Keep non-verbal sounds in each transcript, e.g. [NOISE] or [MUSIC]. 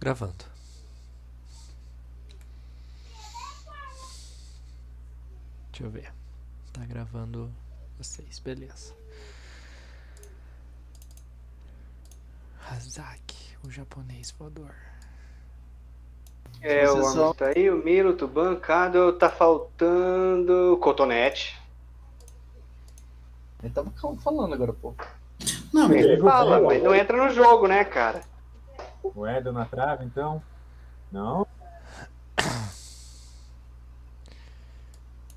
Gravando. Deixa eu ver. Tá gravando vocês, beleza. Hazaki, o japonês voador. É, o Vocês Amos tá aí, o Miro, o Tuban, o Cado, tá faltando o Cotonete. Ele tava cal- falando agora, pô. Não, Ele ele Ele fala, voa. mas não entra no jogo, né, cara? Moeda na trave, então? Não?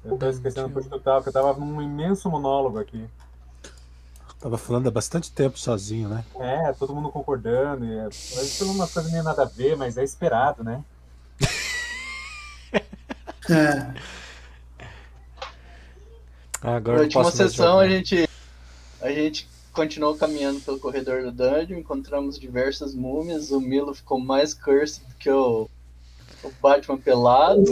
Eu tô esquecendo por que eu tava, porque eu tava num imenso monólogo aqui. tava falando há bastante tempo sozinho, né? É, todo mundo concordando. E é, mas isso é uma coisa meio nada a ver, mas é [LAUGHS] esperado, né? É, Ah, agora Na eu última posso mais sessão a jogar. gente, a gente continuou caminhando pelo corredor do dungeon, encontramos diversas múmias, o Milo ficou mais cursed do que o, o Batman pelado.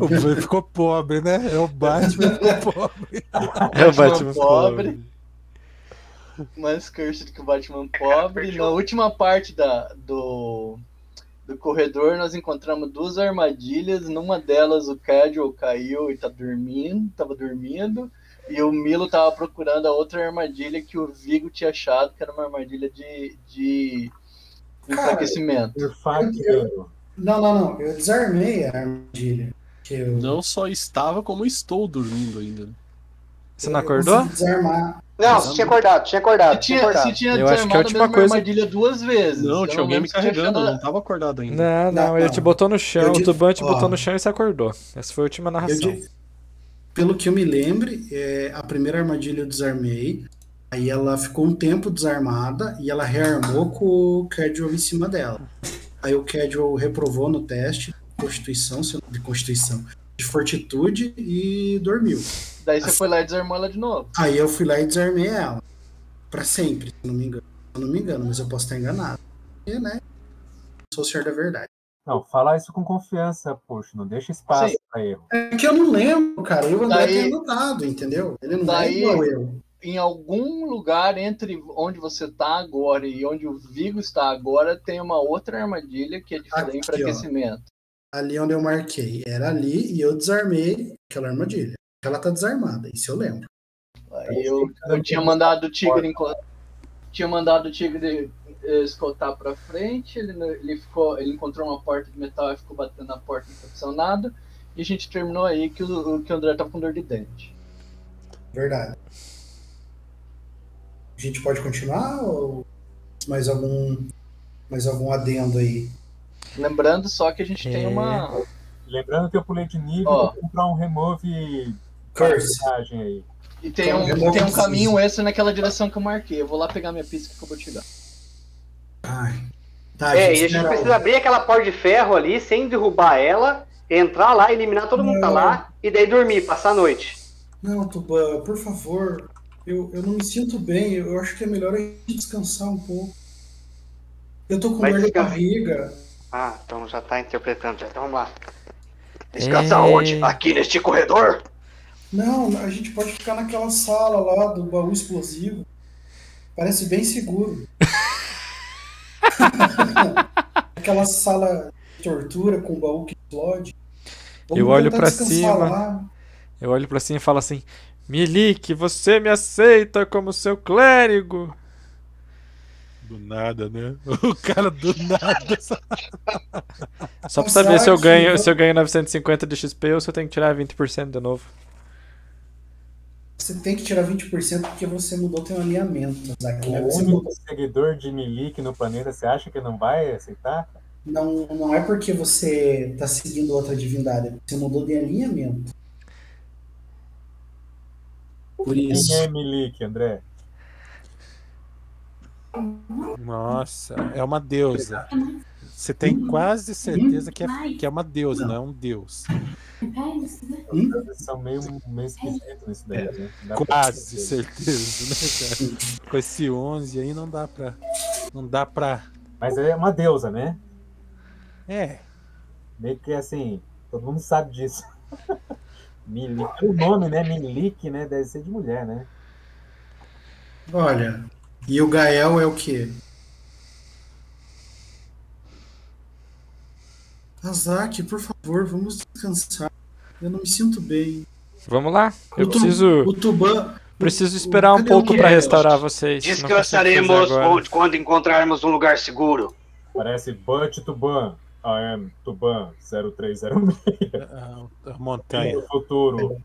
O Batman ficou pobre, né? É o Batman [LAUGHS] ficou pobre. É o Batman Batman pobre. mais cursed que o Batman pobre. Na última parte da, do, do corredor, nós encontramos duas armadilhas. Numa delas, o Cadwell caiu e tá dormindo, tava dormindo. E o Milo tava procurando a outra armadilha que o Vigo tinha achado, que era uma armadilha de, de enfraquecimento. Por faqueiro. Não, não, não. Eu desarmei a armadilha. Que eu Não só estava, como estou dormindo ainda. Você não eu acordou? consegui desarmar. Não, você tinha acordado, tinha Se acordado, tinha tinha, se acordado. tinha Eu acho que é a desarmado a, última mesma coisa- armadilha duas vezes. Não, Eu tinha alguém lembro me se tinha carregando, eu achado- não tava acordado ainda. Não, não, Não, ele não. te botou no chão, Eu o disse- Tuban te ó. botou no chão e você acordou. Essa foi a última Eu narração. de- Pelo que eu me lembre, é, a primeira armadilha eu desarmei. Aí ela ficou um tempo desarmada e ela rearmou com o Cadwell em cima dela. Aí o Cadwell reprovou no teste de Constituição, se eu- de Constituição, de Fortitude e dormiu. Daí você foi lá e desarmou ela de novo. Aí eu fui lá e desarmei ela. Pra sempre, se eu não me engano. Se eu não me engano, mas eu posso estar enganado. Porque, né? Sou o senhor da verdade. Não, fala isso com confiança, poxa. Não deixa espaço Sim. pra erro. É que eu não lembro, cara. Eu André Daí- tem anotado, entendeu? Ele não Daí- é igual eu. em algum lugar entre onde você tá agora e onde o Vigo está agora, tem uma outra armadilha que é de Aqui, ó. enfraquecimento. Ali onde eu marquei. Era ali e eu desarmei aquela armadilha. Ela tá desarmada, isso eu lembro. Aí eu, eu tinha mandado o Tigre enco- tinha mandado o Tigre eh, escoltar para frente, ele, não- ele ficou, ele encontrou uma porta de metal e ficou batendo na porta não funcionado. E a gente terminou aí que o, o- que o André tava com dor de dente. Verdade. A gente pode continuar ou mais algum mais algum adendo aí? Lembrando só que a gente tem É. uma Lembrando que eu pulei de nível Ó. vou comprar um remove Curse. personagem aí. e tem um, Então, tem um eu- caminho extra naquela direção que eu marquei. Eu vou lá pegar minha pista que eu vou te dar. Ai. Tá, É, e a gente não. precisa abrir aquela porta de ferro ali, sem derrubar ela, entrar lá, eliminar todo mundo que tá lá, e daí dormir, passar a noite. Não, Tuban, por favor. Eu, eu não me sinto bem. Eu acho que é melhor a gente descansar um pouco. Eu tô com Vai dor de descansar. barriga. Ah, então já tá interpretando, já. Então vamos lá. Descansar onde? É. Aqui neste corredor? Não, a gente pode ficar naquela sala lá do baú explosivo. Parece bem seguro. [LAUGHS] Aquela sala de tortura com o baú que explode. Vamos Eu olho tentar pra descansar cima. lá. Eu olho pra cima e falo assim: Milik, você me aceita como seu clérigo? Do nada, né? [LAUGHS] O cara do nada. Só pra Azar saber se eu que ganho, não. se eu ganho 950 de XP ou se eu tenho que tirar 20% de novo. Você tem que tirar 20% porque você mudou teu alinhamento. Zaque, O né? Você mudou. único seguidor de Milik no planeta, você acha que não vai aceitar? Não, não é porque você tá seguindo outra divindade, é porque você mudou de alinhamento. Por Quem é Milik, André? Nossa, é uma deusa. Você tem quase certeza que é, que é uma deusa, não é um deus. Eles são meio, meio esquisitos nisso daí, né? Não dá pra É, Quase perceber. certeza, né, cara? Com esse 11 aí não dá pra. Não dá pra. Mas é uma deusa, né? É. Meio que assim, todo mundo sabe disso. [LAUGHS] Milik, o nome, né? Milik, né? Deve ser de mulher, né? Olha, e o Gael é o quê? Azaki, por favor, vamos descansar. Eu não me sinto bem. Vamos lá. Eu O Tu- preciso, O Tuban. preciso esperar um cadê o pouco Guilherme? pra restaurar vocês. não consigo fazer Descansaremos agora. onde- quando encontrarmos um lugar seguro. Parece Butch Tuban. I am Tuban 0306 A, a montanha. um. no futuro.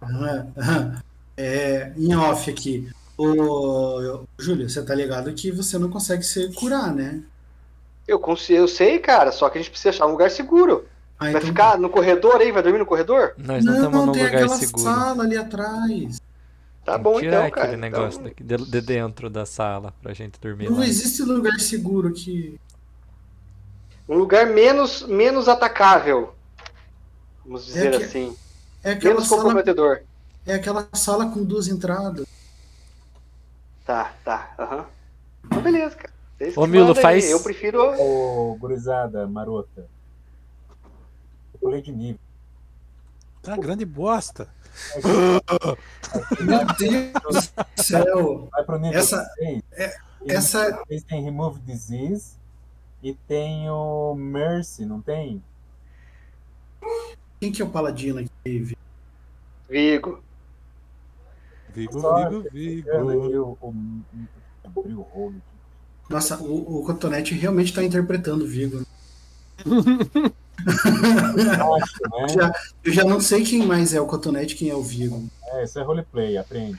Ah, ah. É, em off aqui. Ô, Júlio, você tá ligado que você não consegue se curar, né? Eu, cons- eu sei, cara, só que a gente precisa achar um lugar seguro. Ah, Vai então- ficar no corredor aí? Vai dormir no corredor? Nós não Não, estamos não, num tem lugar aquela seguro. sala ali atrás. Tá bom Tirar então, cara. aquele negócio Então, daqui, de, de dentro da sala pra gente dormir Não lá. existe lugar seguro aqui. um lugar menos, menos atacável. Vamos dizer que- assim. É aquela, Menos sala, comprometedor. é aquela sala com duas entradas. Tá, tá. Aham. Então, beleza, cara. Vocês que Ô, Milo, mandam aí. faz- Eu prefiro. Ô, gurizada, marota. Eu pulei de nível. Tá uma grande bosta. Meu Deus do céu. Vai pro nível Essa- 6. E Essa. Eles têm Remove Disease e tem o Mercy, não tem? Quem que é o paladino aqui? Vigo. Vigo, Só- é, né? vigo, Pegando vigo. aqui o. o, o, abri o rolo aqui. Nossa, o, o Cotonete realmente tá interpretando o Vigo. Acho, né? Eu já não sei quem mais é o Cotonete e quem é o Vigo. É, isso é roleplay, aprende.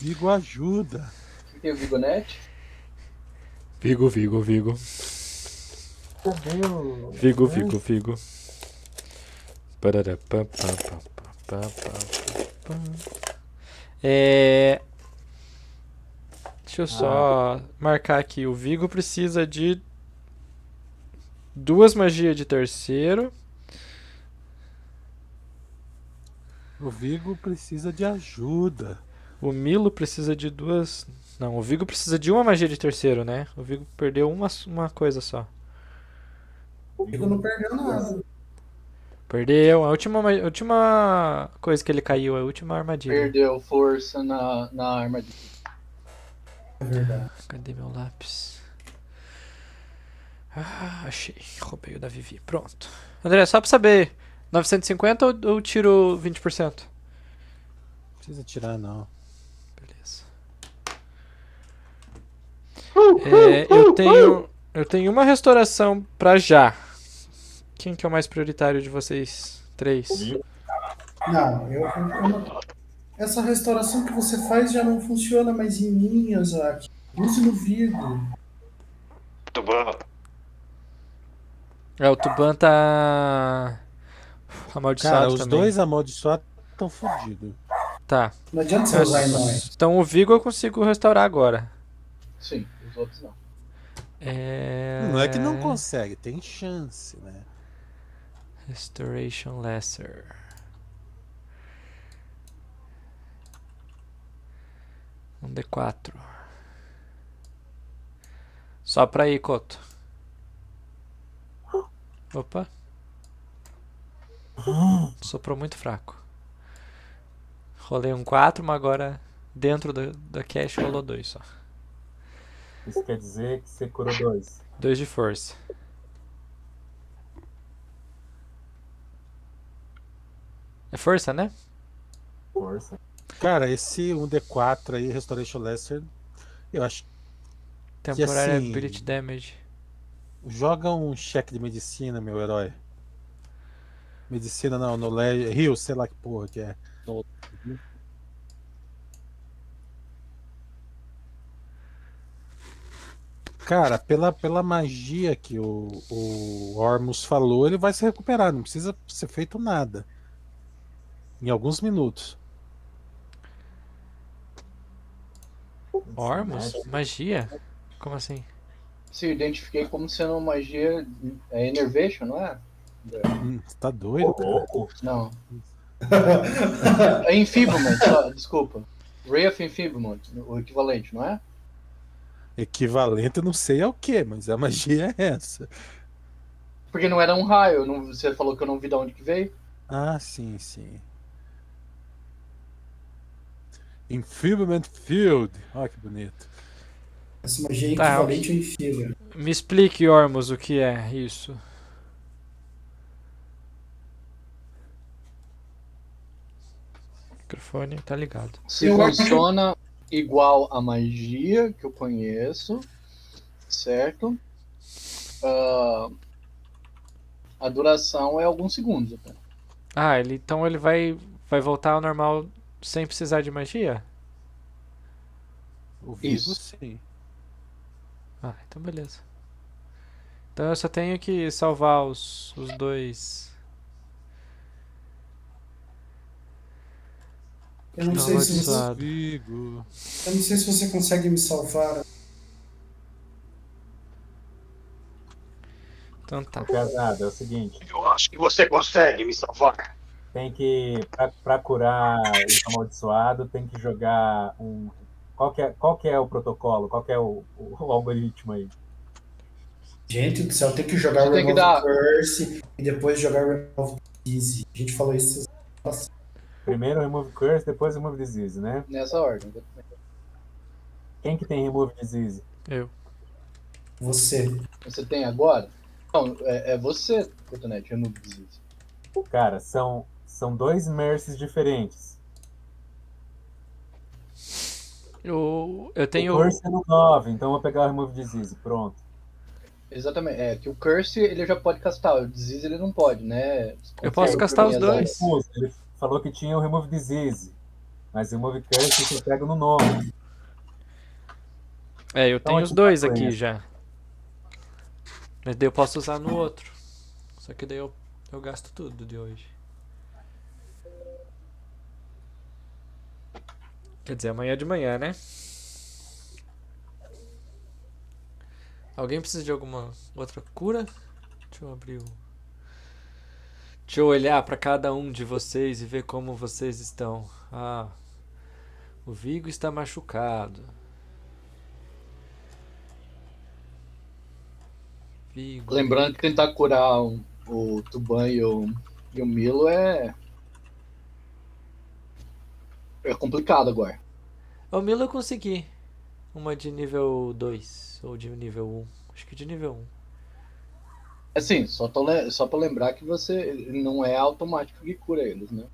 Vigo ajuda. Tem o Vigonete? Vigo, Vigo, Vigo. Cadê o. Vigo, Vigo, Vigo. Parará, pá, pá, pá, pá, pá, pá, pá, pá. É. Deixa eu só marcar aqui. O Vigo precisa de duas magias de terceiro. O Vigo precisa de ajuda. O Milo precisa de duas. Não, o Vigo precisa de uma magia de terceiro, né? O Vigo perdeu uma, uma coisa só. O Vigo não perdeu nada. Perdeu. A última, ma- a última coisa que ele caiu, a última armadilha. Perdeu força na, na arma de. É verdade. Cadê meu lápis? Ah, achei. Roubei o da Vivi. Pronto. André, só pra saber: 950 ou, ou tiro 20%? Não precisa tirar, não. Beleza. É, eu tenho. Eu tenho uma restauração pra já. Quem que é o mais prioritário de vocês? Três. Não, eu, eu- eu não- Essa restauração que você faz já não funciona mais em mim, Ozaki. Use no Vigo. É, o Tuban tá. Amaldiçoado Cara, os também. dois amaldiçoados estão fodidos. Tá. Não adianta você usar em nós. Então o Vigo eu consigo restaurar agora. Sim, os outros não. É... Não é que não consegue, tem chance, né? Restoration Lesser. Um D4. Só pra ir, Coto. Opa. Soprou muito fraco. Rolei um 4, mas agora dentro da, da cache rolou 2 só. Isso quer dizer que você curou dois. 2 de força. É força, né? Força. Cara, esse 1D4 aí, Restoration Lesser, eu acho. Temporary assim- Ability Damage. Joga um cheque de medicina, meu herói. Medicina não, no Le... Rio, sei lá que porra que é. Cara, pela, pela magia que o, o Ormus falou, ele vai se recuperar, não precisa ser feito nada. Em alguns minutos. Ormus? Né? Magia? Como assim? Se identifiquei como sendo uma magia. É Enervation, não é? Hum, você tá doido, cara? Não. é Enfeeblement, só, desculpa. Ray of Enfeeblement, o equivalente, não é? Equivalente, eu não sei ao que, mas a magia é essa. Porque não era um raio, não- você falou que eu não vi de onde que veio. Ah, sim, sim. Enfeeblement Field. Olha que bonito. Essa magia é Tá, equivalente ao enfio. Me explique, Ormus, o que é isso. microfone tá ligado. Se funciona igual a magia que eu conheço, certo? Ah, a duração é alguns segundos. até. Ah, ele, então ele vai, vai voltar ao normal sem precisar de magia? O vivo, Isso. sim. Ah, então beleza. Então eu só tenho que salvar os, os dois. Eu não, Não, sei se amaldiçoado. você, Claro. Vigo. eu não sei se você consegue me salvar. Então tá. Casado, é o seguinte. Eu acho que você consegue me salvar. Tem que, pra, pra curar o amaldiçoado, tem que jogar um. Qual que é, qual que é o protocolo? Qual que é o, o- o algoritmo aí? Gente do céu, tem que jogar Tem que Remove dar- Curse e depois jogar Remove Easy. A gente falou isso. Primeiro remove curse, depois remove disease, né? Nessa ordem. tá? Quem que tem remove disease? Você. Você tem agora? Não, é, é você, Cotonete, eu não desisto. Cara, são, são dois mercies diferentes. Eu, eu O tenho. curse é no 9, então eu vou pegar o remove disease. Pronto. Exatamente. É que o Curse ele já pode castar, o Disease ele não pode, né? Eu posso Confere castar os pra mim as dois. áreas. Confuso, Ele falou que tinha o remove disease. Mas remove curse você pega no 9. É, eu tenho aqui os tá dois com aqui esse. já. Mas daí eu posso usar no outro. Só que daí eu, eu gasto tudo de hoje. Quer dizer, amanhã de manhã, né? Alguém precisa de alguma outra cura? Deixa eu abrir o. Deixa eu olhar pra cada um de vocês e ver como vocês estão. Ah, o Vigo está machucado. Vigo. Lembrando que tentar curar um- o Tuban e o, e o Milo é. É complicado agora. O Milo eu consegui. Uma de nível 2 ou de nível 1. Acho que de nível 1. Assim, só, tô le- só pra lembrar que você ele não é automático que cura eles, né?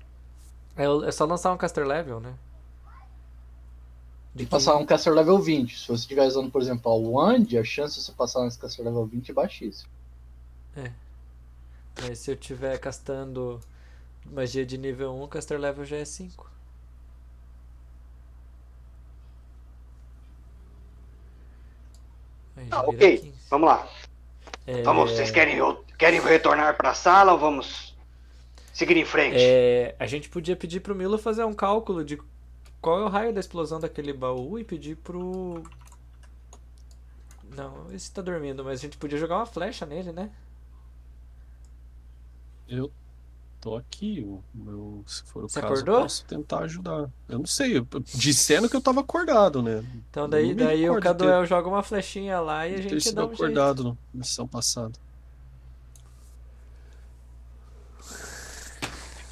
É, eu- é só lançar um caster level, né? De passar um caster level 20. Se você estiver usando, por exemplo, a Wand, a chance de você passar nesse caster level 20 é baixíssima. Mas se eu tiver castando magia de nível 1, o caster level já é 5. Aí já Ah, vira ok. 15. Vamos lá. É, Vamos, vocês querem, eu- querem retornar pra sala ou vamos seguir em frente? é, a gente podia pedir pro Milo fazer um cálculo de qual é o raio da explosão daquele baú e pedir pro. Não, esse tá dormindo, mas a gente podia jogar uma flecha nele, né? Eu tô aqui, eu, eu- se for o Você caso, acordou? eu posso tentar ajudar. Eu não sei, eu- eu- dizendo que eu tava acordado, né? Então daí, Não me daí o recordo de Caduel joga uma flechinha lá e a De ter gente sido dá um jeito. acordado na missão passada.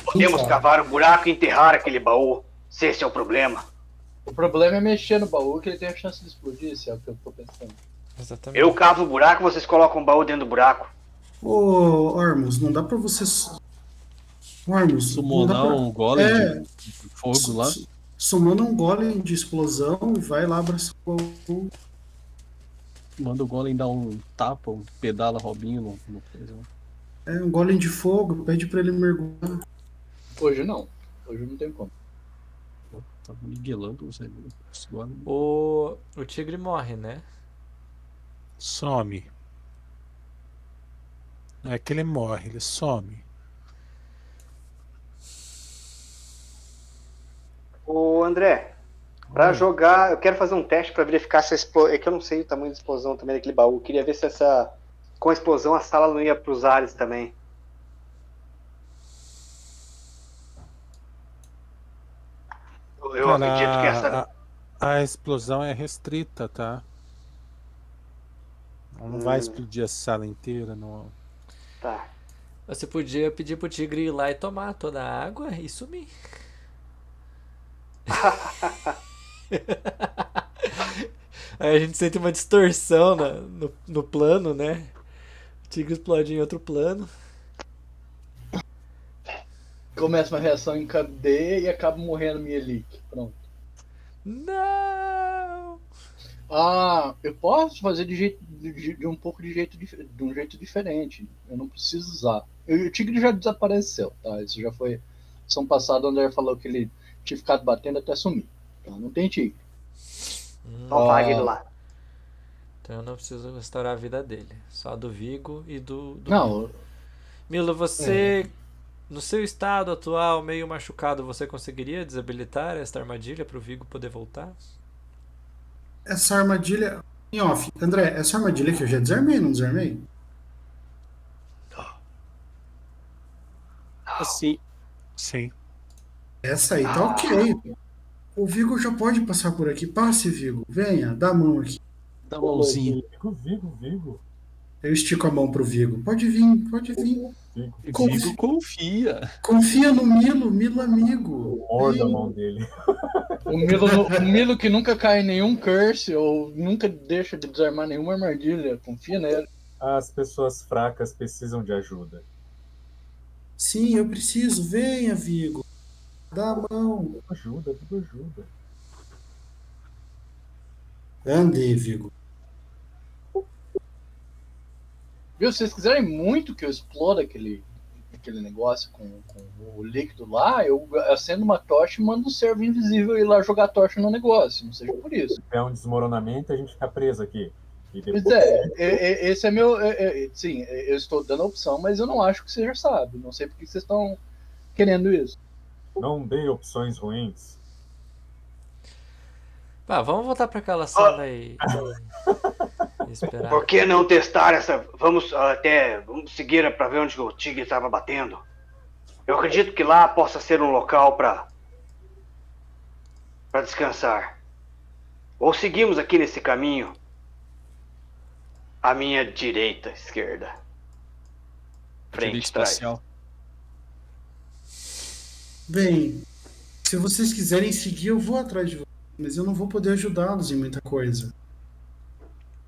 Podemos cavar um buraco e enterrar aquele baú, se esse é o problema. O problema é mexer no baú que ele tem a chance de explodir, se é o que eu tô pensando. Exatamente. Eu cavo o buraco, vocês colocam o baú dentro do buraco. Ô, Ormus, não dá pra você. su- Ormus, não dá Sumonar pra... um golem É. de, de fogo lá. Sumando um golem de explosão e vai lá abraçar o baú. Manda o golem dar um tapa, um pedala Robinho no, no coisa lá. É um golem de fogo, pede pra ele mergulhar. Hoje não. Hoje não tem como. Tava miguelando os os golem. O, o tigre morre, né? Some. Não é que ele morre, ele some. Ô André, pra jogar, eu quero fazer um teste pra verificar se a explosão. É que eu não sei o tamanho da explosão também daquele baú. Eu queria ver se essa. Com a explosão a sala não ia pros ares também. Eu, eu Cara, acredito que essa. a, a explosão é restrita, tá? Ela Não vai Hum. explodir a sala inteira. Não... Tá. Você podia pedir pro tigre ir lá e tomar toda a água e sumir. [LAUGHS] Aí a gente sente uma distorção na- no, no plano, né? O tigre explode em outro plano. Começa uma reação em cadeia e acaba morrendo Mielik. Pronto. Não! Ah, eu posso fazer de, jeito, de, de um pouco de jeito dif- de um jeito diferente. Eu não preciso usar. E o tigre já desapareceu, tá? Isso já foi. São passado, o André falou que ele tinha ficado batendo até sumir. Então não tem tigre. Não apaga ele lá. Então eu não preciso restaurar a vida dele. Só a do Vigo e do. do Milo. Não, Milo, você. No seu estado atual, meio machucado, você conseguiria desabilitar esta armadilha para o Vigo poder voltar? Essa armadilha. Em off, André, essa armadilha que eu já desarmei, não desarmei? Assim, Sim. Essa aí Ah. tá ok. O Vigo já pode passar por aqui. Passe, Vigo. Venha, dá a mão aqui. dá a mãozinha. Vigo, vigo, vigo. Eu estico a mão pro Vigo. Pode vir, pode vir. Como Vigo se- confia. Confia no Milo, Milo amigo. Morda a mão dele. o Milo, o Milo que nunca cai em nenhum curse ou nunca deixa de desarmar nenhuma armadilha. Confia nele. As pessoas fracas precisam de ajuda. Sim, eu preciso. Venha, Vigo. Dá a mão. Tudo ajuda, tudo ajuda. Ande, Vigo. Viu? Se vocês quiserem muito que eu explore aquele, aquele negócio com, com o líquido lá, eu acendo uma tocha e mando um servo invisível ir lá jogar a tocha no negócio. Não seja por isso. Se tiver um desmoronamento, a gente fica preso aqui. E Pois depois é, é, é, esse é meu. é, é, é, sim, é, eu estou dando a opção, mas eu não acho que você já sabe. Não sei por que vocês estão querendo isso. não dê opções ruins. Pá, vamos voltar para aquela sala e. e esperar. Por que não testar essa? Vamos ah, até vamos seguir para ver onde o tigre estava batendo. Eu acredito que lá possa ser um local para para descansar. Ou seguimos aqui nesse caminho. À minha direita, esquerda. Frente, Direito trás. espacial. Bem, se vocês quiserem seguir, eu vou atrás de vocês. Mas eu não vou poder ajudá-los em muita coisa.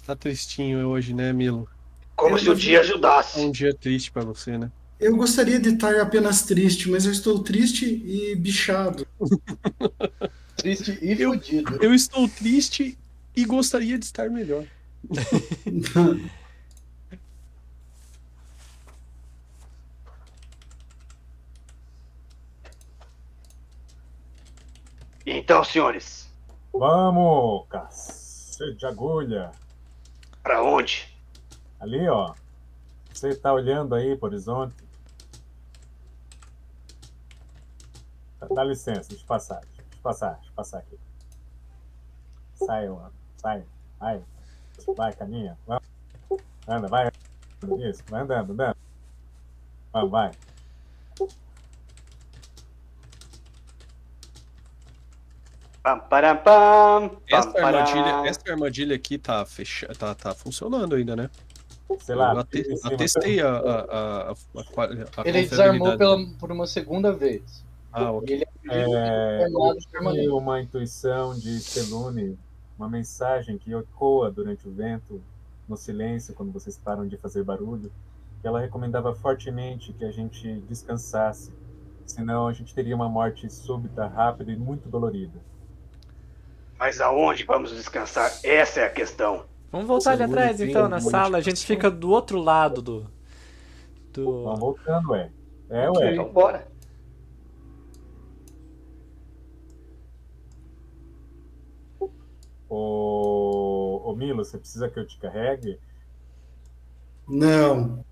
Tá tristinho hoje, né, Milo? Como se o dia É ajudasse. um dia triste pra você, né? Eu gostaria de estar apenas triste, mas eu estou triste e bichado. [LAUGHS] Triste e fudido. Eu estou triste e gostaria de estar melhor. Então, senhores, Vamos, cacete de agulha. para onde? Ali, ó. Você tá olhando aí pro horizonte? Dá- Tá, Dá licença, deixa eu passar. Deixa eu passar, deixa eu passar aqui. Sai, mano. Sai, vai. Vai, caminha. Vai. Anda, vai. Isso, vai andando, andando. Vai, vai. Pam, param, pam, pam, Essa param. armadilha, essa armadilha aqui tá, fecha... tá, tá funcionando ainda, né? Sei lá. assim, eu ate- fica em cima. atestei a, a, a, a, quali- a Ele confiabilidade. desarmou pela, por uma segunda vez. Ah, ok. E ele É, Desarmado eu permanente. tenho uma intuição de Selune, uma mensagem que ecoa durante o vento, no silêncio, quando vocês param de fazer barulho, que ela recomendava fortemente que a gente descansasse, senão a gente teria uma morte súbita, rápida e muito dolorida. Mas aonde vamos descansar? Essa é a questão. Vamos voltar ali Seguro, atrás tem então, alguma na sala. A gente indicação? fica do outro lado do. Vamos do... voltando, é. É, ué. Então, bora. Ô, ô Milo, você precisa que eu te carregue? Não.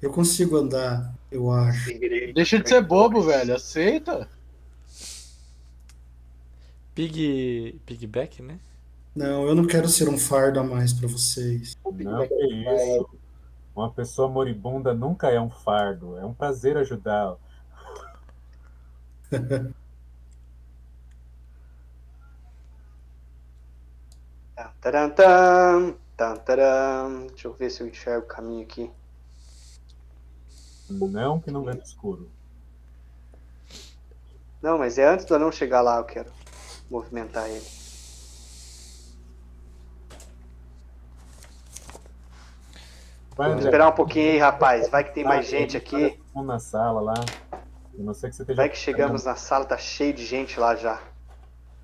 Eu consigo andar, eu acho. Deixa de ser bobo, velho. Aceita. Pig. Pigback, né? Não, eu não quero ser um fardo a mais pra vocês. Não, que isso. Uma pessoa moribunda nunca é um fardo. É um prazer ajudá-la. Tan, taran, tan, tan, taran. Deixa eu ver se eu enxergo o caminho aqui. Não que não vento escuro. Não, mas é antes do anão chegar lá, eu quero movimentar ele. Vai, Vamos André. esperar um pouquinho aí, rapaz. Vai que tem mais Ah, gente aqui. olha, um na sala lá. Eu não sei que você esteja. Vai que chegamos na sala, tá cheio de gente lá já.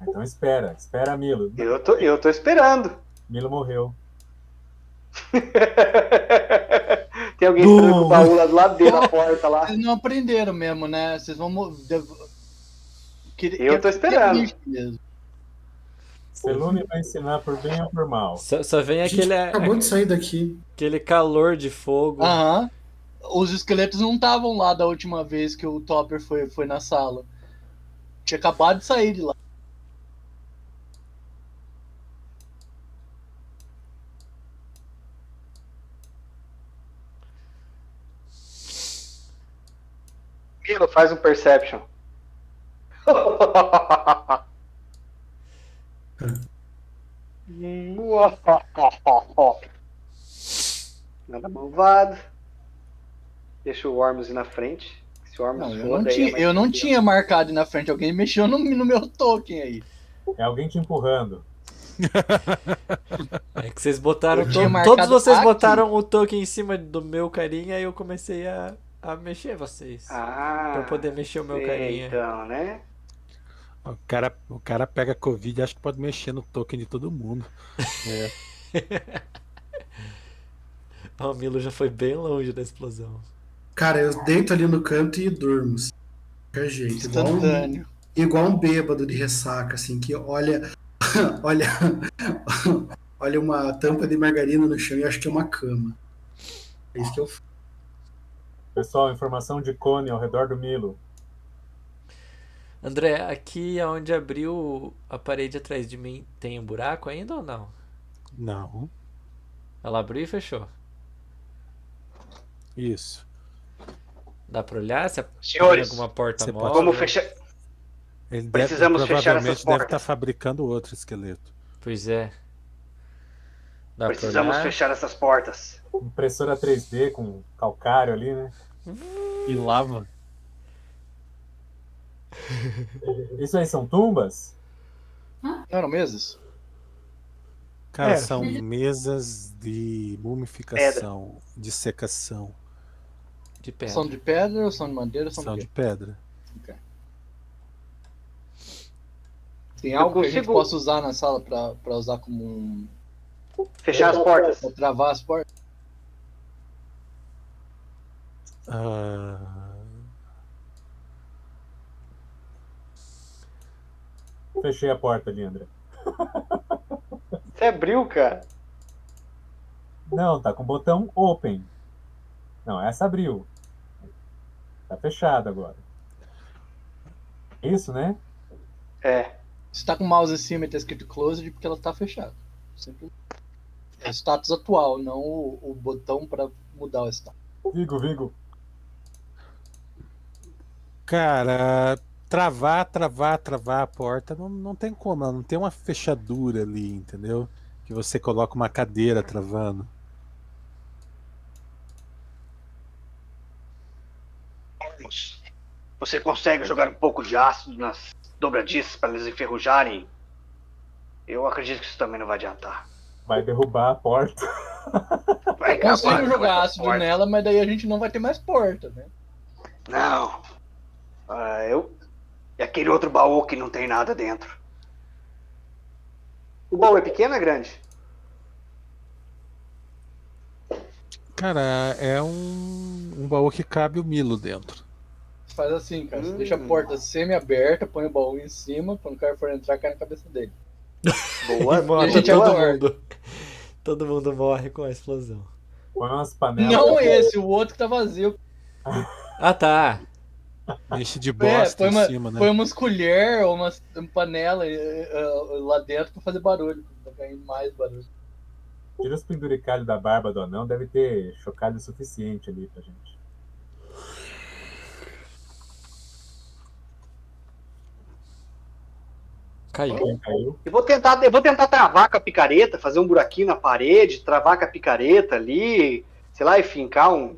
Então espera, espera, Milo. Eu tô, eu tô esperando. [LAUGHS] Milo morreu. Tem alguém esperando com o baú lá do lado dele, na porta lá. Vocês não aprenderam mesmo, né? Vocês vão. mo- dev- Quer- Eu quer- tô esperando. quer lixo mesmo. Celune vai ensinar por bem ou por mal. Só, só vem A gente aquele, tá acabou de sair daqui. aquele calor de fogo. Aham. Os esqueletos não estavam lá da última vez que o Topper foi, foi na sala. Tinha acabado de sair de lá. Milo, faz um [LAUGHS] perception. Nada malvado. Deixa o Ormus ir na frente. Se o Ormus Não, eu for, não, daí é tinha, mais eu não tranquilo. tinha marcado ir na frente. Alguém mexeu no, no meu token aí. É alguém te empurrando. É que vocês botaram. Eu to- tinha marcado Todos vocês aqui. botaram o token em cima do meu carinha e eu comecei a, a mexer vocês. Ah, pra eu poder mexer o meu sei, carinha. Então, né? O cara, o cara pega Covid e acha que pode mexer no token de todo mundo. Ah, O Milo já foi bem longe da explosão. Cara, eu deito ali no canto e durmo. assim, de Qualquer jeito. Igual um, Instantâneo. igual um bêbado de ressaca, assim, que olha. [LAUGHS] olha. [LAUGHS] olha uma tampa de margarina no chão e acha que é uma cama. É isso que eu faço. Pessoal, informação de cone ao redor do Milo. André, aqui é onde abriu a parede atrás de mim, tem um buraco ainda ou não? Não. Ela abriu e fechou. Isso. Dá pra olhar se tem Senhores, alguma porta você móvel? pode- vamos fechar. Ele deve, Precisamos fechar provavelmente essas deve portas. estar fabricando outro esqueleto. Pois é. Dá pra Precisamos olhar? fechar essas portas. Impressora 3D com calcário ali, né? E lava. Isso aí são tumbas? Não eram mesas? Cara, É. são mesas de mumificação, de secação, De pedra. São de pedra, são de madeira, são, são de de pedra. quê? Tem algo que a gente consigo- possa usar na sala pra, pra usar como um. Fechar Então, as portas. pra travar as portas? Ah, Fechei a porta ali, André. Você abriu, cara? Não, tá com o botão open. Não, essa abriu. Tá fechada agora. Isso, né? É. Se tá com o mouse em cima e tá escrito closed, porque ela tá fechada. Sempre. É o status atual, não o, o botão pra mudar o status. Vigo, Vigo. Cara, travar, travar, travar a porta não, não tem como, ela não tem uma fechadura ali, entendeu? Que você coloca uma cadeira travando. Ormus, Você consegue jogar um pouco de ácido nas dobradiças para eles enferrujarem? Eu acredito que isso também não vai adiantar. Vai derrubar a porta. É, Vai Eu consigo acabar com É jogar né? essa ácido porta. nela, mas daí a gente não vai ter mais porta, né? Não. Ah, eu. E aquele outro baú que não tem nada dentro. O baú é pequeno ou é grande? Cara, é um, um baú que cabe o Milo dentro. Faz assim, cara. Você Hum. deixa a porta semi-aberta, põe o baú em cima, quando o cara for entrar, cai na cabeça dele. E mata A gente é tá todo uma- mundo. Todo mundo morre com a explosão. Põe umas né? panelas. Não esse, o outro que tá vazio. Ah tá. Enche de bosta põe em uma- cima, né? Põe umas colher ou umas panela eh, eh, lá dentro pra fazer barulho. Pra ganhar mais barulho. Tira os penduricalhos da barba do anão. Deve ter chocado o suficiente ali pra gente. Caiu. Quem caiu? Eu vou tentar, eu vou tentar travar com a picareta, fazer um buraquinho na parede, travar com a picareta ali, sei lá, e fincar um.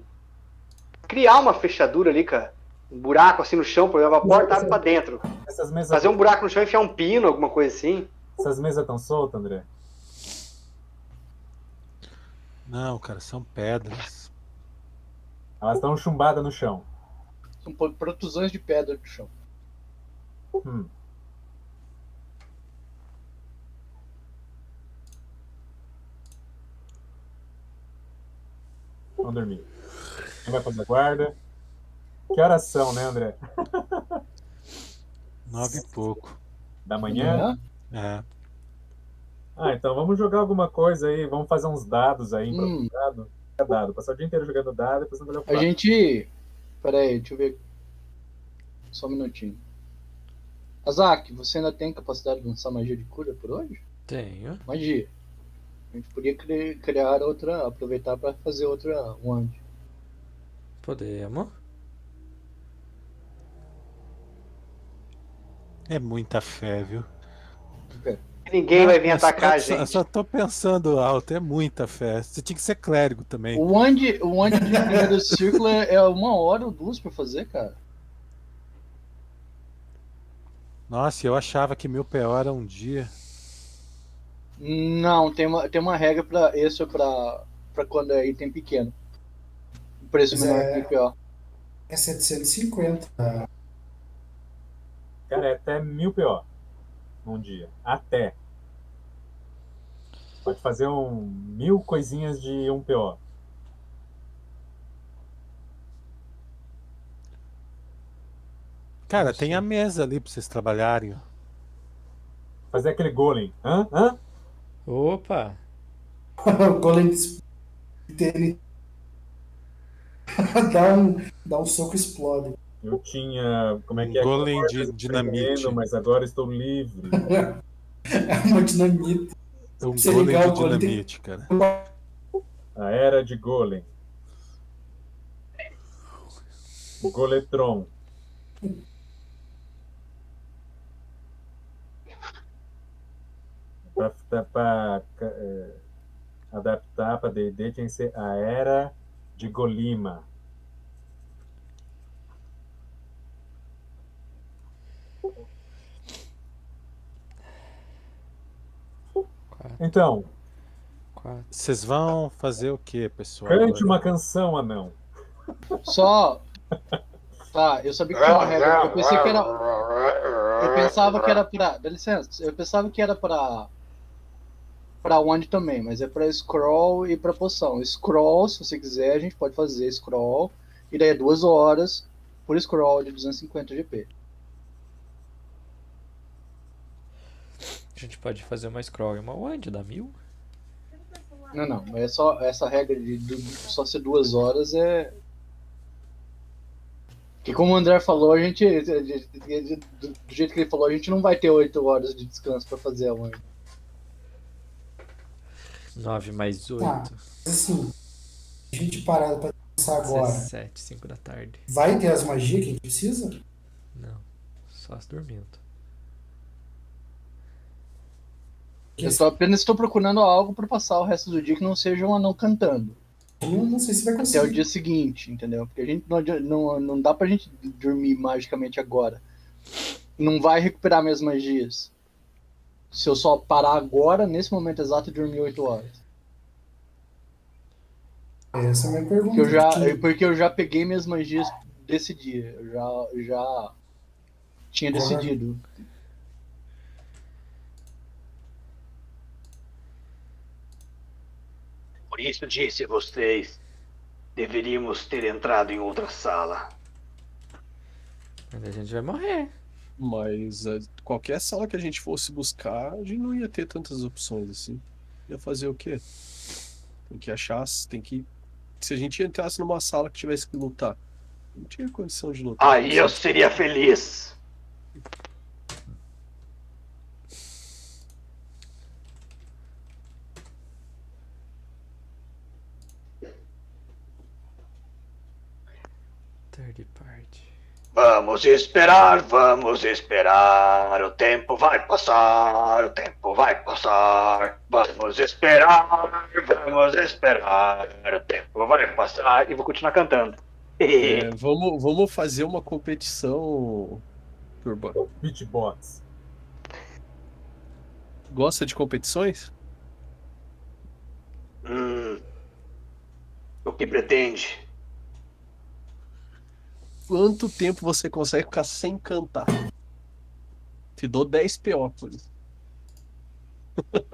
Criar uma fechadura ali, cara. Um buraco assim no chão, por exemplo, a porta é- abre pra dentro. Essas mesas Fazer um buraco no chão e enfiar um pino, alguma coisa assim. Essas mesas estão soltas, André? Não, cara, são pedras. Elas estão chumbadas no chão. São po- protusões de pedra do chão. Hum. Vamos dormir. Quem vai fazer guarda? Que horas são, né, André? Nove e pouco. Da manhã? É. Ah, então vamos jogar alguma coisa aí. Vamos fazer uns dados aí. pra- Hum, Dado. Jogar Dado. Passar o dia inteiro jogando dado e depois olhar pro a lado. gente. Pera aí, deixa eu ver. Só um minutinho. Azak, você ainda tem capacidade de lançar magia de cura por hoje? Tenho. Magia. A gente podia cri- criar outra. aproveitar pra fazer outra um wand. Podemos. É muita fé, viu? Ah, Ninguém vai vir Eu só- atacar a eu só- Eu gente. só tô pensando alto, é muita fé. Você tinha que ser clérigo também. O wand, o wand de primeiro círculo é é uma hora ou duas pra fazer, cara. Nossa, eu achava que mil PO era um dia. Não, tem uma, tem uma regra pra isso, é pra, pra quando é item pequeno. O preço Mas menor é- que pior. É [LAUGHS] 750. Cara, é até mil PO num dia. Até. Pode fazer um mil coisinhas de um PO. Cara, tem a mesa ali pra vocês trabalharem. ó. Fazer aquele golem. Hã? Hã? Opa! o golem de TNT. [LAUGHS] dá, um, dá um soco e explode. [LAUGHS] Eu tinha. Como é que Um é? golem Cordas de me dinamite. prendendo, Mas agora estou livre. É uma dinamite. É um Você golem ligar de o golem, tem- dinamite, cara. A era de golem. O Goletron. Pra, pra- pra, eh, adaptar pra D&D tinha que ser a era de Golima. Quatro, Então, quatro. Vocês vão fazer o que, pessoal? cante agora? uma canção, anão. Só. Tá, eu sabia que tinha uma regra. Eu pensei que era. Eu pensava que era pra. Dá licença, eu pensava que era pra. Pra onde também, mas é pra scroll e pra poção. Scroll, se você quiser, a gente pode fazer scroll. E daí é duas horas por scroll de 250 GP. A gente pode fazer uma scroll e uma wand, dá mil? Não, não. É só essa regra de du- só ser duas horas é. Que como o André falou, a gente. a gente- a gente- Do do jeito que ele falou, a gente não vai ter oito horas de descanso pra fazer a one. Nove mais Ah, oito. Mas assim, a gente parada pra pensar agora. 17, 5 da tarde. Vai ter as magias que a gente precisa? Não. Só se dormindo. Porque Eu só apenas estou procurando algo pra passar o resto do dia que não seja um anão cantando. eu não sei se vai Até o conseguir. dia seguinte, entendeu? Porque a gente não, adi- não, não dá pra gente dormir magicamente agora. Não vai recuperar minhas magias. Se eu só parar agora, nesse momento exato, e dormir oito horas. Essa é a minha pergunta. Porque eu já, Porque- porque eu já peguei minhas magias desse dia. Eu já, eu já tinha Agora- decidido. Por isso disse a vocês, deveríamos ter entrado em outra sala. Mas a gente vai morrer. Mas eh, qualquer sala que a gente fosse buscar, a gente não ia ter tantas opções assim. Ia fazer o quê? Tem que achar, tem que. Se a gente entrasse numa sala que tivesse que lutar, não tinha condição de lutar. Aí eu seria feliz. Third party. Vamos esperar, vamos esperar. O tempo vai passar, o tempo vai passar. Vamos esperar, vamos esperar. O tempo vai passar. E vou continuar cantando. É, vamos, vamos fazer uma competição. Turba. Beatbox. Gosta de competições? Hum, que pretende? Quanto tempo você consegue ficar sem cantar? Te dou 10 PO por isso.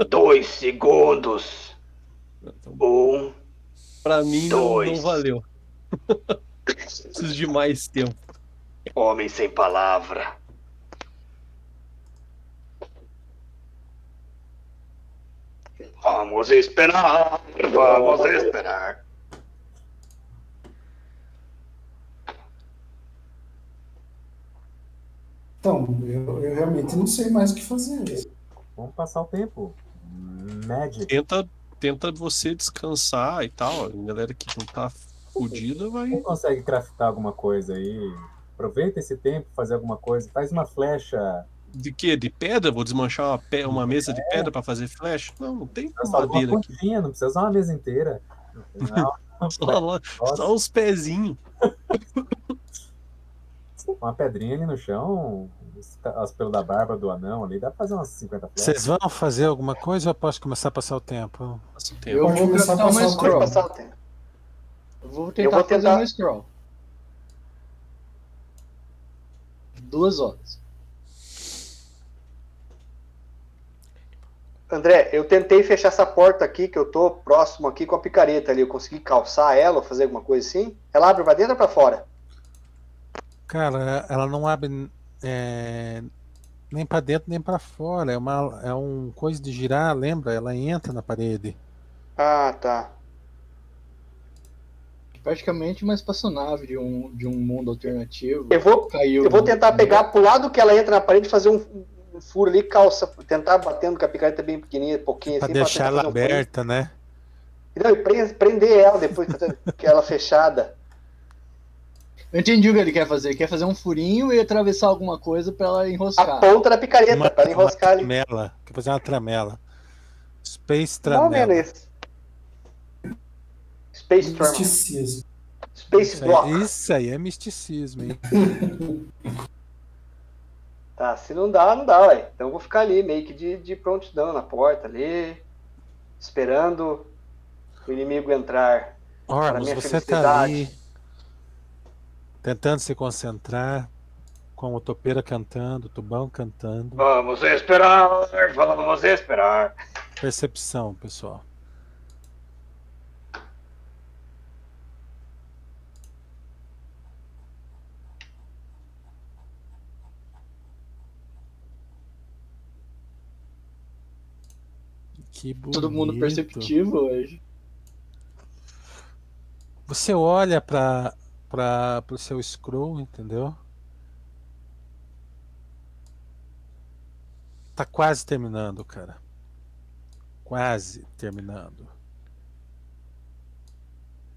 Dois segundos. Então, Um. pra mim, não, Dois. não valeu. [LAUGHS] Preciso de mais tempo. Homem sem palavra. Vamos esperar, vamos esperar. Então, eu, eu realmente não sei mais o que fazer. Vamos passar o tempo. Magic. Tenta, tenta você descansar e tal. A galera que não tá fudida vai. Quem consegue craftar alguma coisa aí? Aproveita esse tempo, fazer alguma coisa. Faz uma flecha. De quê? De pedra? Vou desmanchar uma, pe- uma mesa de pedra pra fazer flecha? Não, não tem Só uma madeira aqui. pontinha, não precisa usar uma mesa [LAUGHS] inteira. Não, Só, lá- só os pezinhos. um uma pedrinha ali no chão, os, ca- os pelos da barba do anão ali, dá pra fazer umas 50 flechas. Vocês vão fazer alguma coisa ou eu posso começar a passar o tempo? Nossa, tem- Eu Pode vou começar a craftar uma passar o scroll. Passar o tempo. Eu vou Eu tentar, vou fazer tentar- uma scroll. Duas horas. André, eu tentei fechar essa porta aqui, que eu tô próximo aqui com a picareta ali. Eu consegui calçar ela ou fazer alguma coisa assim? Ela abre pra dentro ou pra fora? Cara, ela não abre é, nem pra dentro nem pra fora. É uma é um coisa de girar, lembra? Ela entra na parede. Ah, tá. Praticamente uma espaçonave de um, de um mundo alternativo. Eu vou, Caiu eu vou no- tentar pegar pro lado que ela entra na parede, fazer um, um furo ali, calça, tentar batendo com a picareta bem pequenininha, pouquinho Pra assim. deixar tentar ela fazer um furo. aberta, né? Não, e pre- prender ela depois [LAUGHS] que ela fechada. Eu entendi o que ele quer fazer. Ele quer fazer um furinho e atravessar alguma coisa pra ela A enroscar. ponta da picareta, Uma- pra ela enroscar ali. Tramela. Quer fazer uma tramela. Space Mais ou menos tramela. isso. Space Storm. Misticismo. Space Isso aí, Block. isso aí é misticismo, [LAUGHS] hein? Tá, se não dá, não dá, ué. Então eu vou ficar ali, meio que de, de prontidão na porta ali, esperando o inimigo entrar. Para Ormus, minha você tá felicidade. ali tentando se concentrar com o topeira cantando, o tubão cantando. Vamos esperar, vamos esperar. Percepção, pessoal. Que bonito. Todo mundo perceptivo hoje. Você olha para para o seu scroll, entendeu? Tá quase terminando, cara. Quase terminando.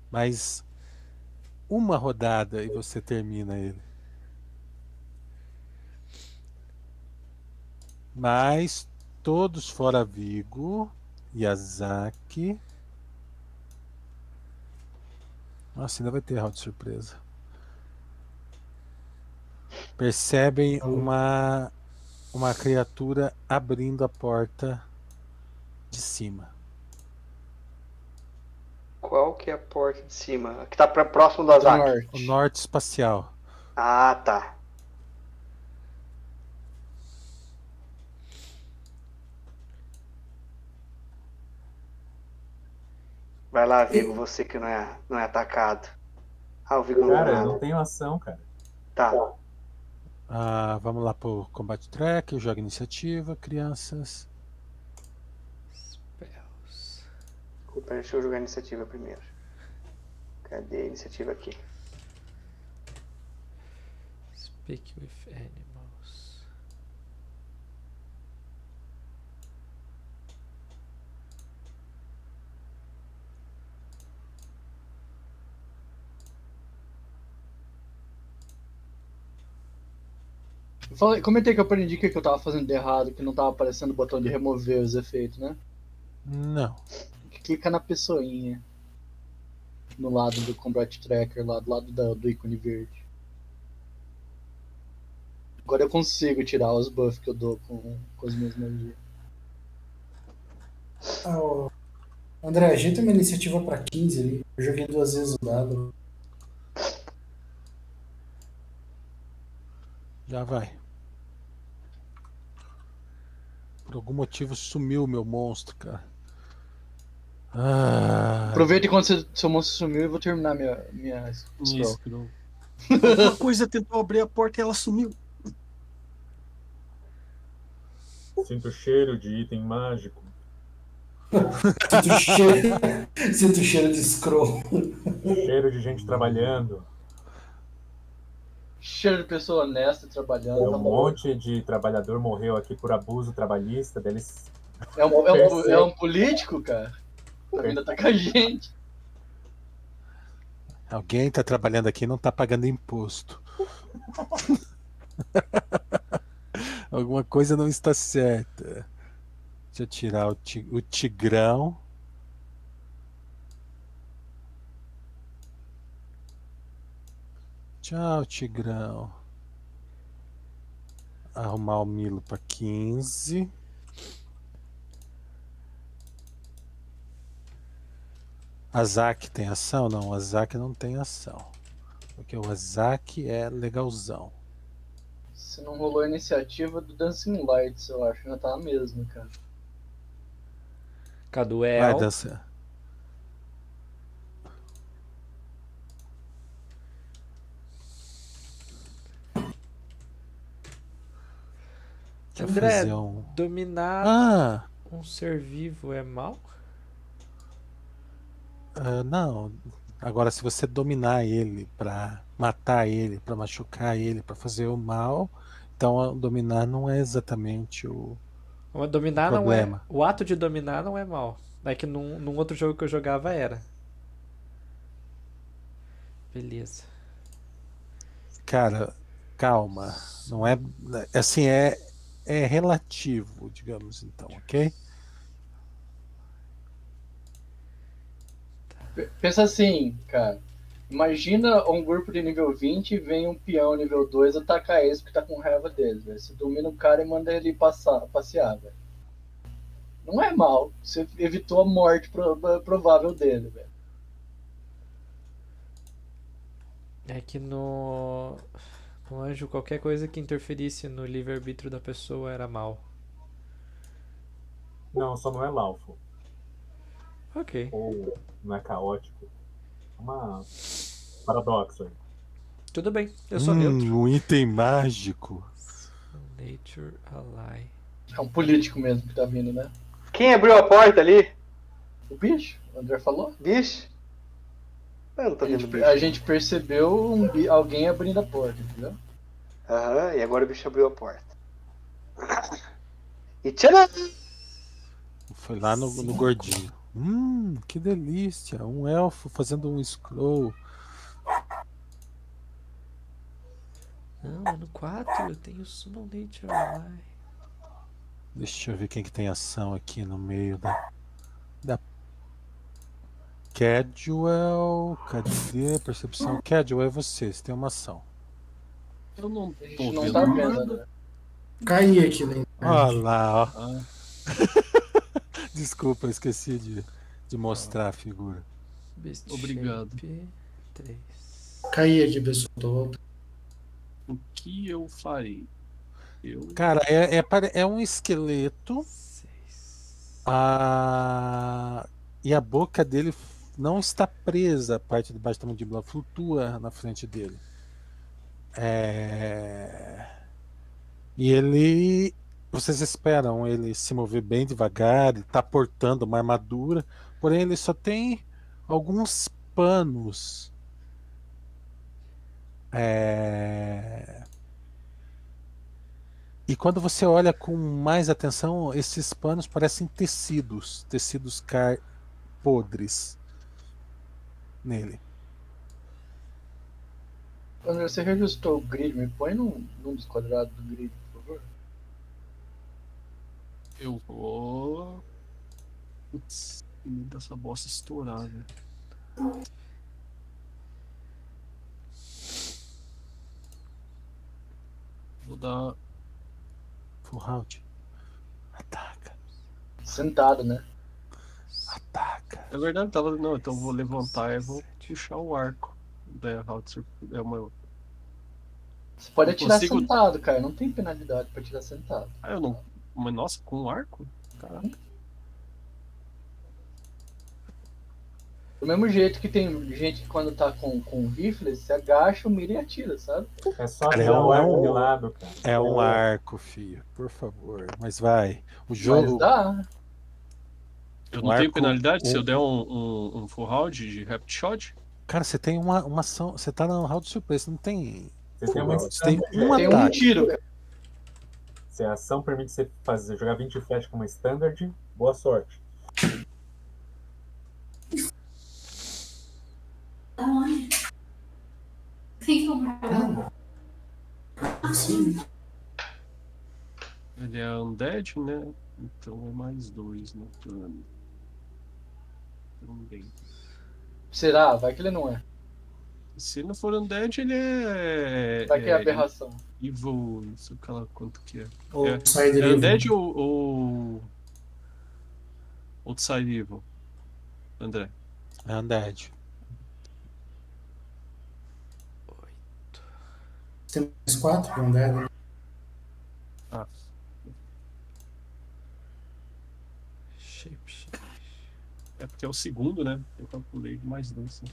Mas uma rodada e você termina ele. Mas todos fora Vigo, Yazaki. Nossa, ainda vai ter round de surpresa. Percebem uma uma criatura abrindo a porta de cima. Qual que é a porta de cima? A Que tá pra, próximo do Azak. O Norte. norte espacial. Ah, tá. Vai lá, Vigo, você que não é, não é atacado. Ah, o Vigo não Cara, eu nada. não tenho ação, cara. Tá. Ah, vamos lá pro combate track, joga iniciativa, crianças. Spells. Desculpa, Então, deixa eu jogar a iniciativa primeiro. Cadê a iniciativa aqui? Speak with animals. Eu falei- comentei que eu aprendi o que que eu tava fazendo de errado, que não tava aparecendo o botão de remover os efeitos, né? Não. Clica na pessoinha. No lado do Combat Tracker, lá do lado da- do ícone verde. Agora eu consigo tirar os buffs que eu dou com, com as minhas magias. Ah, o- André, ajeita minha iniciativa pra 15 ali. Eu joguei duas vezes o dado. Já vai. Por algum motivo sumiu meu monstro, cara. Ah, Aproveita enquanto seu, seu monstro sumiu e vou terminar minha. minha scroll. Uma coisa tentou abrir a porta e ela sumiu. Sinto o cheiro de item mágico. [LAUGHS] Sinto o cheiro, sinto o cheiro de scroll. Cheiro de gente trabalhando. Cheiro de pessoa honesta trabalhando. Tá Um monte de trabalhador morreu aqui por abuso trabalhista. daí Eles É um, é um- é um político, cara? Tá vindo atacar a gente. Alguém tá trabalhando aqui e não tá pagando imposto. [LAUGHS] Alguma coisa não está certa. Deixa eu tirar o, ti- o tigrão. Tchau, tigrão. Arrumar o Milo para 15. Azak tem ação? Não, o Azak não tem ação. Porque o Azak é legalzão. Se não rolou a iniciativa do Dancing Lights, eu acho. Ainda tá a mesma, cara. Cadu Vai, é. dança. Quer André. fazer um. Dominar Ah! um ser vivo é mal? ah, não. Agora, se você dominar ele pra matar ele, pra machucar ele, pra fazer o mal, então ah, dominar não é exatamente o. Mas Dominar não é. Problema. O ato de dominar não é mal. É que num, num outro jogo que eu jogava era. Beleza. Cara, calma. Não é. Assim, é, é relativo, digamos então, ok? P- Pensa assim, cara. Imagina um grupo de nível 20 e vem um peão nível 2 atacar esse que tá com raiva dele, velho. Você domina o cara e manda ele passar, passear, velho. Não é mal. Você evitou a morte pro- provável dele, velho. É que no. No anjo, qualquer coisa que interferisse no livre-arbítrio da pessoa era mal. Não, só não é laufo. Ok, Ou não é caótico. É uma paradoxo aí. tudo bem, eu sou Hum, neutro. Um item mágico. Nature Ally. É um político mesmo que tá vindo, né? Quem abriu a porta ali? O bicho, o André falou. Bicho? Eu não tô A vendo gente, Tá bicho. a gente percebeu um bi- alguém abrindo a porta, entendeu? Aham, e agora o bicho abriu a porta. E tcharam! Foi lá no, no gordinho. Hum, que delícia. Um elfo fazendo um scroll. Não, é no 4 eu tenho Summon Nature Ally. Deixa eu ver quem que tem ação aqui no meio da. Da. Cadwell. Cadê? Percepção. Cadwell é você, você tem uma ação. Eu não A tô gente não vendo. tá nada. vendo, André. Caí aqui, né? Olha lá, ó. Ah, Desculpa, eu esqueci de, de mostrar a figura. Beast Obrigado. Shape 3. Caí aqui, pessoal. Tô- o que eu farei? Eu. Cara, é, é, pare- é um esqueleto. 6. A... E a boca dele f- não está presa, a parte de baixo da mandíbula flutua na frente dele. É, E ele. Vocês esperam ele se mover bem devagar, ele está portando uma armadura, porém ele só tem alguns panos. É, e quando você olha com mais atenção, esses panos parecem tecidos, tecidos car podres nele. André, você reajustou o grid? Me põe num, num dos quadrados do grid, por favor. Eu vou. Putz, me dá essa bosta estourar, né? Vou dar. Full round. Ataca, Sentado, né? ataca. É verdade, tava. Não, então eu vou levantar e vou puxar o arco da Howitzer. É uma. Você pode Eu atirar consigo- sentado, cara. Não tem penalidade pra atirar sentado. Ah, eu não. Mas nossa, com um arco? Caraca. Do mesmo jeito que tem gente que quando tá com, com rifle, se agacha, mira e atira, sabe? É só Cara, é tirar um- o é arco um- de lado, cara. É um arco. arco, filho. Por favor. Mas vai. O Mas jogo. dá. Eu Um não tenho arco, penalidade se um- eu der um, um, um full round de rapid shot? Cara, você tem uma, uma ação. Você tá no round surpresa. Não tem. Você tem uma Você tem standard, um né? Tem um ataque. tiro, cara. Se a ação permite você fazer, jogar 20 flash com uma standard, boa sorte. I'm on it. Think about Assim, Ele é undead, né? Então é mais dois no plano. Também. Será? Vai que ele não é. Se não for undead, ele é. Vai que é é aberração. Evil, não sei o que lá, quanto que é. ou É. sai É dele. undead ou. ou... Outside Evil? André. É undead. Tem mais quatro pra andar, né? Ah, Shape, shape. é porque é o segundo, né? Eu calculei mais dois. né?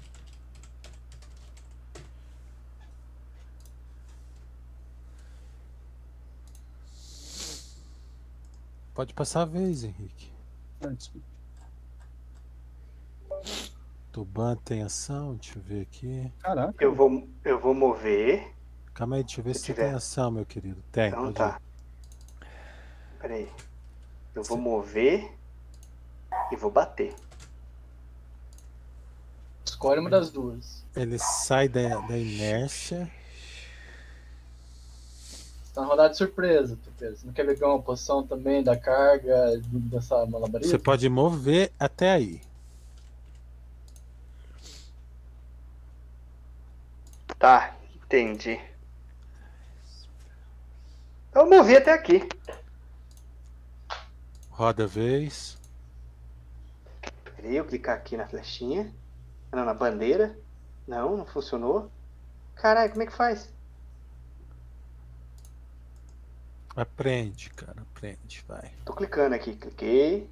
Pode passar a vez, Henrique. Ah, desculpa. Tuban tem ação. Deixa eu ver aqui. Caraca. Eu vou, eu vou mover. Calma aí, deixa eu ver Se se você tiver. tem ação, meu querido. Tem. Então pode tá. Peraí. Eu vou mover e vou bater. Escolhe uma das duas. ir. Ele sai da, da inércia. Você tá na rodada de surpresa, Tupeiro. Você não quer pegar uma poção também da carga, do- dessa malabarista? Você pode mover até aí. Tá, entendi. Eu movi até aqui. Roda a vez. Peraí, eu clicar aqui na flechinha. Ah, Não, na bandeira. Não, não funcionou. Caralho, como é que faz? Aprende, cara. Aprende. Vai. Tô clicando aqui. Cliquei.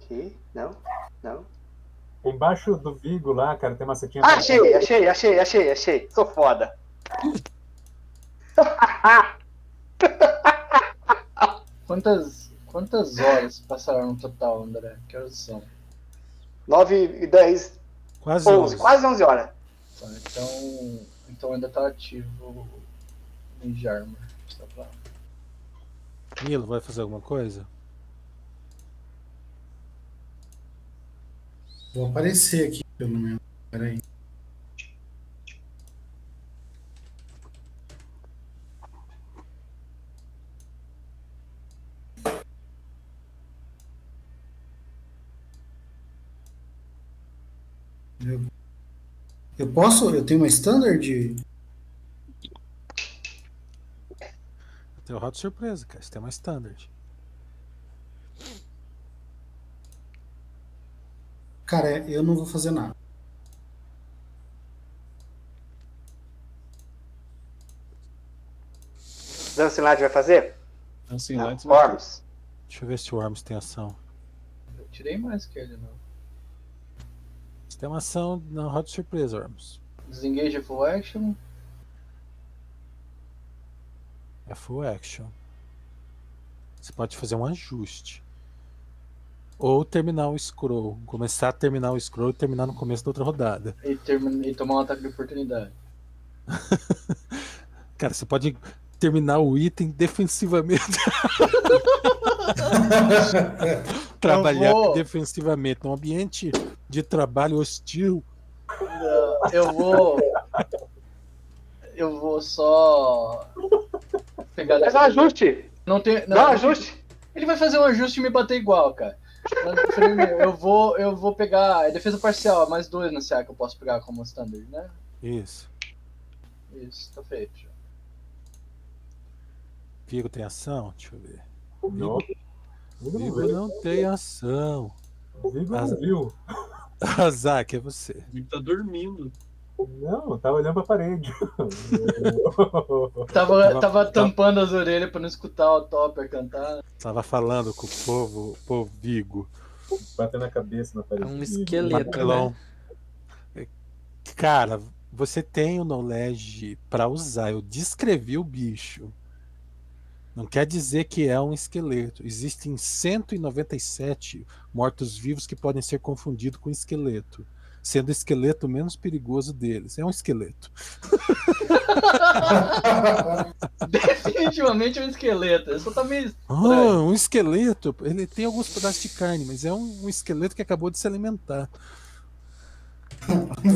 Aqui. Não, não. Embaixo do Vigo lá, cara, tem uma setinha. Ah, achei, achei, achei, achei, achei. Sou foda. Quantas, quantas horas passaram no total, André? Que horas são? 9 e 10, Quase 11, onze. quase 11 horas. Tá, então, então ainda tá ativo o Mage Armor. Só pra... Milo, vai fazer alguma coisa? Vou aparecer aqui, pelo menos. Peraí. Eu- Eu posso? Eu tenho uma standard? Tem o round surpresa, cara. Isso tem uma standard. Cara, eu não vou fazer nada. [LAUGHS] Dancing Light vai fazer? Dancing Ah, Lights vai Forms. Deixa eu ver se o Arms tem ação. Eu tirei mais que ele, não. Você tem uma ação na roda de surpresa, Ormus. Desengage full action. É full action. Você pode fazer um ajuste. Ou terminar o scroll. Começar a terminar o scroll e terminar no começo da outra rodada. E, termina, e tomar um ataque de oportunidade. Cara, você pode terminar o item defensivamente. [LAUGHS] Trabalhar Eu vou- defensivamente num ambiente de trabalho hostil. Não, Eu vou. Eu vou só. Pegar Faz um ajuste. Não tem. Dá um ajuste. Ele vai fazer um ajuste e me bater igual, cara. Mas, primeiro, Eu vou, eu vou pegar. É defesa parcial, mais dois na CA que eu posso pegar como standard, né? Isso. Isso, tá feito. já. Vigo tem ação? Deixa eu ver. Não. Vigo não Vigo veio. não tem ação. O Vigo Ah, não viu. Ah, Zack, é você. Ele tá [LAUGHS] dormindo. Não, tava olhando pra parede. [LAUGHS] Tava, Tava- tava, tampando as orelhas pra não escutar o Topper cantar. [LAUGHS] Tava falando com o povo, o povo Vigo. Batendo a cabeça na É parede. um esqueleto, Papelão. né? É, Cara, você tem o knowledge pra usar. Eu descrevi o bicho. Não quer dizer que é um esqueleto. Existem 197 mortos-vivos que podem ser confundidos com esqueleto. Sendo o esqueleto o menos perigoso deles. É um esqueleto. Definitivamente é um esqueleto. Eu só tá meio. Ah, um esqueleto. Ele tem alguns pedaços de carne, mas é um, um esqueleto que acabou de se alimentar.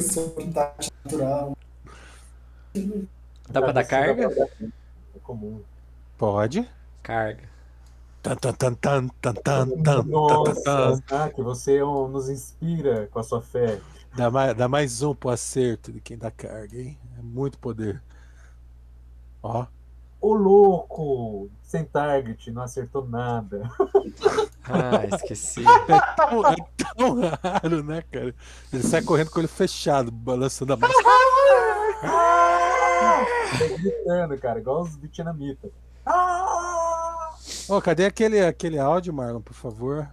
Seu habitat natural. Dá Tá pra dar carga? É comum. Pode? Carga. Tan, tan, tan, tan, tan, tan, tan, tan, tan, tan. Nossa, Zack, você é um- nos inspira com a sua fé. Dá mais, dá mais um pro acerto de quem dá carga, hein? É muito poder. Ó, Ô louco! Sem target, não acertou nada. [LAUGHS] Ah, esqueci. tão- é tão raro, né, cara? Ele sai correndo com o olho fechado, balançando a massa. Gritando, cara, igual os vietnamitas. Ó, cadê aquele, aquele áudio, Marlon, por favor?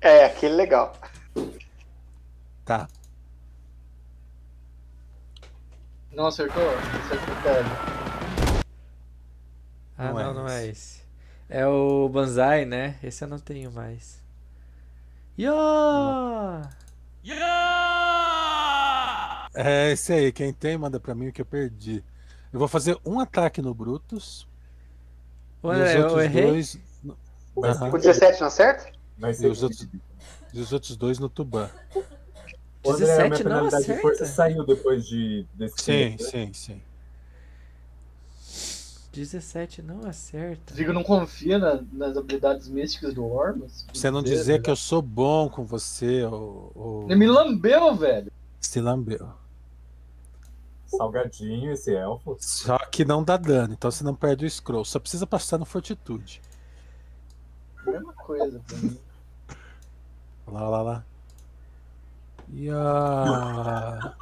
É, aquele legal. Tá. Não acertou? Acertou o Topper. Ah, Não é não, não é esse. É o Banzai, né? Esse eu não tenho mais. Yo! Hum. É esse aí. Quem tem, manda pra mim o que eu perdi. Eu vou fazer um ataque no Brutus. e os Ué, eu outros errei? dois. no- Aham, Com 17 não acerta? Vai E ser os outros, e os outros dois no Tuban. O André, a 17 minha não penalidade de acerta? força saiu depois de desse Sim, tiro. sim, sim. 17 não acerta. Vigo não confia na- nas habilidades místicas do Ormus. Você não dizer que eu sou bom com você, ou. ou... Ele me lambeu, velho. Se lambeu. Salgadinho esse elfo. Só que não dá dano, então você não perde o scroll. Só precisa passar no fortitude. Mesma coisa pra mim. Lá, lá, lá. Ia...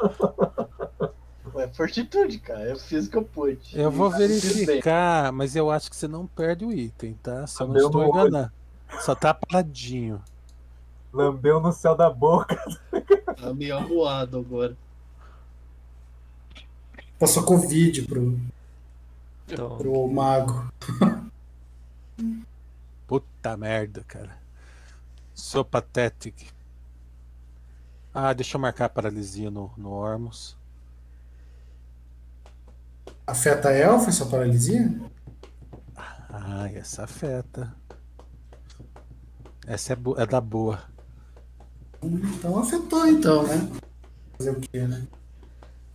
É fortitude, cara. Eu fiz o que eu pude. Eu vou Eu fiz bem. verificar, mas eu acho que você não perde o item, tá? Só não Lambeu estou no olho. enganando. Só tá paradinho. Lambeu no céu da [LAUGHS] boca. Tá meio arruado agora. Passou Covid pro, Então, pro mago. Puta merda, cara. Sou patético. Ah, deixa eu marcar a paralisia no, no Ormus. Afeta elfo essa paralisia? Ah, essa afeta. Essa é, bo- é da boa. Então afetou, então, né? Fazer o quê, né?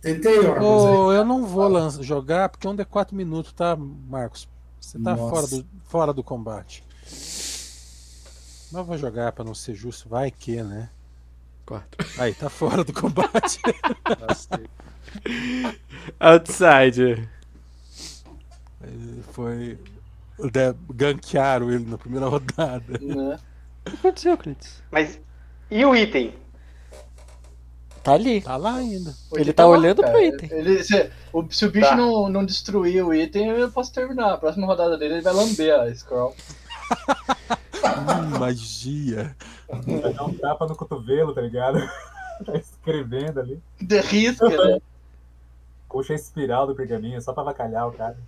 Tentei, Ormus. Ô, eu não vou lan- jogar porque é um D4 minutos, tá, Marcos? Você tá Nossa. fora do, fora do combate. Mas eu vou jogar pra não ser justo, vai que, né? 4. Aí, tá fora do combate. Outside. Ele [LAUGHS] Foi. de- Ganquearam ele na primeira [LAUGHS] rodada. Né? O que aconteceu, Clitz? Mas. E o item? Tá ali. Tá lá ainda. O Ele item tá lá, olhando cara. pro item. Ele- se, o, se o bicho Tá. não, não destruir o item, eu posso terminar. A próxima rodada dele, ele vai lamber a Scroll. Hum, magia. Vai dar um tapa no cotovelo, tá ligado? [LAUGHS] Tá escrevendo ali. The Risk, né? Puxa a espiral do pergaminho, é só pra avacalhar o cara.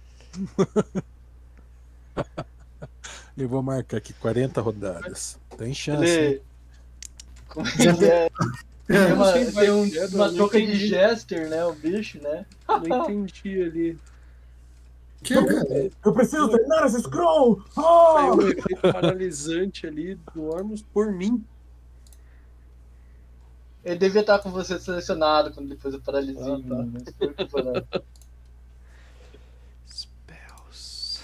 Eu vou marcar aqui 40 rodadas. Tem chance. [LAUGHS] hein? Ele... Como é que é? Tem uma, sei, vai- tem um- eu não uma troca de entendi. Jester, né? O bicho, né? Não entendi ali. Que, cara? Eu preciso terminar esse scroll! Saiu Oh! um efeito paralisante ali do Ormus por mim. Ele devia estar com você selecionado quando depois eu paralisia. Ah, tá. né? Isso foi o que eu falei. Spells.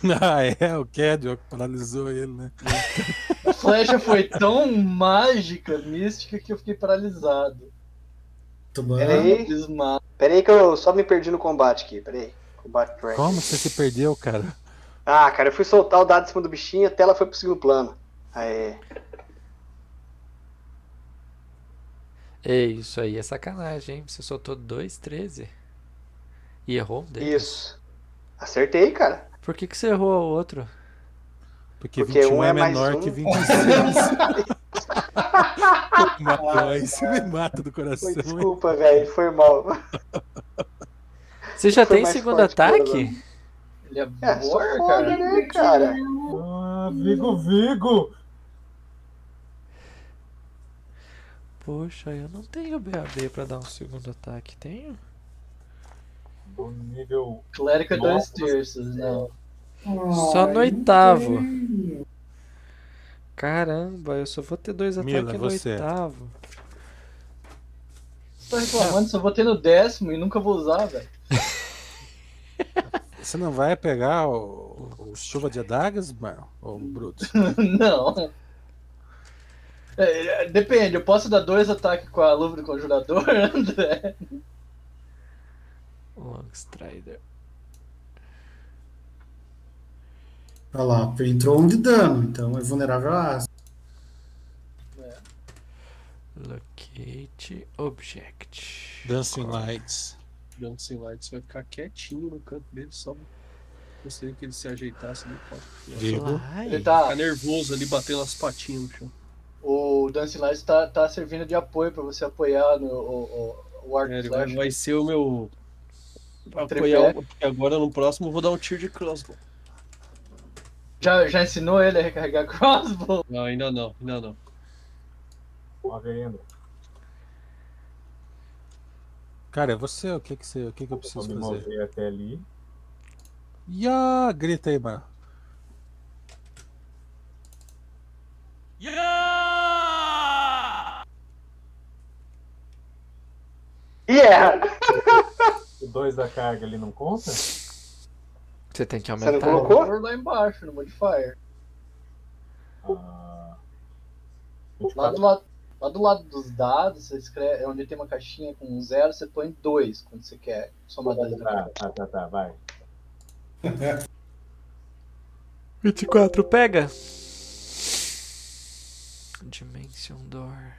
[LAUGHS] Ah, é, o Cadwell que paralisou ele, né? A flecha foi tão mágica, mística, que eu fiquei paralisado. Tuban. Peraí. Ih. Desmado. Pera aí que eu só me perdi no combate aqui, pera aí. Combate rank. Como você se perdeu, cara? Ah, cara, eu fui soltar o dado em cima do bichinho, a tela foi pro segundo plano. Aê. É isso aí, é sacanagem, hein? Você soltou 2, 13. E errou um deles. Isso. Acertei, cara. Por que, que você errou o outro? Porque, Porque 21 um é é mais menor um. que 26. Matou, [LAUGHS] aí você [LAUGHS] me mata do coração. Foi, hein? desculpa, velho. Foi mal. Você já Foi tem mais segundo forte que eu ataque? Ele é, É, só warrior, [LAUGHS] foda, cara. né, cara? Ah, Vigo, Vigo! Poxa, eu não tenho BAB pra dar um segundo ataque, tenho? No nível Clérica dois Nossa. terços, não. Só no oitavo. Caramba, eu só vou ter dois Mila, ataques no você. oitavo. Tô reclamando, só vou ter no décimo e nunca vou usar, velho. [LAUGHS] Você não vai pegar o, o chuva de adagas, Marlon? Ô, Bruto? Não. É, é, depende, eu posso dar dois ataques com a luva do conjurador, [LAUGHS] André? Long Strider. Olha lá, entrou um de dano, então é vulnerável a ácido. Locate Object. Dancing Lights. Dancing Lights vai ficar quietinho no canto dele, só gostaria que ele se ajeitasse ali. pô. Digo. É Ele Light. tá. Tá nervoso ali, batendo as patinhas no chão. O Dancing Lights tá, tá servindo de apoio pra você apoiar no, o, o, o Arc É, ele vai, Flash. vai ser o meu. Pra Tripé. apoiar, o- porque agora no próximo eu vou dar um tiro de crossbow. Já, já ensinou ele a recarregar [LAUGHS] crossbow? Não, ainda não, ainda não. Morrendo. Cara, é você, o que que, você, o que, que eu Vou preciso me fazer? mover até ali. Ya! Grita aí, Marlon. Yeah! O 2 da carga ali não conta? Você tem que Você não aumentar. colocou? Ou lá embaixo, no modifier. Ah, Lá do 24. lado, lá do lado dos dados, você escreve, é onde tem uma caixinha com um zero, você põe dois quando você quer somar dois. Ah, tá, tá, tá, vai. 24, pega! Dimension Door.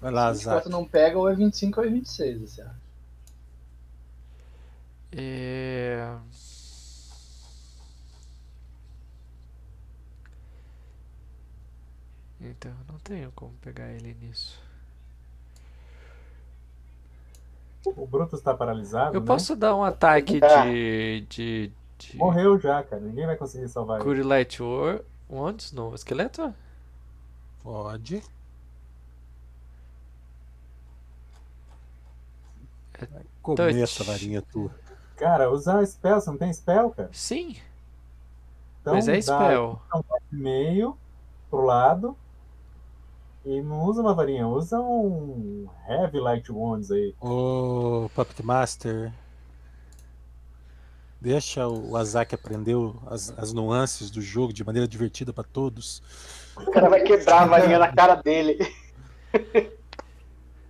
Vai lá, Ah, Zac. 24 não pega, ou é 25 ou é 26, assim. ó. É... Então, eu não tenho como pegar ele nisso. O Brutus tá paralisado, Eu né? É. posso dar um ataque Tá. de. de. de. Morreu já, cara. Ninguém vai conseguir salvar ele. Cure Light War. Onde? No esqueleto? Pode. Comer touch. essa varinha tua. Cara, usar spell, você não tem spell, cara? Sim, Então mas é dá spell. meio pro lado. E não usa uma varinha, usa um Heavy Light Wands aí. Ô, Puppet Master. Deixa o o Azak aprender o- as, as nuances do jogo de maneira divertida pra todos. O cara vai quebrar a varinha na cara dele.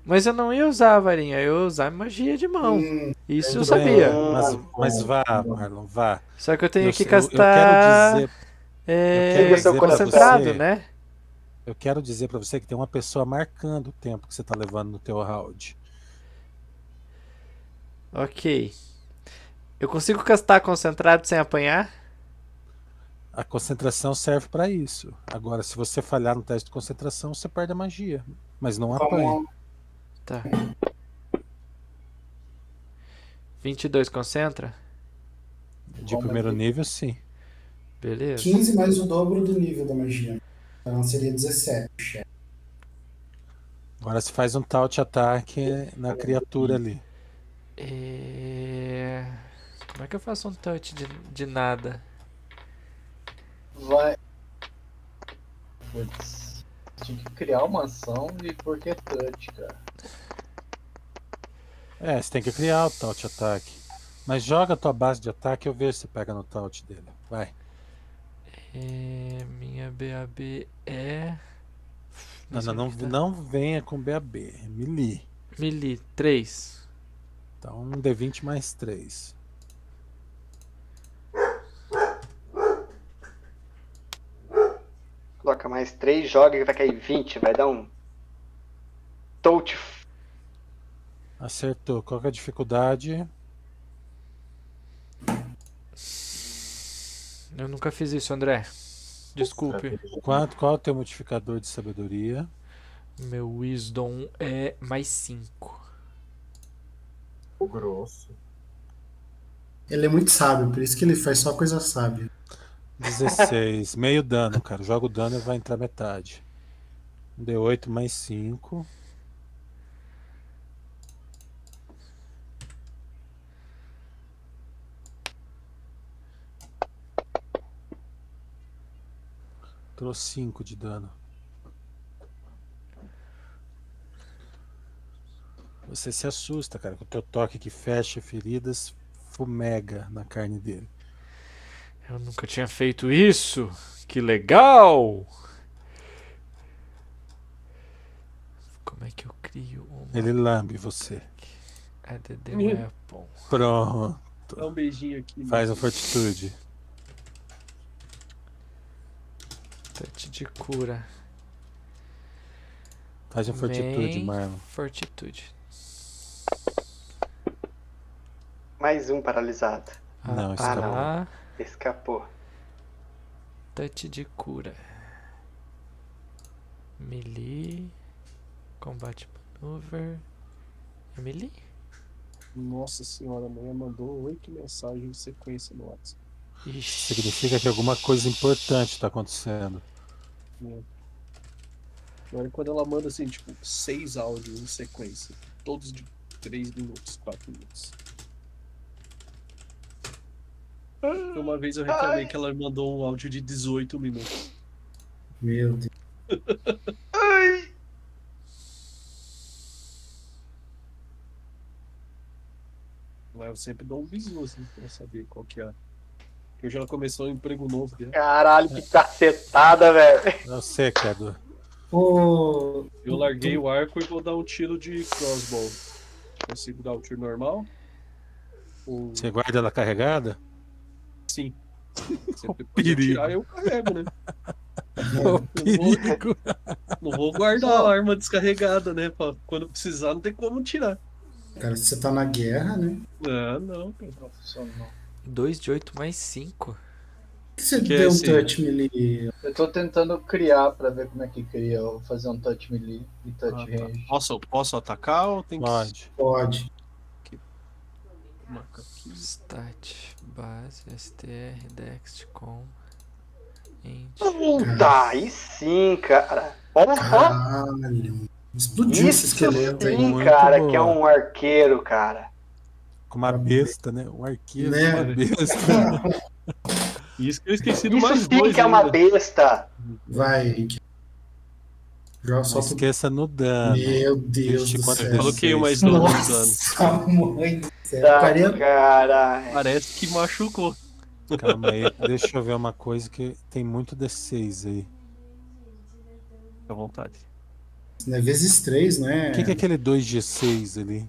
Mas eu não ia usar a varinha, eu ia usar magia de mão. Hum, Isso eu Tudo bem, sabia. Mas, mas vá, Marlon, vá. Só que eu tenho Eu- que eu- eu quero castar. dizer- é, quero dizer pra concentrado, você- né? Eu quero dizer pra você que tem uma pessoa marcando o tempo que você tá levando no teu round. Ok. Eu consigo castar concentrado sem apanhar? A concentração serve pra isso. Agora, se você falhar no teste de concentração, você perde a magia. Mas não apanha. Tá. 22 concentra? De primeiro nível, sim. Beleza. 15 mais o dobro do nível da magia. Então seria 17. Agora você faz um taut ataque na criatura ali. É... Como é que eu faço um touch de, de nada? Vai. Putz. Tinha que criar uma ação de porque touch, cara. É, você tem que criar o taut ataque. Mas joga a tua base de ataque, eu vejo se pega no taut dele. Vai. É, Minha BAB é. Não, não, não, não venha com BAB. é Melee. Mili, 3. Então, um D20 mais 3. Coloca mais 3, joga e vai cair 20. Vai dar um Estou te Acertou. Qual que é a dificuldade? Eu nunca fiz isso, André. Desculpe. Quanto, qual é o teu modificador de sabedoria? Meu Wisdom é mais 5. O grosso. Ele é muito sábio, por isso que ele faz só coisa sábia. 16. Meio dano, cara. Joga o dano e vai entrar metade. D8 mais 5. Trouxe 5 de dano. Você se assusta, cara, com o teu toque que fecha feridas, fumega na carne dele. Eu nunca tinha feito isso. Que legal! Como é que eu crio uma Ele lambe você. ADD Ih. Weapon? Pronto. Dá um beijinho aqui. Faz a fortitude. Teste de cura. Faz a fortitude, Vem. Marlon. Fortitude. mais um paralisado. Não, Ah, escapou. tá. Escapou. Touch de cura. Melee. Combate maneuver. É melee? Nossa senhora, a mulher mandou oito mensagens em sequência no WhatsApp. Ixi. Significa que alguma coisa importante tá acontecendo. Agora quando ela manda assim, tipo, seis áudios em sequência, todos de três minutos, quatro minutos. Uma vez eu reclamei que ela me mandou um áudio de 18 minutos. Meu Deus. Lá eu sempre dou um bisu, assim, pra saber qual que é. Porque hoje ela começou um emprego novo dela. Caralho, que cacetada, velho. Eu sei, Cadu. Ô, Eu larguei o arco e vou dar um tiro de crossbow. Consigo dar o tiro normal? Ou... [LAUGHS] Você guarda ela carregada? Sim. É Sempre quando eu um perigo. tirar, eu carrego, né? Ô, Eu vou- perigo. [LAUGHS] Não vou guardar a arma descarregada, né? Pra quando precisar, não tem como tirar. cara, se você tá na guerra, né? Ah, não, cara. Profissional. 2 de 8 mais 5. Por que você Que é deu um assim, esse? touch melee? Eu tô tentando criar pra ver como é que cria. Eu vou fazer um touch melee e touch Ah, tá. range. Posso, posso atacar ou tem que Pode. Pode. marcar aqui? Stat. Base. STR. Dext. Com. Int. Puta, aí sim, cara. Olha só. Caralho. Explodiu Isso esse esqueleto aí. sim, Muito cara, boa. que é um arqueiro, cara. Com uma besta, né? Um arqueiro Né? com uma besta. Isso que eu esqueci do Isso mais sim dois que é uma ainda. besta. Vai, Henrique. Joga só Não pro... esqueça no é dano. Meu Deus Ixi, do quanto céu. dano? Coloquei o mais dois no dano. [LAUGHS] Nossa, mãe do céu. Tá, é 40 Caralho. Parece que machucou. Calma aí. Deixa eu ver uma coisa que tem muito D6 aí. Fica à vontade. né? Vezes 3, né? O que, que é aquele 2G6 ali?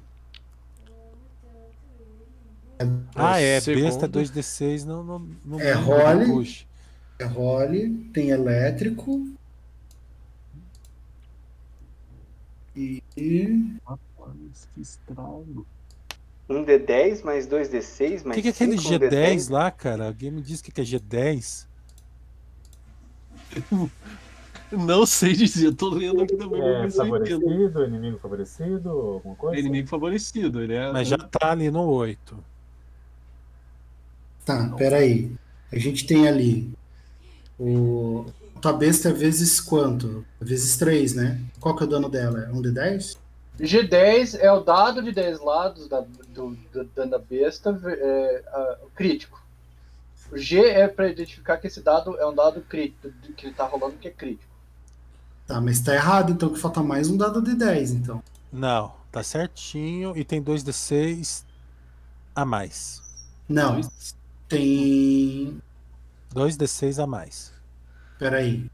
Ah, é. Besta Segundo. 2D6 não, não, não É, brinca, não role. puxa. É role, tem elétrico. E. e- Rapaz, que estrago. Um D10 mais dois D6 O mais que, que é aquele cinco, um G10 lá, cara? Alguém me disse o que, que é G10? Não sei dizer, eu tô lendo aqui também, É mas eu não entendo. favorecido, inimigo favorecido, alguma coisa? É inimigo favorecido, ele é. Mas já Uhum. tá ali no 8. Tá, peraí. A gente tem ali. O. Tua besta é vezes quanto? Vezes 3, né? Qual que é o dano dela? É um de 10? G10 é o dado de 10 lados da, do, do dano da besta, é, a- o crítico. O G é pra identificar que esse dado é um dado crítico, que ele tá rolando que é crítico. Tá, mas tá errado, então que falta mais um dado de 10, então. Não, tá certinho. E tem 2D6 a mais. Não, tem. 2D6 a mais. Peraí.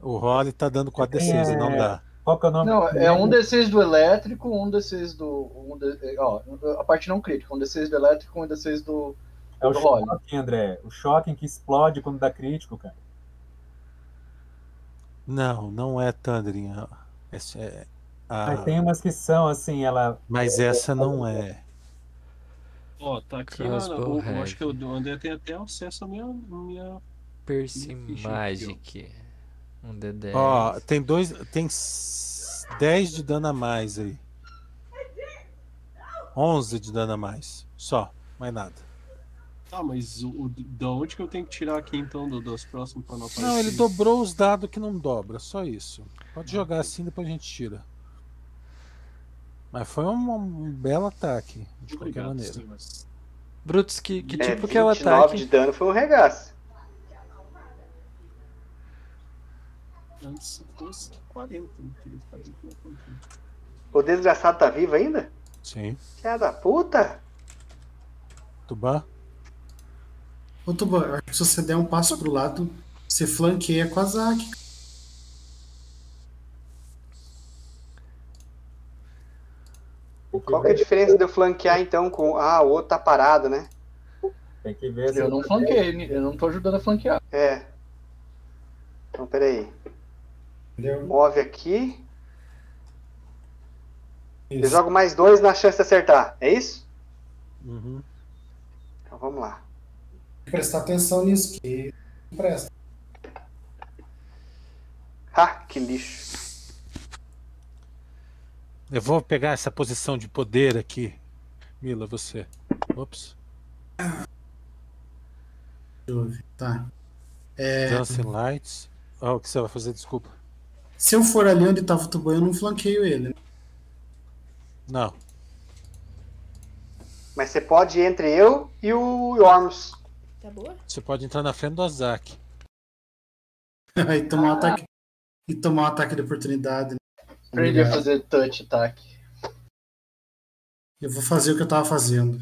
O Rolly tá dando 4D6, É. não dá. Qual que é o nome? Não, é um D6 do elétrico, um D6 do. Um D, ó, a parte não crítica, um D6 do elétrico, um D6 do. É o do Rolling. choque, André. O choque que explode quando dá crítico, cara. Não, não é Thundering. É, é, Ah, Mas tem umas que são assim, ela. mas essa não é. Ó, tá aqui. ó, Crossbow eu- eu acho heavy. que o André tem até acesso à minha. minha... Percy Ixi, Magic. Um D10. Ó, tem dois. Tem s- 10 de dano a mais aí. 11 de dano a mais. Só, mais nada. Tá, mas o, o- da onde que eu tenho que tirar aqui então, do, dos próximos pra não aparecer? Não, ele isso? dobrou os dados que não dobra, só isso. Pode jogar assim, depois a gente tira. Mas foi um, um belo ataque, de qualquer Obrigado, maneira. sim, mas- Brutus, que, que É, tipo que ela tá 29 de aqui? dano foi um regaço. Antes fosse 40, não queria ficar de conta. O desgraçado tá vivo ainda? Sim. Filha da puta! Tuban? Ô, Tuban, acho que se você der um passo pro lado, você flanqueia com a Zac. Qual que é a diferença de eu flanquear então com. Ah, o outro tá parado, né? Tem que ver se Eu não flanquei, né? eu não tô ajudando a flanquear. É. Então, peraí. Entendeu? Move aqui. Eu Isso. jogo mais dois na chance de acertar, é isso? Uhum. Então vamos lá. Prestar atenção nisso, que não presta. Ah, que lixo. Eu vou pegar essa posição de poder aqui. Mila, você. Ops. Tá. Dancing Lights. Ah, o que você vai fazer? Desculpa. Se eu for ali onde tava o Tuban, eu não flanqueio ele. né? Não. Mas você pode ir entre eu e o Yormus. Tá boa? Você pode entrar na frente do Azak. [LAUGHS] e tomar um ataque. E tomar um ataque de oportunidade. né? Pra ele ia fazer touch attack. Eu vou fazer o que eu tava fazendo.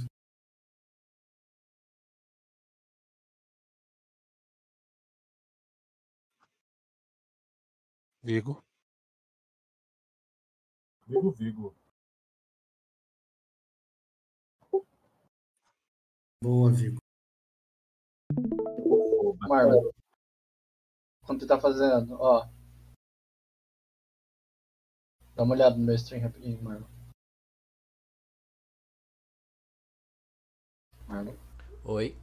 Vigo. Vigo Vigo. Boa, Vigo. Marvel. Quando tu tá fazendo, ó. Dá uma olhada no meu stream rapidinho, Marvel. Marvel. Oi.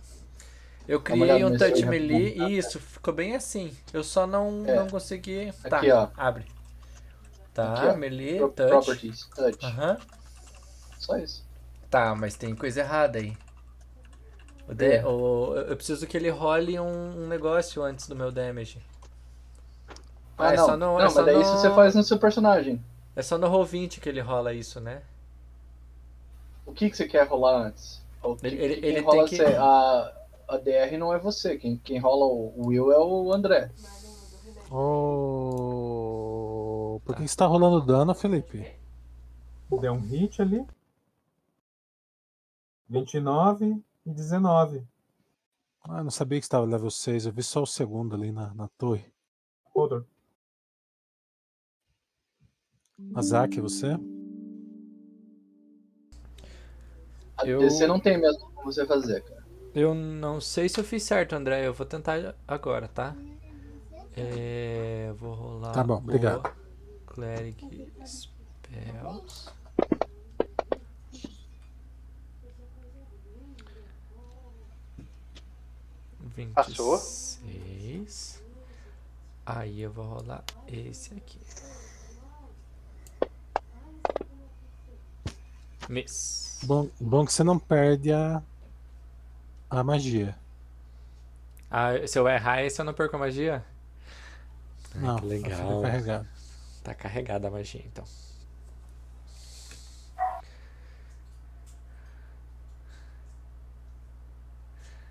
Eu uma olhada criei um nesse aí, touch rapidão. melee e isso, ficou bem assim. Eu só não, É. não consegui. Tá, Aqui, ó. abre. Tá, Aqui, ó. melee, Pro- touch. Ah. Properties, touch. Aham. Só isso. Tá, mas tem coisa errada aí. O da- É. o- eu preciso que ele role um, um negócio antes do meu damage. Ah, é não. só não- não, é mas só daí não- isso você faz no seu personagem. É só no roll 20 que ele rola isso, né? O que, que você quer rolar antes? O que- Ele- ele- quem ele tem rola que- você- a, a DR não é você. Quem, quem rola o Will é o André. Oh... Por que você tá rolando dano, Felipe? Deu um hit ali. 29 e 19. Ah, eu não sabia que estava level 6. Eu vi só o segundo ali na, na torre. Odor. Azak, Hum. você? A Eu- DC não tem mesmo como você fazer, cara. Eu não sei se eu fiz certo, André. Eu vou tentar agora, tá? É, eu vou rolar. Tá bom, o obrigado. Cleric Spells. Passou. 26. Aí eu vou rolar esse aqui. Miss. Bom, bom que você não perde a, a magia. Ah, se eu errar esse, eu não perco a magia? não, tá que legal. ela fica carregada. Tá carregada a magia, então.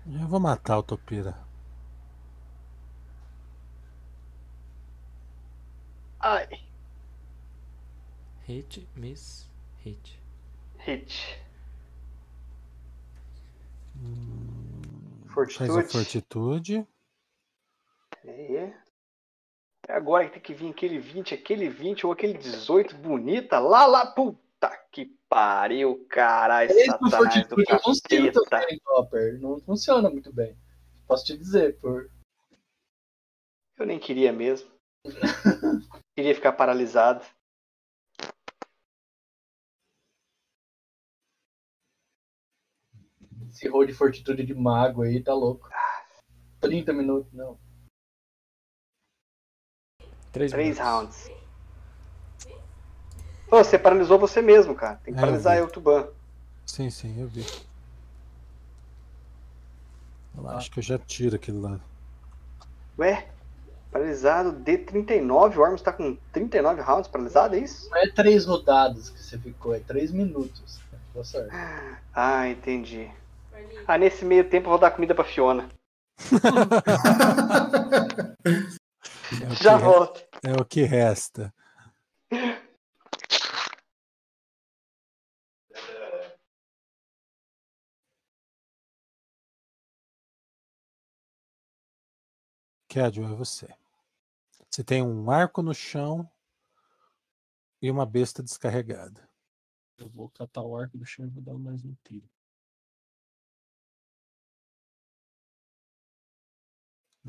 Eu vou matar o Topira. Ai, Hit, miss, hit. hit. Hum, Faz a Fortitude. fortitude. Aí. É agora que tem que vir aquele 20, aquele 20 ou aquele 18 bonita. Lá, lá, puta que pariu, caralho. Mesmo Satanás do fortitude eu consigo capeta. também, Copper. Não funciona muito bem. Posso te dizer, por. Eu nem queria mesmo. queria ficar paralisado. esse roll de fortitude de mago aí tá louco. 30 minutos, não. Três, minutos. Três rounds. Ô, você paralisou você mesmo, cara. Tem que É, paralisar eu eu, Tuban. Sim, sim, eu vi. Eu acho que eu já tiro aquele lá. Ué? Paralisado D39, o Ormus tá com 39 rounds paralisado, é isso? Não é três rodadas que você ficou, é três minutos. Boa sorte. Ah, entendi. Ah, nesse meio tempo eu vou dar comida pra Fiona. É o Já que- volto. É o que resta. Cadwell, é você. Você tem um arco no chão e uma besta descarregada. Eu vou catar o arco do chão e vou dar mais um tiro.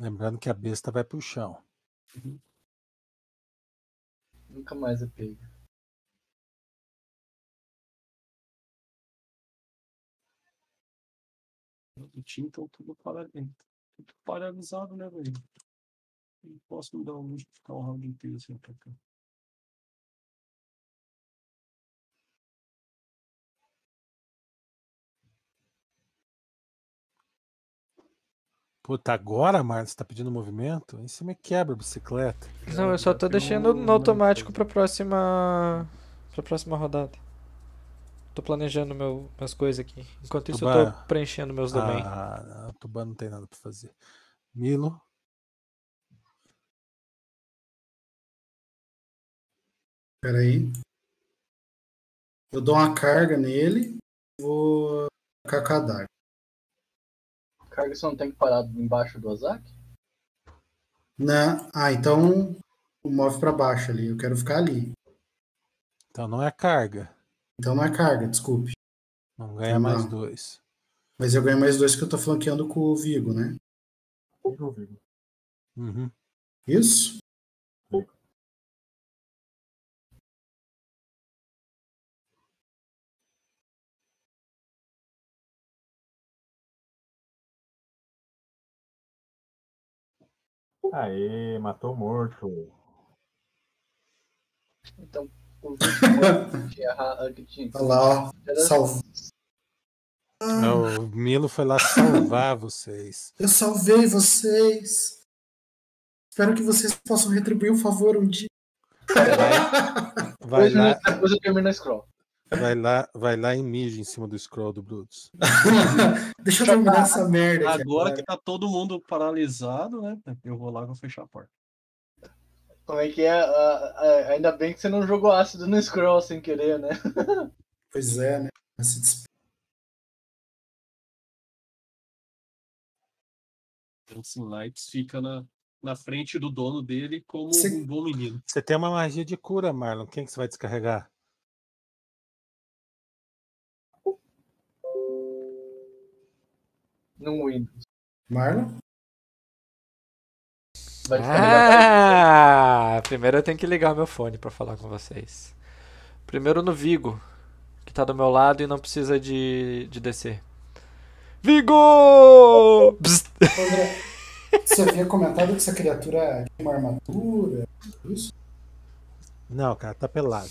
Lembrando que a besta vai pro chão. Nunca mais é pego. Eu tinha então tudo para dentro. Tudo paralisado, né, velho? Não posso me dar o luxo de ficar o round inteiro sem atacar. Puta, agora, Marlon, você tá pedindo movimento? Aí você me quebra a bicicleta. Não, eu só tô um deixando no automático pra próxima. pra próxima rodada. Tô planejando meu, minhas coisas aqui. Enquanto isso, eu Tubar. tô preenchendo meus domain. Ah, o Tuban não tem nada pra fazer. Milo, Peraí. Eu dou uma carga nele e vou tacar com a adaga. Carga você não tem que parar embaixo do Ozaki? Na... Ah, então move pra baixo ali. Eu quero ficar ali. então não é carga. Então não é carga, desculpe. Não ganha Tá mais bom. dois. Mas eu ganho mais dois que eu tô flanqueando com o Vigo, né? Ou pro Vigo. Uhum. Isso? Aê, matou o morto. Então, o vídeo que errar, que tinha. Olha Tá lá, ó. Era- Salve. É, O Milo foi lá salvar vocês. Eu salvei vocês. Espero que vocês possam retribuir o favor um dia. Vai, vai Dois lá, minutos depois eu termino a scroll. vai lá, vai lá e mija em cima do scroll do Brutus. [LAUGHS] Deixa eu terminar essa merda aqui. Agora que tá todo mundo paralisado, né? Eu vou lá e vou fechar a porta. Como é que é? Ah, ah, ainda bem que você não jogou ácido no scroll sem querer, né? Pois é, né? Esse des- Dancing Então, assim, Lights fica na, na frente do dono dele como Você- um bom menino. Você tem uma magia de cura, Marlon. Quem que você vai descarregar? No Windows. Marlon? Vai descarregar. Ah! Primeiro eu tenho que ligar o meu fone pra falar com vocês. Primeiro no Vigo, que tá do meu lado e não precisa de, de descer. Vigo! Bzz. André, você havia comentado que essa criatura é uma armadura? Isso? Não, cara, tá pelada.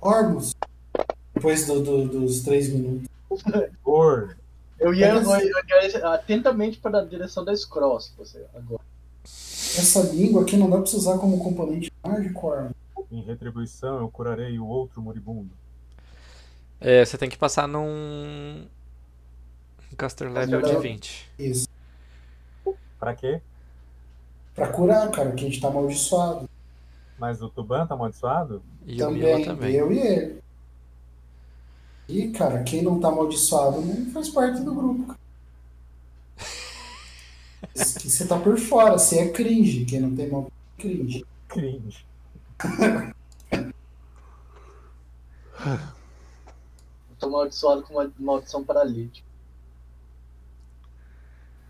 Ormus. Depois do- do- dos três minutos. Or, Eu ia É eu ia olhar atentamente para a direção da scroll, se você agora. Essa língua aqui não dá pra você usar como componente mágico, Ormus. em retribuição, eu curarei o outro moribundo. É, você tem que passar num. um Caster level de level. 20. Isso. Pra quê? Pra curar, cara, que a gente tá amaldiçoado. Mas o Tuban tá amaldiçoado? E o Milo também, também. eu e ele. E, cara, quem não tá amaldiçoado não faz parte do [LAUGHS] grupo, cara. Esse aqui Você tá por fora, você é cringe. Quem não tem mal é cringe. [LAUGHS] Cringe. Eu tô amaldiçoado com uma maldição paralítica.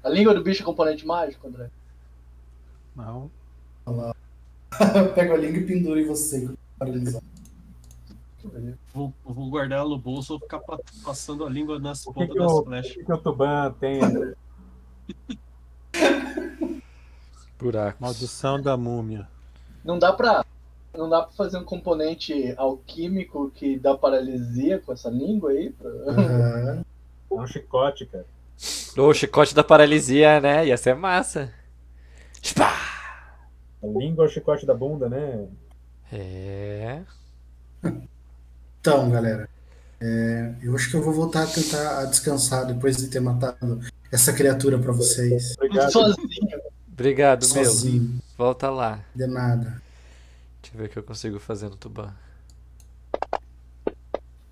A língua do bicho é componente mágico, André? Não. Pega a língua e pendura em você, paralisado. Que pariu. Vou, vou guardar ela no bolso ou ficar pa- passando a língua nas O que, pontas que, das o, flechas. que, que o Tuban tem? É Buracos. Maldição da múmia. Não dá pra. Não dá pra fazer um componente alquímico que dá paralisia com essa língua aí? Pra- [LAUGHS] Aham. É um chicote, cara. O chicote da paralisia, né? Ia ser massa. Spá! A língua é o chicote da bunda, né? É. Então, galera, é, eu acho que eu vou voltar a tentar a descansar depois de ter matado essa criatura pra vocês. Obrigado. [LAUGHS] Sozinho. Obrigado, meu. Sozinho, Volta lá. de nada. Deixa eu ver o que eu consigo fazer no Tuban.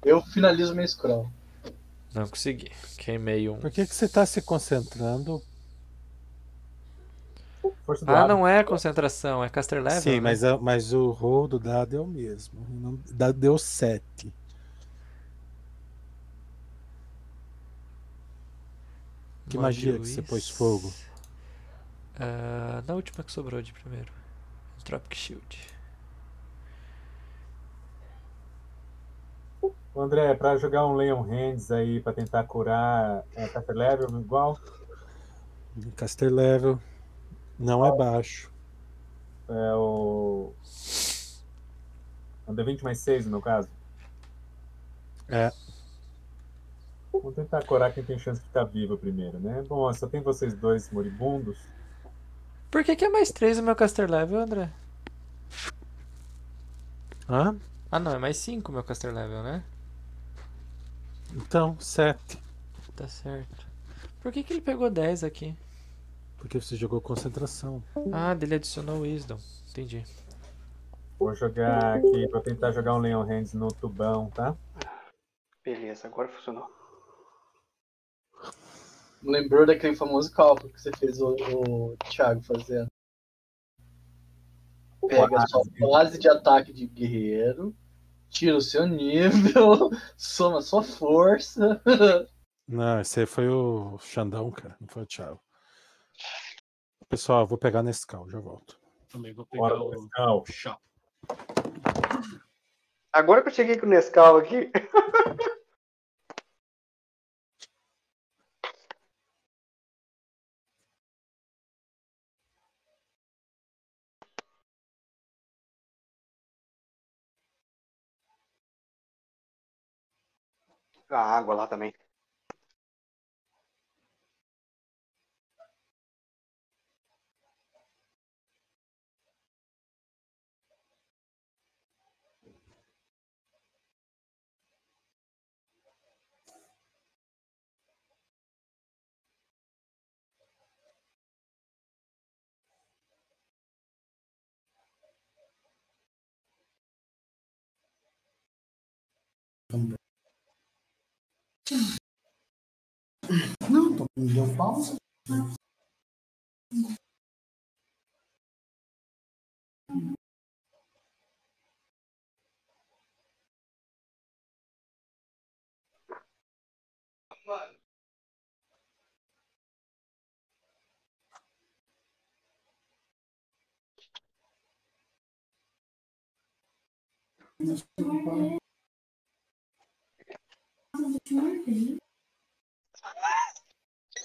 Eu finalizo minha scroll. Não consegui. Queimei um. Por que, que você tá se concentrando? Força do Ah, hábito. não é concentração, é caster level. Sim, né? mas, a- mas o roll do dado é o mesmo. O nome- dado deu 7. né? Que magia que você Mobius. pôs fogo? Ah, na última que sobrou de primeiro. Tropic Shield. Ô, André, pra jogar um Leon Hands aí, pra tentar curar é, Café Level, igual, Caster level. Não é baixo. é o. É um D20 mais 6, no meu caso. É. Vamos tentar curar quem tem chance de ficar vivo primeiro, né? Bom, só tem vocês dois moribundos. Por que, que é mais 3 o meu caster level, André? Hã? Ah, não, é mais 5 o meu caster level, né? Então, 7. Tá certo. Por que, que ele pegou 10 aqui? Porque você jogou concentração. Ah, dele adicionou Wisdom. Entendi. Vou jogar aqui, vou tentar jogar um Leon Hands no tubão, tá? Beleza, agora funcionou. Lembrou daquele famoso cálculo que você fez o, o Thiago fazendo. Pega a sua base de ataque de guerreiro, tira o seu nível, [LAUGHS] soma a sua força. Não, esse aí foi o Xandão, cara. Não foi o Thiago. Pessoal, eu vou pegar nesse cal, já volto. Também vou pegar Bora, o pescal. chá. Agora que eu cheguei com o Nescau aqui. [LAUGHS] A Ah, água lá também. Não, tô- me deu pausa.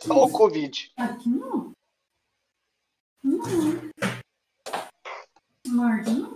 Olha o Covid. Aqui não. Não. Mordinho?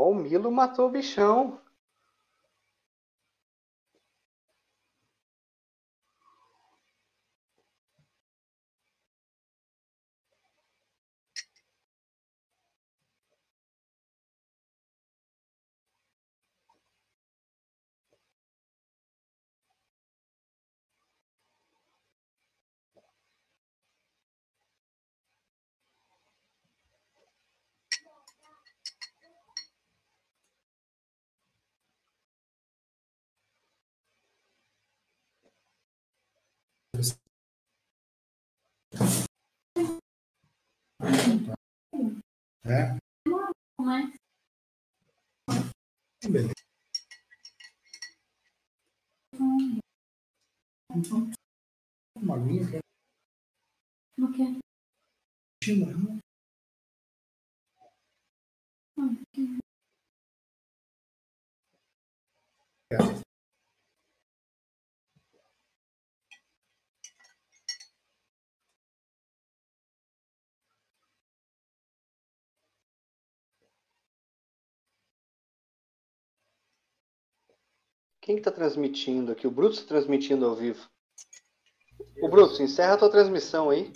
Ó, o Milo matou o bichão. É, né? beleza. Uma aguinha pra No quê? chimarrão. Quem que tá transmitindo aqui? O Brutus tá transmitindo ao vivo. O Brutus, encerra a tua transmissão aí.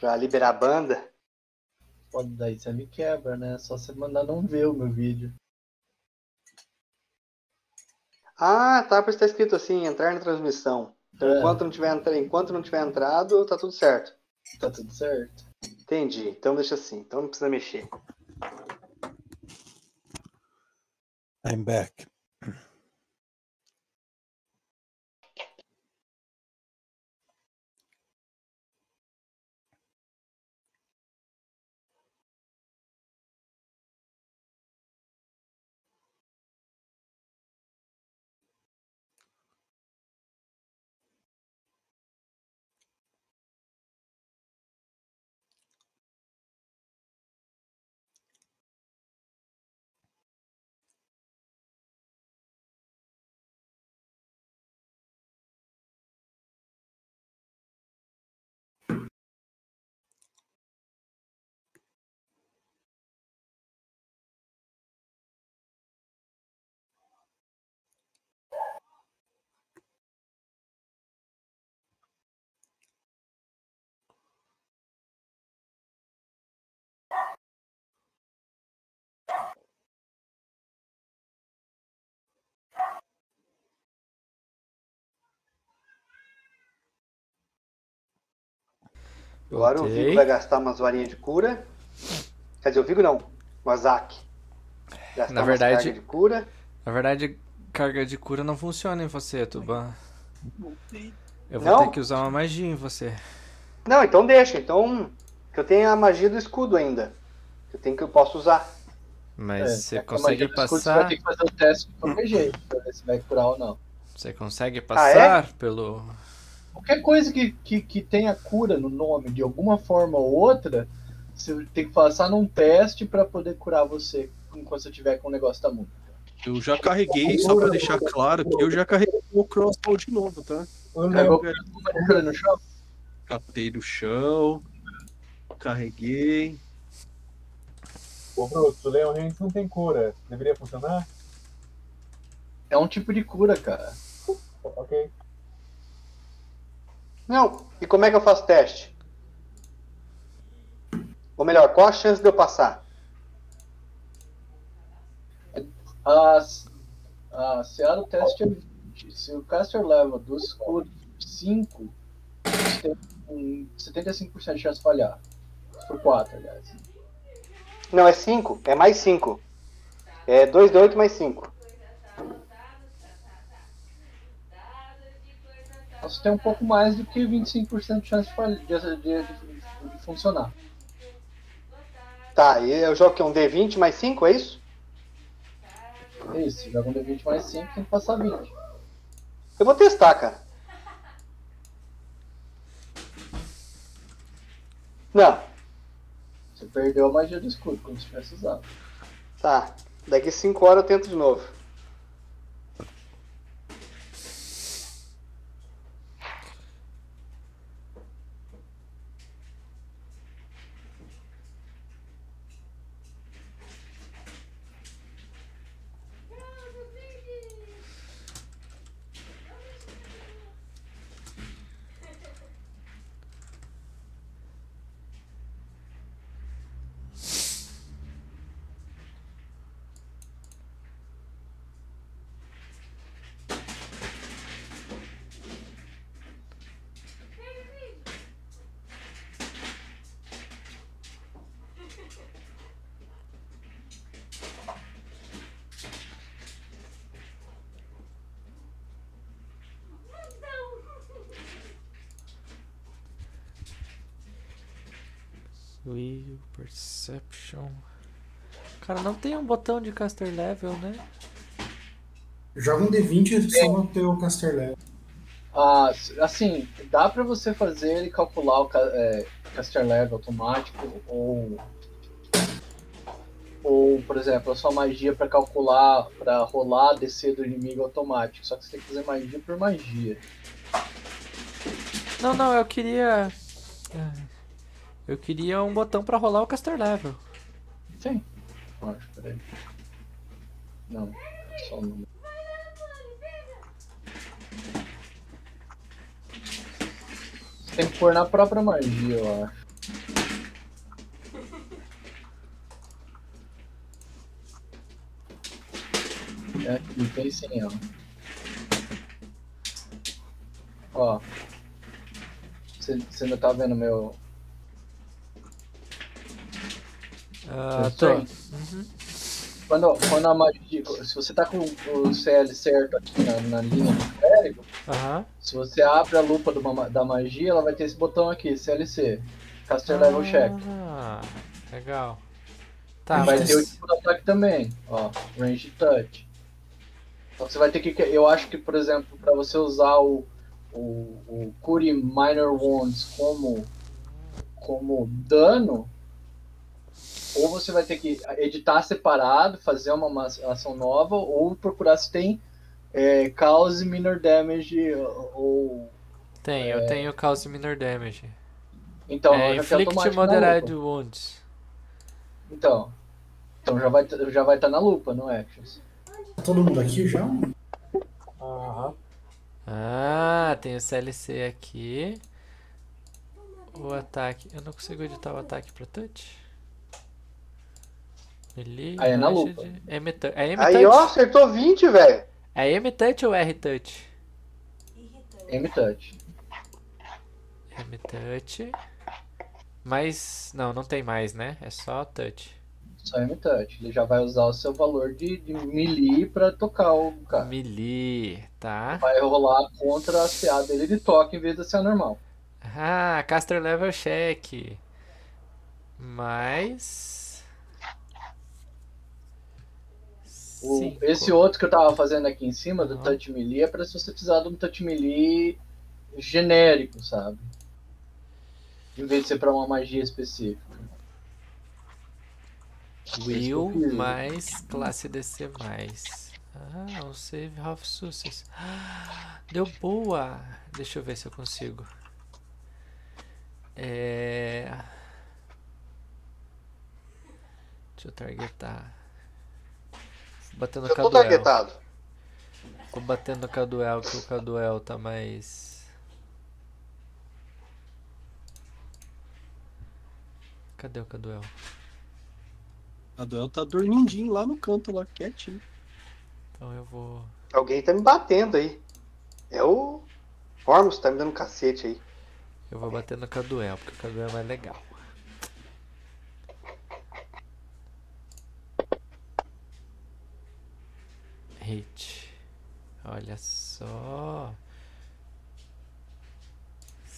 Pra liberar a banda. Pode daí, você me quebra, né? Só você mandar não ver o meu vídeo. Ah, tá, por isso tá escrito assim, entrar na transmissão. Então, É. enquanto, não tiver, entra- enquanto não tiver entrado, tá tudo certo. Tá tudo certo? Entendi. Então deixa assim. Então não precisa mexer. I'm back. Agora o Vigo vai gastar umas varinhas de cura. Quer dizer, o Vigo não. O Azak. Gastar Na umas verdade- cargas de cura. Na verdade, carga de cura não funciona em você, Tuban. Eu vou Não? ter que usar uma magia em você. Não, então deixa. Então, que eu tenho a magia do escudo ainda. Que eu tenho que eu posso usar. Mas É, você é que a consegue magia do escudo, Você vai passar. ter que fazer o teste de qualquer jeito, pra ver se vai curar ou não. Você consegue Ah, é? passar pelo. Qualquer coisa que, que, que tenha cura no nome, de alguma forma ou outra, você tem que passar num teste pra poder curar você enquanto você tiver com o negócio da mão. Eu já carreguei, só pra deixar claro que eu já carreguei o crossbow de novo, tá? É Pegou a cura no chão? Catei do chão, carreguei. Ô, Brutus, o Leon Hands não tem cura. Deveria funcionar? É um tipo de cura, cara. O- Ok. Não. E como é que eu faço teste? Ou melhor, qual a chance de eu passar? Ah, se- ah, se era o teste é 20, se o caster leva do escudo 5, você tem um 75% de chance de falhar. Por 4, aliás. Não, é 5. É mais 5. É 2 de 8 mais 5. Então, Você tem um pouco mais do que 25% de chance de, falha, de, de- de- de funcionar. Tá, e eu jogo que é um D20 mais 5, é isso? É isso, joga um D20 mais 5, tem que passar 20. Eu vou testar, cara. Não, Você perdeu a magia do escudo quando você tivesse usado. tá. Daqui 5 horas eu tento de novo. Will, Perception. Cara, não tem um botão de caster level, né? Joga um D20 e soma o teu caster level. Ah, assim, dá pra você fazer ele calcular o ca- é, caster level automático ou ou por exemplo a sua magia pra calcular pra rolar a DC do inimigo automático. Só que você tem que fazer magia por magia. Não, não, eu queria. Ah, Eu queria um botão pra rolar o caster level. Tem? Eu Acho, peraí. Não, só um o número. Você tem que pôr na própria magia, eu acho. É aqui, tem sim, ó. Ó. Você você não tá vendo meu. Ah, Eu tô. sei. Ah, tá. Uhum. Quando, quando a magia. Se você tá com o CL certo aqui na, na linha do clérigo, Aham. se você abre a lupa de uma ma- da magia, ela vai ter esse botão aqui, CLC. Caster Level Check. Ah, legal. Tá, vai mas. ter o tipo de ataque também, ó. Range Touch. Então você vai ter que. Eu acho que, por exemplo, pra você usar o, o, o Cure Minor Wounds como, como dano, ou você vai ter que editar separado, fazer uma ma- ação nova, ou procurar se tem é, Cause Minor Damage ou. Tem, eu tenho Cause Minor Damage. É. Então, é, já tem Inflict automático na Moderate lupa. Wounds. Então. Então já vai estar já vai tá na lupa, no Actions. Tá todo mundo aqui já? Aham. Ah, tem o CLC aqui. O ataque. Eu não consigo editar o ataque pra touch? Melee, Aí é na range lupa. de- M tou- É M-touch? Aí, ó, acertou 20, velho. É M-touch ou R-touch? M-Touch. M-touch. Mas. Não, não tem mais, né? É só touch. Só M-Touch. Ele já vai usar o seu valor de, de melee pra tocar o cara. Melee, tá? Vai rolar contra a CA dele de toque em vez da CA normal. Ah, caster level check. Mais. O- Cinco. esse outro que eu tava fazendo aqui em cima, do Aham. Touch Melee, é pra se você precisar de um Touch Melee genérico, sabe? Em vez de ser pra uma magia específica. É Will né? Esse eu fiz. mais classe DC mais. Ah, um save half success. [GASPS] Ah, Deu boa. Deixa eu ver se eu consigo. É. Deixa eu targetar. Vou bater no Eu tô Caduel. targetado. Vou bater no Caduel, que o Caduel tá mais. Cadê o Caduel? A Duel tá dormindinho lá no canto, lá quietinho. Então eu vou. Alguém tá me batendo aí. É o Ormus tá me dando um cacete aí. Eu vou bater no Caduel, porque o Caduel é mais legal. Hit. Olha só.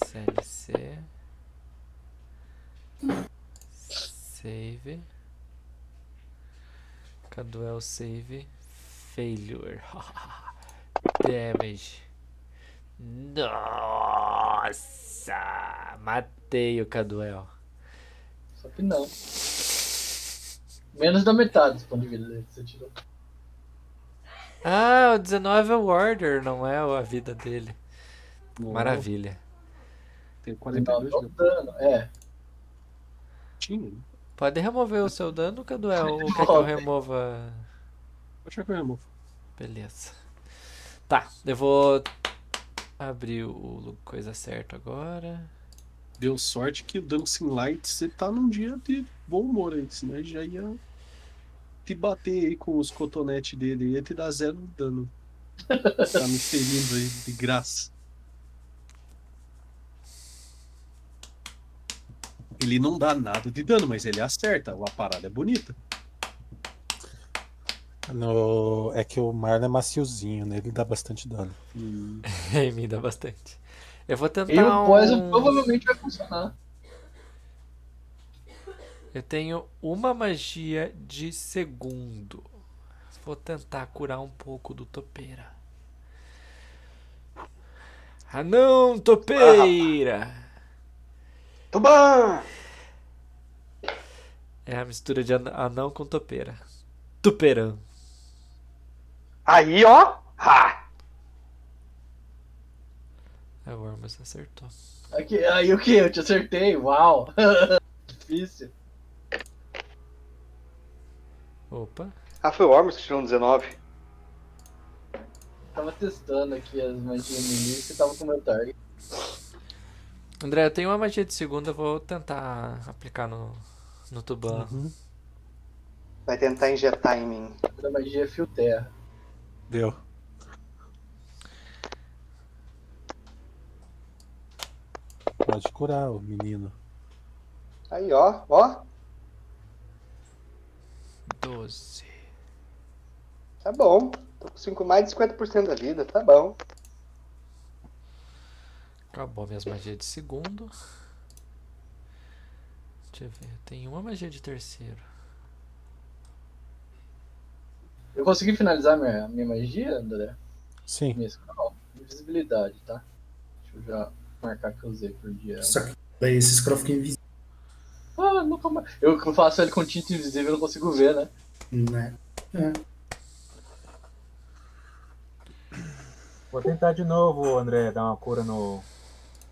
CLC. Save. Caduel save. Failure. [LAUGHS] Damage. Nossa! Matei o Caduel. Só que não. Menos da metade do ponto de vida dele que você tirou. Ah, o 19 é o Order, não é a vida dele. Não, Maravilha. Tem Não, 42 não dano. É. gatinhos. Pode remover o seu dano, Caduel, ou quer que eu Remove. remova? Pode achar que eu removo. Beleza. Tá, eu vou abrir o coisa certo agora. [LAUGHS] Deu sorte que o Dancing Light você tá num dia de bom humor aí, senão ele já ia te bater aí com os cotonetes dele, ia te dar zero dano. Tá me ferindo aí de graça. Ele não dá nada de dano, mas ele acerta. A parada é bonita. No- É que o Marlon é maciozinho, né? Ele dá bastante dano. Ei, me dá bastante. Eu vou tentar E o Poison um... provavelmente vai funcionar. Eu tenho uma magia de segundo. Vou tentar curar um pouco do topeira. Ah não, topeira! Tuban! É a mistura de an- anão com topeira. Tuperão. Aí, ó! Ha! A Wormas É, acertou. Aqui, aí o que? Eu te acertei, uau! [LAUGHS] Difícil. Opa. Ah, foi o Ormus que tirou um 19. Tava testando aqui as magias milícia e tava com meu target. André, eu tenho uma magia de segunda, eu vou tentar aplicar no, no Tuban. Uhum. Vai tentar injetar em mim. A magia é fio terra. Deu. Pode curar o menino. Aí, ó, ó. 12. Tá bom. Tô com cinco, mais de 50% da vida, tá bom. Acabou minhas magias de segundo. Deixa eu ver. Tem uma magia de terceiro. Eu consegui finalizar minha, minha magia, André? Sim. Minha escala. Invisibilidade, tá? Deixa eu já marcar que eu usei por dia. Só que daí esse scroll fica invisível, Ah, nunca mais. Eu que faço ele com tinta invisível, eu não consigo ver, né? né? É. Vou tentar de novo, André, dar É, uma cura no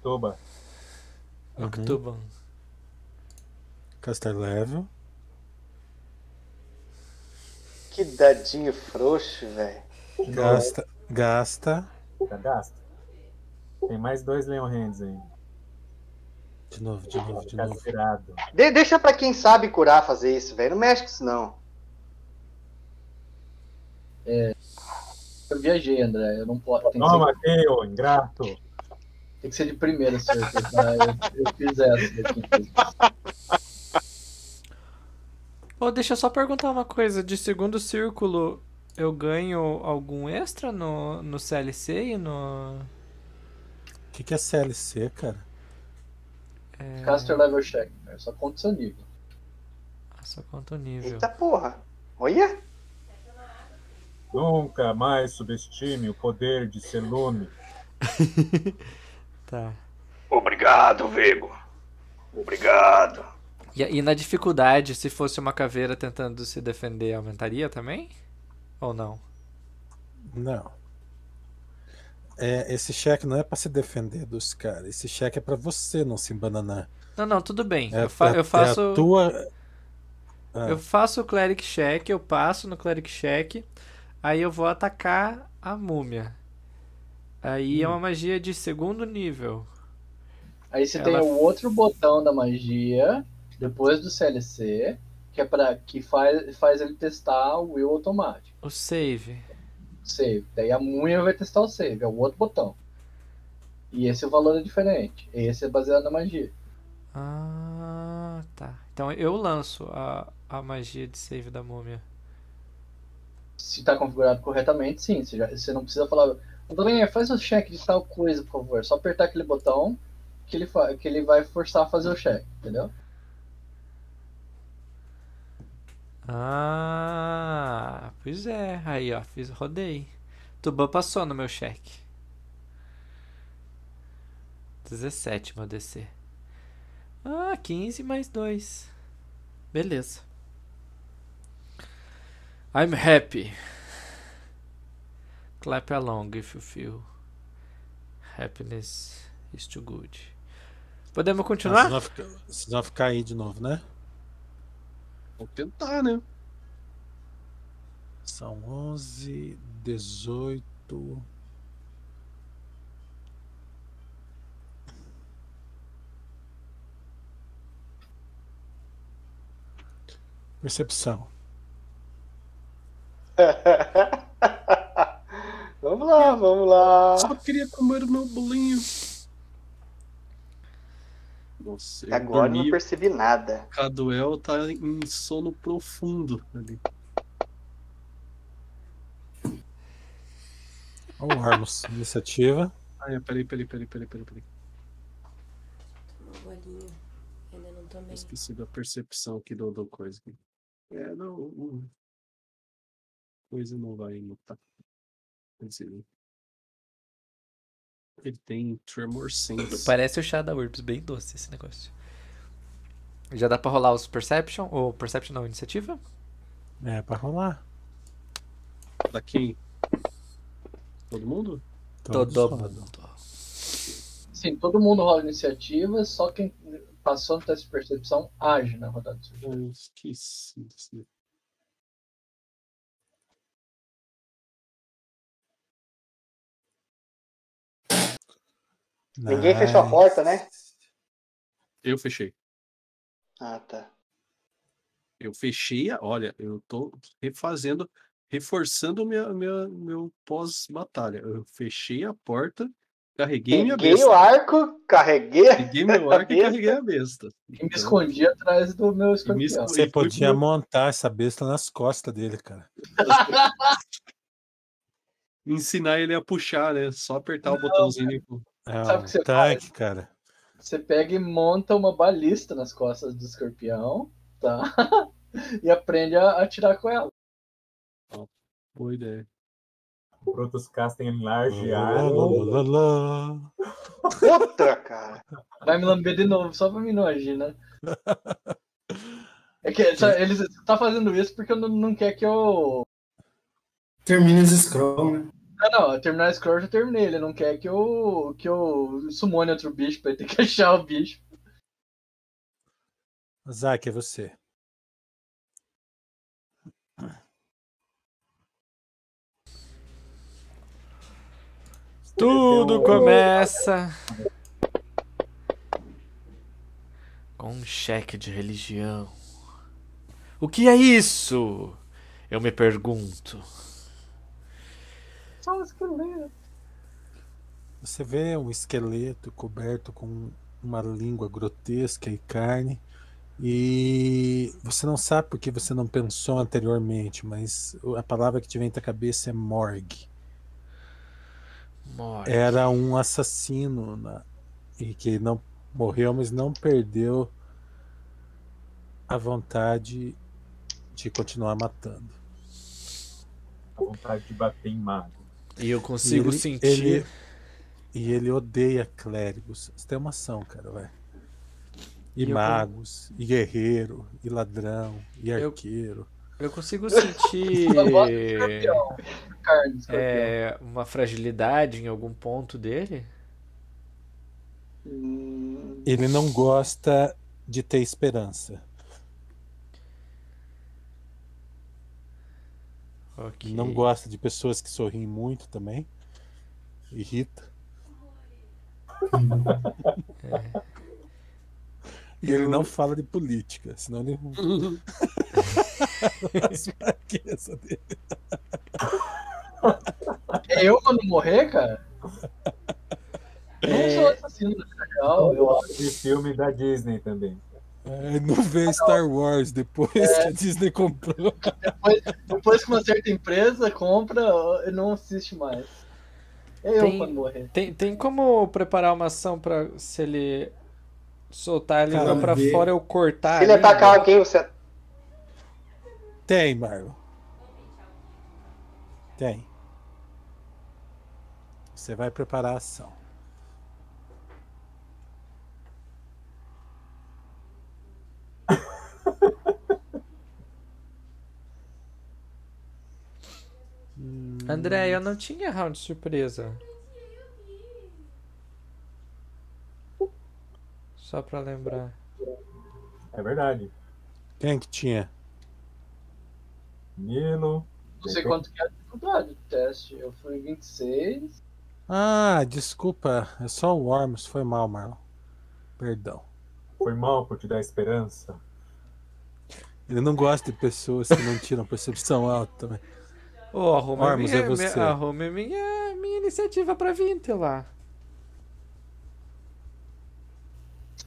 Tuba. Uhum. Uhum. Tuban. Caster level. Que dadinho frouxo, velho. Gasta. Gasta. Tá gasto. Tem mais dois Leon Hands ainda. De novo, de novo, de novo. Castrado. De- deixa pra quem sabe curar fazer isso, velho. Não mexe com isso, não. Eu viajei, André. Eu não posso. Tem que, Toma, ser, Theo, ingrato. tem que ser de primeira, senhor. Tá? Eu, eu fiz essa daqui. Ô, deixa eu só perguntar uma coisa. De segundo círculo, eu ganho algum extra no, no CLC e no. O que, que é CLC, cara? Caster level check, né? só conta seu nível. Ah, Só quanto nível. Eita porra. Olha. Nunca mais subestime o poder de Selume. Tá. Obrigado, Vego. Obrigado. E, e na dificuldade, se fosse uma caveira tentando se defender, aumentaria também? Ou não? Não. É, esse cheque não é pra se defender dos caras. Esse cheque é pra você não se embananar. Não, não, tudo bem. É eu, fa- pra- eu faço. É a tua. Ah. Eu faço o cleric check, eu passo no cleric check, aí eu vou atacar a múmia. Aí é uma magia de segundo nível. Aí você Ela- tem o outro botão da magia, depois do CLC, que é para que faz, faz ele testar o will automático. O save. Save. Daí a múmia vai testar o save, é o outro botão. E esse valor é diferente. Esse é baseado na magia. Ah, tá. Então eu lanço a, a magia de save da múmia. Se tá configurado corretamente, sim. Você, já- você não precisa falar. André, faz o cheque de tal coisa, por favor. É Só apertar aquele botão que ele, fa- que ele vai forçar a fazer o cheque, entendeu? Ah, pois é. Aí, ó, fiz, rodei. Tuban passou no meu cheque. 17, meu DC. Ah, 15 mais 2. Beleza. I'm happy. Clap along if you feel. Happiness is too good. Podemos Ah, continuar? senão, fica, senão fica aí de novo, né? Vou tentar, né? São 11, 18. Percepção. vamos lá, vamos lá. Só queria comer o meu bolinho. Nossa, eu Agora eu não dormi. percebi nada. Caduel tá em sono profundo ali. Olha o Armos, iniciativa. Ah, é, peraí, peraí, peraí, peraí, peraí, peraí. Bolinho. Ainda não Eu também. esqueci da percepção aqui do, do coisa. aqui. É, não. o- Coisa não vai notar. Quer dizer, Ele tem Tremor Sense. Parece o chá da Urbs, bem doce esse negócio. Já dá pra rolar os Perception? Ou Perception não, iniciativa? É, pra rolar. Da quem? Todo mundo? Todos Todo rolam. mundo. Sim, todo mundo rola iniciativa, só quem passou no teste de percepção age na rodada. Ah, Eu esqueci. desse- Ninguém Ah, fechou a porta, né? Eu fechei. Ah, tá. Eu fechei. a- Olha, eu tô refazendo, reforçando minha, minha, meu pós-batalha. Eu fechei a porta, carreguei minha Peguei besta. o arco, carreguei. Peguei meu arco e besta. carreguei a besta. E me Então, escondi atrás do meu escorpião. escondi. Você Ele foi podia pro- montar essa besta nas costas dele, cara. ensinar ele a puxar, né? Só apertar o botãozinho. e pô. É Sabe o um que você tanque, cara. Você pega e monta uma balista nas costas do escorpião, tá? [LAUGHS] E aprende a atirar com ela. Boa ideia. O Protos castem enlarge Lá, lá, arrow. lá, lá, lá. Puta, cara. Vai me lamber de novo, só pra mim não agir, né? É que sabe, eles você tá fazendo isso porque eu não, não quer que eu. Termina os scroll, né? Não, não, terminar o scroll eu já terminei. Ele não quer que eu. que eu sumone outro bicho pra ele ter que [LAUGHS] achar o bicho. Zaque, é você. Tudo começa com um cheque de religião. O que é isso? Eu me pergunto. Só um esqueleto. Você vê um esqueleto coberto com uma língua grotesca e carne. E você não sabe porque você não pensou anteriormente, mas o- a palavra que te vem à cabeça é morgue. Morte. Era um assassino na- e que não morreu, mas não perdeu a vontade de continuar matando. A vontade de bater em mago. E eu E consigo ele- sentir. ele- e ele odeia clérigos. Você tem uma ação, cara, vai. E, E eu- magos, e guerreiro, e ladrão, e Eu- arqueiro. Eu consigo sentir. Só gosto de escorpião. Carne, de escorpião. é, uma fragilidade em algum ponto dele? Hum, Ele não gosta de ter esperança. Ok. Não gosta de pessoas que sorriem muito também. [LAUGHS] Irrita. E ele não fala de política, senão [LAUGHS] ele [LAUGHS] faz fraqueza dele. É eu quando morrer, cara? Eu Não sou assassino, na real. Eu De filme da Disney também. É, ele não vê Star Wars depois que a Disney comprou. [LAUGHS] Depois que uma certa empresa compra, eu não assiste mais. É eu Tem- quando morrer. Tem, tem como preparar uma ação pra se ele soltar a língua Cara, pra vê. fora eu cortar? Se ele a língua? atacar alguém, você. Tem, Marlon. Tem. Você vai preparar a ação. André, eu não tinha round de surpresa. Só pra lembrar. É verdade. Quem que tinha? Nilo. Não sei quanto que é a dificuldade do teste. Eu fui 26. Ah, desculpa. É só o Worms. Foi mal, Marlon. Perdão. Foi mal por te dar esperança. Ele não gosta de pessoas que não tiram percepção alta também. Ô, oh, arrume, Ormus, minha, é você. minha- arrume minha, minha iniciativa pra Vinter lá.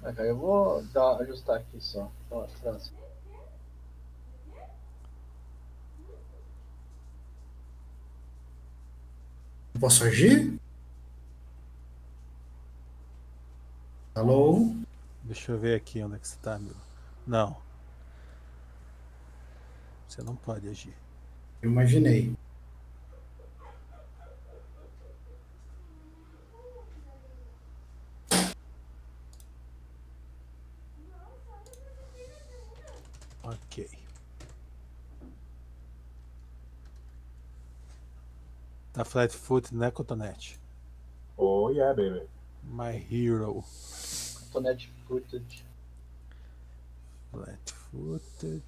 Ah, cara, eu vou dar, ajustar aqui só. Ó, atrás. Posso agir? Alô? Deixa eu ver aqui onde é que você tá, meu. Não. Você não pode agir. Eu imaginei. Ok. Tá flat foot, né, cotonete? Oh, yeah, baby. My hero. Cotonete footage. Flat footed.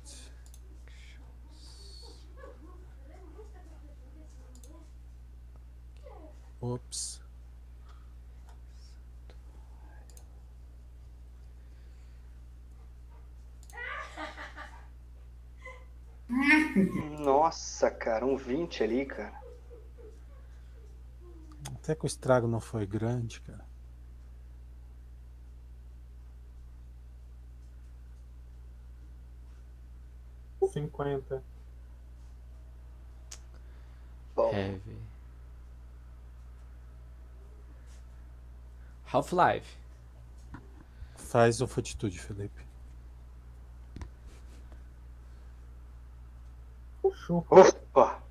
Ops. Nossa, cara, um 20 ali, cara. Até que o estrago não foi grande, cara. cinquenta Bom, Heavy. Half-Life. Faz o fortitude, Felipe. Chupa. opa,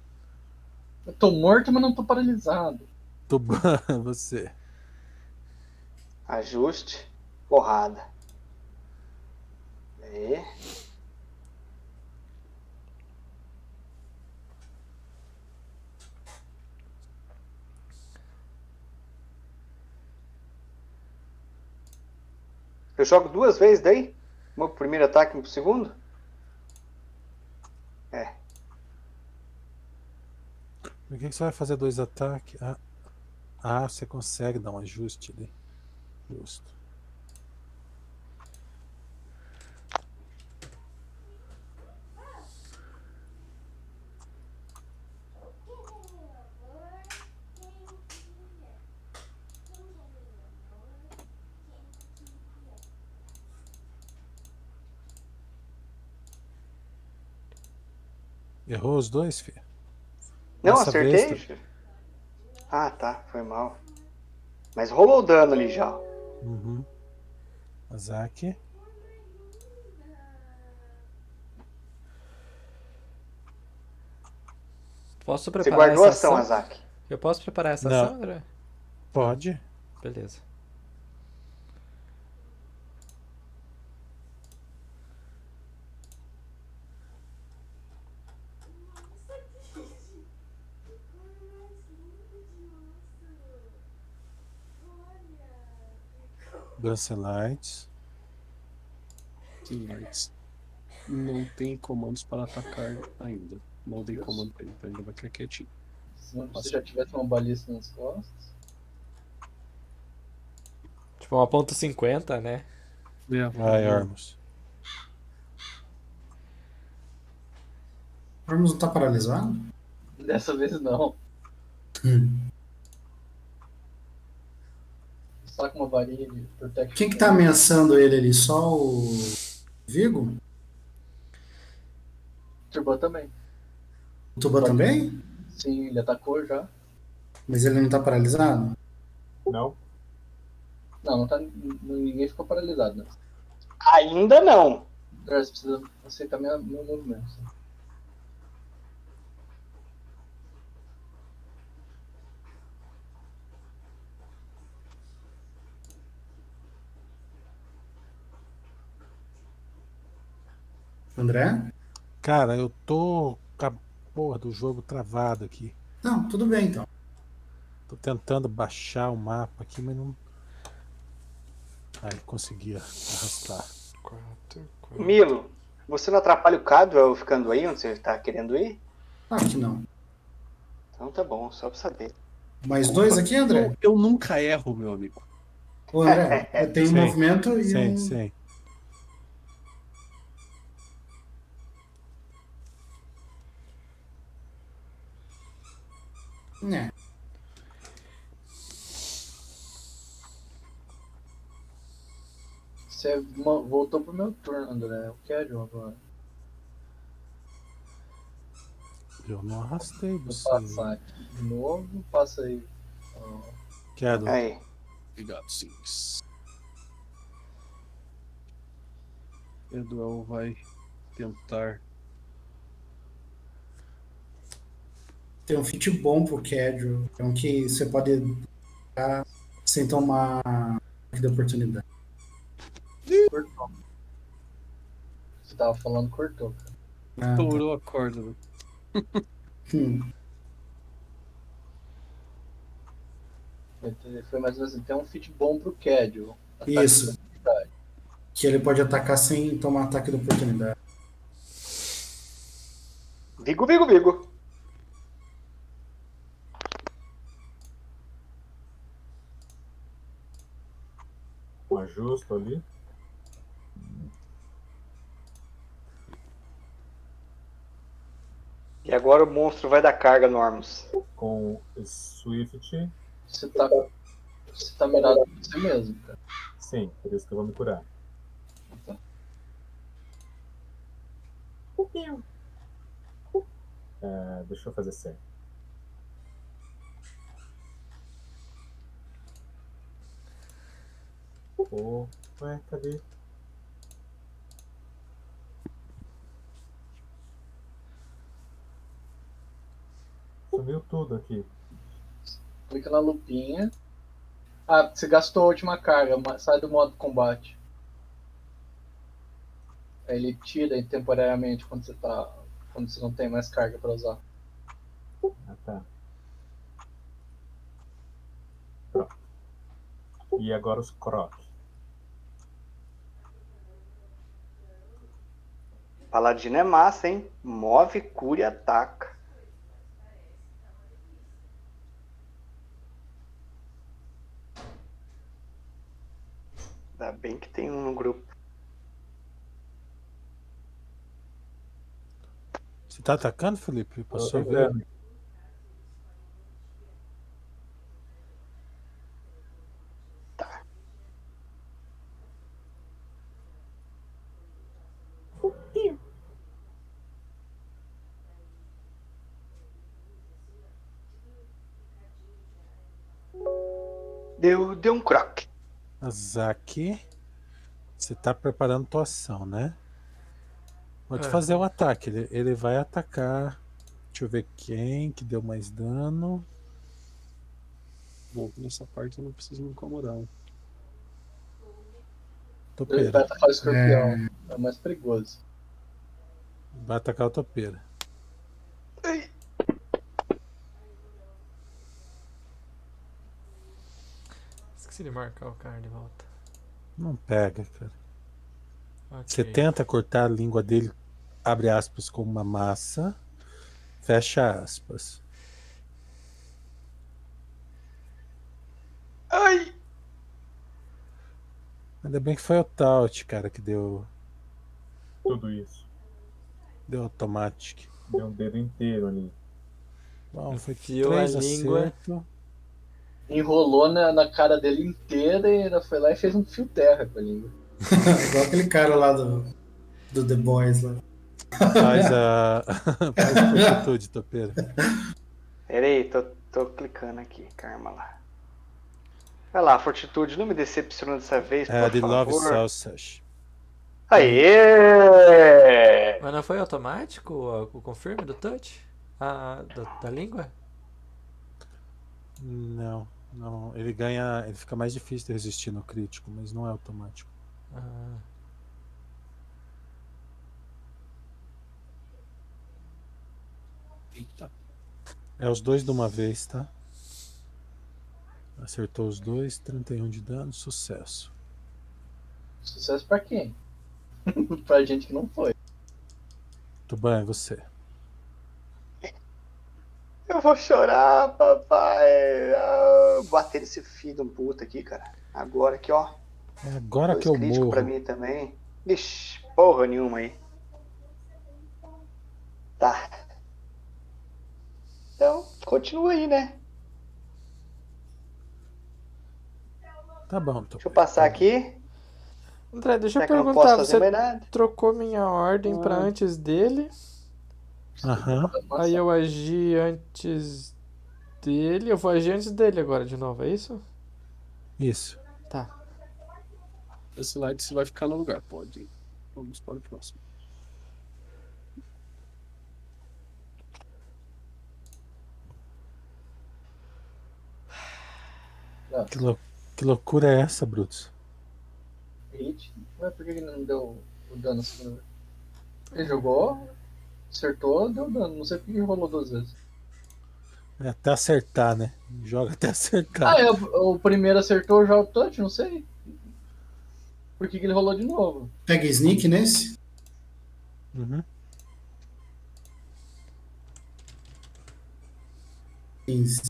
Eu tô morto, mas não tô paralisado. Tuban, [LAUGHS] você. ajuste, porrada. Aí. Eu jogo duas vezes daí? Uma pro primeiro ataque e um pro segundo? Por que que você vai fazer dois ataques? Ah, ah, você consegue dar um ajuste ali. Justo. Errou os dois, filho? Não, Dessa acertei. vez, Ju. Ah, tá, foi mal. Mas rolou o dano ali já. Uhum. Azaki. Posso Você preparar guardou a essa ação, ação? Azak. Eu posso preparar essa Não. ação, André? Pode. Beleza. Brancelites. Sim, mas não tem comandos para atacar ainda. Não dei comando pra ele, então ele vai ficar quietinho. Se não se já tivesse uma balista nas costas. Tipo, uma ponto .50, né? É, Vai, Ormus. O Ormus não tá paralisado? Dessa vez não. Só Tá com uma varinha de protection. Quem que tá ameaçando ele ali? Só o Vigo? Turbo também. O Tuba também? Sim, ele atacou já. Mas ele não tá paralisado? Não? Não, não tá. Ninguém ficou paralisado, né? Ainda não. Agora você precisa aceitar minha, meu movimento. André? Cara, eu tô com a porra do jogo travado aqui. Não, tudo bem então. Tô tentando baixar o mapa aqui, mas não. Aí, consegui arrastar. Milo, você não atrapalha o Cadwell ficando aí onde você tá querendo ir? Claro que não. Então tá bom, só pra saber. Mais dois aqui, André? Eu, eu nunca erro, meu amigo. [LAUGHS] Ô, André, eu tenho Sim. movimento e. Sim, um- sim. É. Você mo- voltou pro meu turno, André. Eu quero agora. Eu não arrastei você. Vou passar aqui de novo. Passa aí. ó. Quero. Aí. Obrigado, sim. Eduel vai tentar. Tem um fit bom pro Cadro. É um que você pode ficar sem tomar de oportunidade. Cortou. Você tava falando, cortou. cara. Ah, tá. Estourou a corda. né? Hum. Vai ter- Foi mais ou menos assim, tem um fit bom pro Cadwell. Isso. Que ele pode atacar sem tomar ataque de oportunidade. Vigo, vigo, vigo. Um ajusto ali. E agora o monstro vai dar carga, Normus. Com Swift. Você tá, você tá mirado em você mesmo, cara. Sim, por isso que eu vou me curar. É, deixa eu fazer certo. Oh, ué, cadê? Sumiu tudo aqui. Clica na lupinha. Ah, você gastou a última carga, ma- sai do modo combate. Aí ele tira aí temporariamente quando você tá. Quando você não tem mais carga pra usar. Ah, tá. Pronto. Tá. E agora os croc. Paladino é massa, hein? Move, cura e ataca. Ainda bem que tem um no grupo. Você tá atacando, Felipe? Eu Passou tô ver. vendo. Deu, deu um croc. Azaki, você tá preparando tua ação, né? Pode É. fazer o ataque. Ele, ele vai atacar. Deixa eu ver quem que deu mais dano. Bom, nessa parte eu não preciso me incomodar. né? Ele tá Topeira. vai atacar o escorpião. É mais perigoso. Vai atacar o topeira. Esqueci de marcar o cara de volta. Não pega, cara. Ok. Você tenta cortar a língua dele, abre aspas, com uma massa. Fecha aspas. Ai! Ainda bem que foi o Taut, cara, que deu, Tudo isso. deu automatic. Deu um dedo inteiro ali. Bom, foi Enfiou três a língua. acerto. Enrolou na, na cara dele inteira e ainda foi lá e fez um fio terra com a língua. Igual aquele cara lá do, do The Boys lá. Faz a. [LAUGHS] Faz a fortitude, topeira. Pera aí, tô, tô clicando aqui, karma lá. Vai lá, fortitude, não me decepciona dessa vez, É, por The Love favor. Sausage. Aê! Mas não foi automático o, o confirme do touch? Ah, da, da língua? Não, não. Ele ganha. Ele fica mais difícil de resistir no crítico, mas não é automático. Ah. Eita, É os dois de uma vez, tá? Acertou os dois, 31 de dano, sucesso. Sucesso pra quem? [LAUGHS] pra gente que não foi. Tuban, é você. Eu vou chorar, papai! Ah, bater nesse filho de um puta aqui, cara. Agora aqui, ó. É agora Dois que eu crítico morro. pra mim também. Ixi, porra nenhuma aí. Tá. Então, continua aí, né? Tá bom, Deixa eu Tuban. passar aqui. André, deixa Já eu É que eu não posso perguntar, fazer você mais nada. trocou minha ordem pra antes dele, Aham. Nossa, aí eu agi antes dele, eu vou agir antes dele agora de novo, é isso? Isso. esse light vai ficar no lugar, pode. Vamos para o próximo. Que, lou- que loucura é essa, Brutus? Hit. Ué, por que que não deu o dano na segunda vez? Ele jogou, acertou, deu dano. Não sei por que rolou duas vezes. É até acertar, né? Joga até acertar. Ah, é, o, o primeiro acertou já o touch, não sei. Por que, que ele rolou de novo? Pega sneak nesse? Uhum. 15.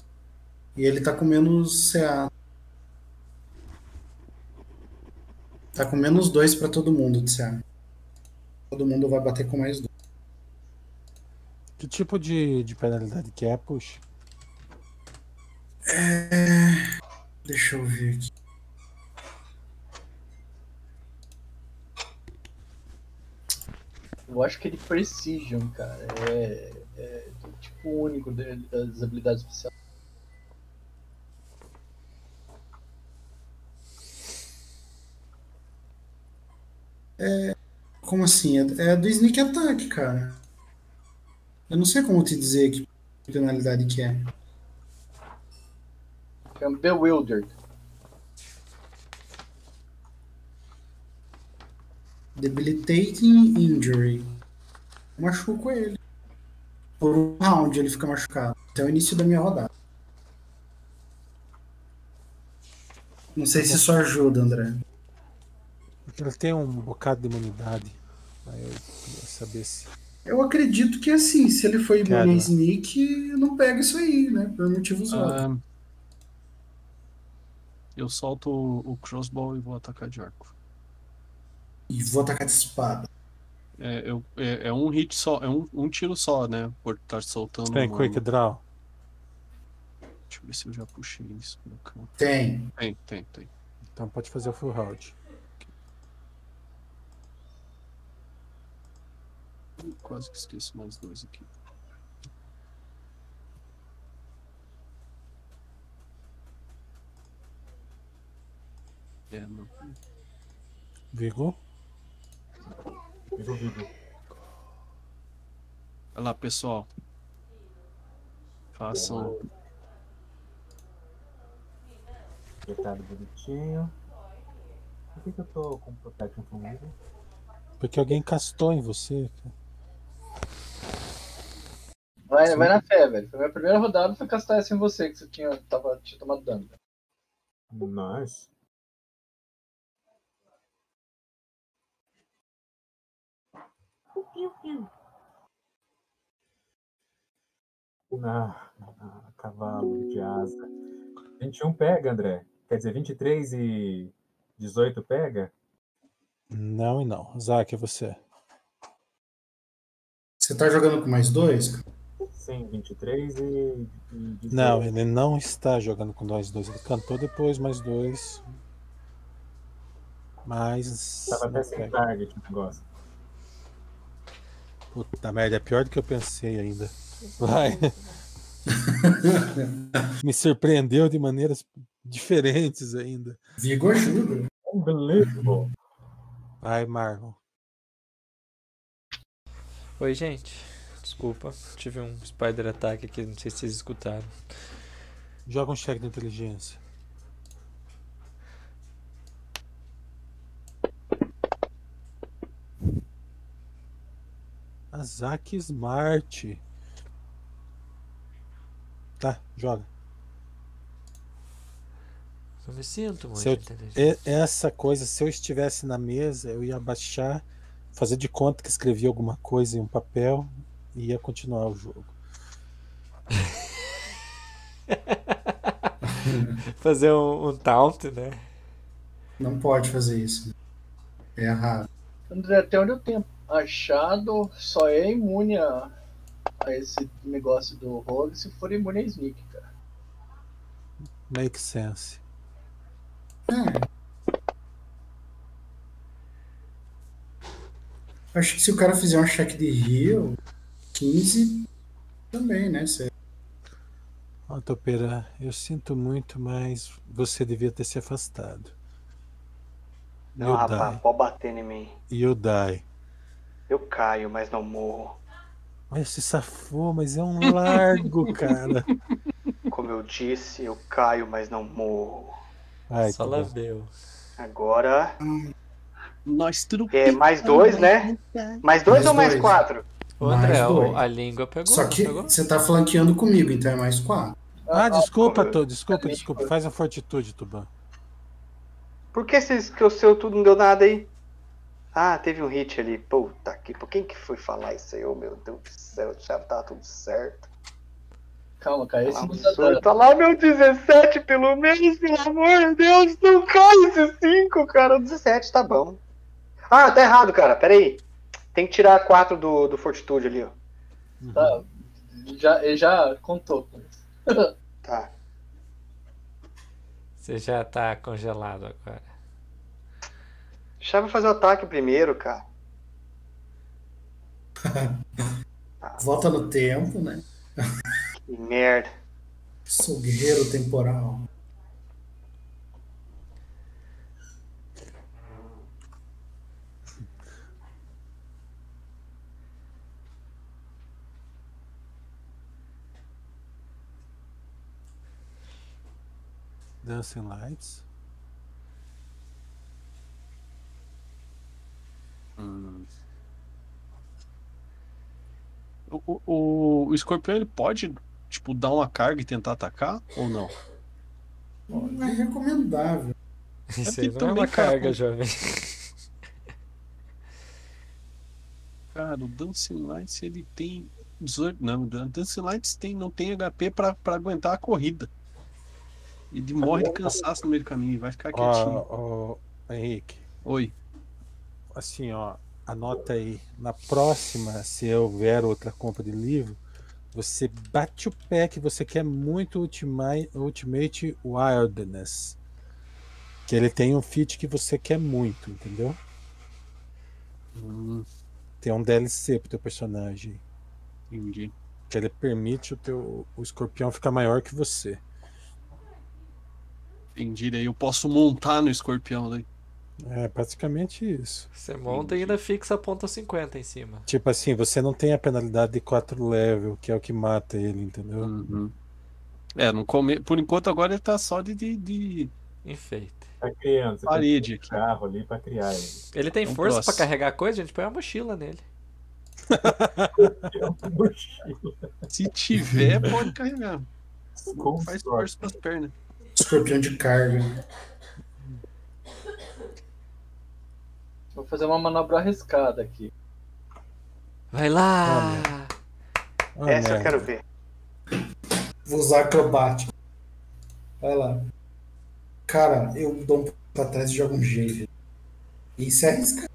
E ele tá com menos CA. Tá com menos 2 pra todo mundo de CA. Todo mundo vai bater com mais 2. Que tipo de, de penalidade que é, puxa? Deixa eu ver aqui. Eu acho que ele precision, cara. É, é do tipo único dele, das habilidades especiais. Como assim? É, é do sneak attack, cara. Eu não sei como te dizer que penalidade que é. Que é um bewildered. Debilitating Injury. Machuco ele. Por um round ele fica machucado. Até o início da minha rodada. Não sei se isso ajuda, André. Porque ele tem um bocado de imunidade. Aí eu queria saber se. Eu acredito que assim, se ele foi Cara. imune a sneak, não pega isso aí, né? Por motivos óbvios. Ah, eu solto o o crossbow e vou atacar de arco. E vou atacar de espada. É, eu- é- é um hit só, é um, um tiro só, né? Por estar soltando. Tem uma- Quick Draw? Deixa eu ver se eu já puxei isso no campo. Tem. Tem, tem, tem. Então pode fazer o full round. Quase que esqueço mais dois aqui. É, não. Vigor? Vivo, vivo. Olha lá, pessoal. Façam. Apertado bonitinho. Por que, que eu tô com Protection from Evil? Porque alguém castou em você. Vai, vai na fé, velho. Foi a minha primeira rodada foi castar essa em você, que você tinha, tava, tinha tomado dano. Nice. Ah, ah, cavalo de asa. 21 pega, André. Quer dizer, 23 e 18 pega? Não e não. Zack, é você. Você tá jogando com mais dois? cara? Sim, 23 e, e 18. Não, ele não está jogando com nós dois. Ele cantou depois, mais dois. Mas. Tava até não sem pega. target o negócio. Puta merda, é pior do que eu pensei ainda. [LAUGHS] Vai. Me surpreendeu de maneiras diferentes ainda. Vigor ajuda. [LAUGHS] Unbelievable. Vai, Marlon. Oi, gente. Desculpa, tive um spider ataque aqui, não sei se vocês escutaram. Joga um cheque de inteligência. Azak Smart. Tá, joga. Eu me sinto muito Seu- inteligente. E- essa coisa, se eu estivesse na mesa, eu ia baixar, fazer de conta que escrevi alguma coisa em um papel e ia continuar o jogo. Fazer um, um taunt, né? Não pode fazer isso. É errado. André, até onde eu tenho achado, só é imune a, a esse negócio do Rogue se for imune a Sneak, cara. Make sense. É. Acho que se o cara fizer um check de heal, 15 também, né? Você Ó, Topera, eu sinto muito, mas você devia ter se afastado. Não, rapaz, pode bater em mim. You die. Eu caio, mas não morro. Mas se safou, mas é um largo, cara. Como eu disse, eu caio, mas não morro. Ai, Só tá bom. lambeu. Agora. Nós tudo É mais dois, né? Mais dois Mais ou mais dois. quatro? Ô, André, Mais dois. o- a língua pegou. Só não que pegou? você tá flanqueando comigo, então é mais quatro. Ah, desculpa, pô. tu, desculpa, desculpa. Faz a fortitude, Tuban. Por que vocês que o seu tudo não deu nada aí? Ah, teve um hit ali. Puta que. Por quem que foi falar isso aí? Ô meu Deus do céu, já tá tudo certo. Calma, cara. Esse Lá não no dá sul, dano. Tá lá meu 17, pelo menos, pelo amor de Deus, não cai esse 5, cara. 17 tá bom. Ah, tá errado, cara. Pera aí. Tem que tirar 4 do, do Fortitude ali, ó. Tá. Já, ele já contou. Tá. Você já tá congelado agora. Deixa eu fazer o ataque primeiro, cara. Volta no tempo, né? Que merda. Sou guerreiro temporal. Dancing Lights. O, o, o escorpião ele pode, tipo, dar uma carga e tentar atacar ou não? Não é recomendável. Isso porque aí não é também uma tá- carga, jovem. Cara, o Dancing Lights ele tem 18. Não, o Dancing Lights tem, não tem HP pra, pra aguentar a corrida. Ele morre de cansaço no meio do caminho, vai Ah. ficar quietinho. Ó, ó, Henrique, Oi. assim, ó, anota aí. Na próxima, se houver outra compra de livro, você bate o pé que você quer muito Ultimate, Ultimate Wilderness. Que ele tem um feat que você quer muito, entendeu? Tem um DLC pro teu personagem. Entendi. Que ele permite o teu o escorpião ficar maior que você. Entendi. Daí eu posso montar no escorpião daí. É praticamente isso. Você monta e ainda fixa a ponta 50 em cima. Tipo assim, você não tem a penalidade de 4 level, que é o que mata ele, entendeu? É, no come... por enquanto agora ele tá só de, de, de Enfeite. Tá criando, você tem parede aqui. um carro ali pra criar ele. Ele tem É um força pra troço. carregar coisa, a gente põe uma mochila nele. É um mochila. Se tiver, pode carregar. [LAUGHS] Com Faz sorte. força pras pernas. Escorpião de carga. Vou fazer uma manobra arriscada aqui. Vai lá! Ah, Essa eu merda. quero ver. Vou usar acrobática. Vai lá. Cara, eu dou um pulo pra trás e jogo um jeito. Isso é arriscado.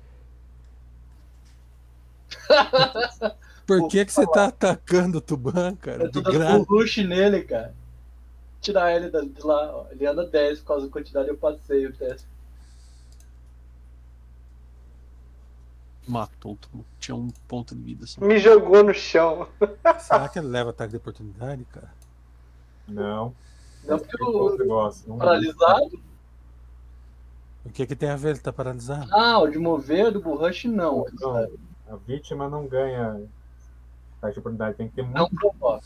Por que, que você tá atacando o Tuban, cara? Eu tô De dando um graça. rush nele, cara. Tirar ele da- de lá, ó. Ele anda 10 por causa da quantidade, eu passei o teste. Matou todo mundo. Tinha um ponto de vida só. Me jogou no chão. Será que ele leva ataque de oportunidade, cara? Não, Não porque tem outro o negócio. Um- paralisado? O que, que tem a ver? Ele tá paralisado? Ah, o de mover do burrush não. Não, a vítima não ganha taxa de oportunidade. Tem que ter Não muito. provoca.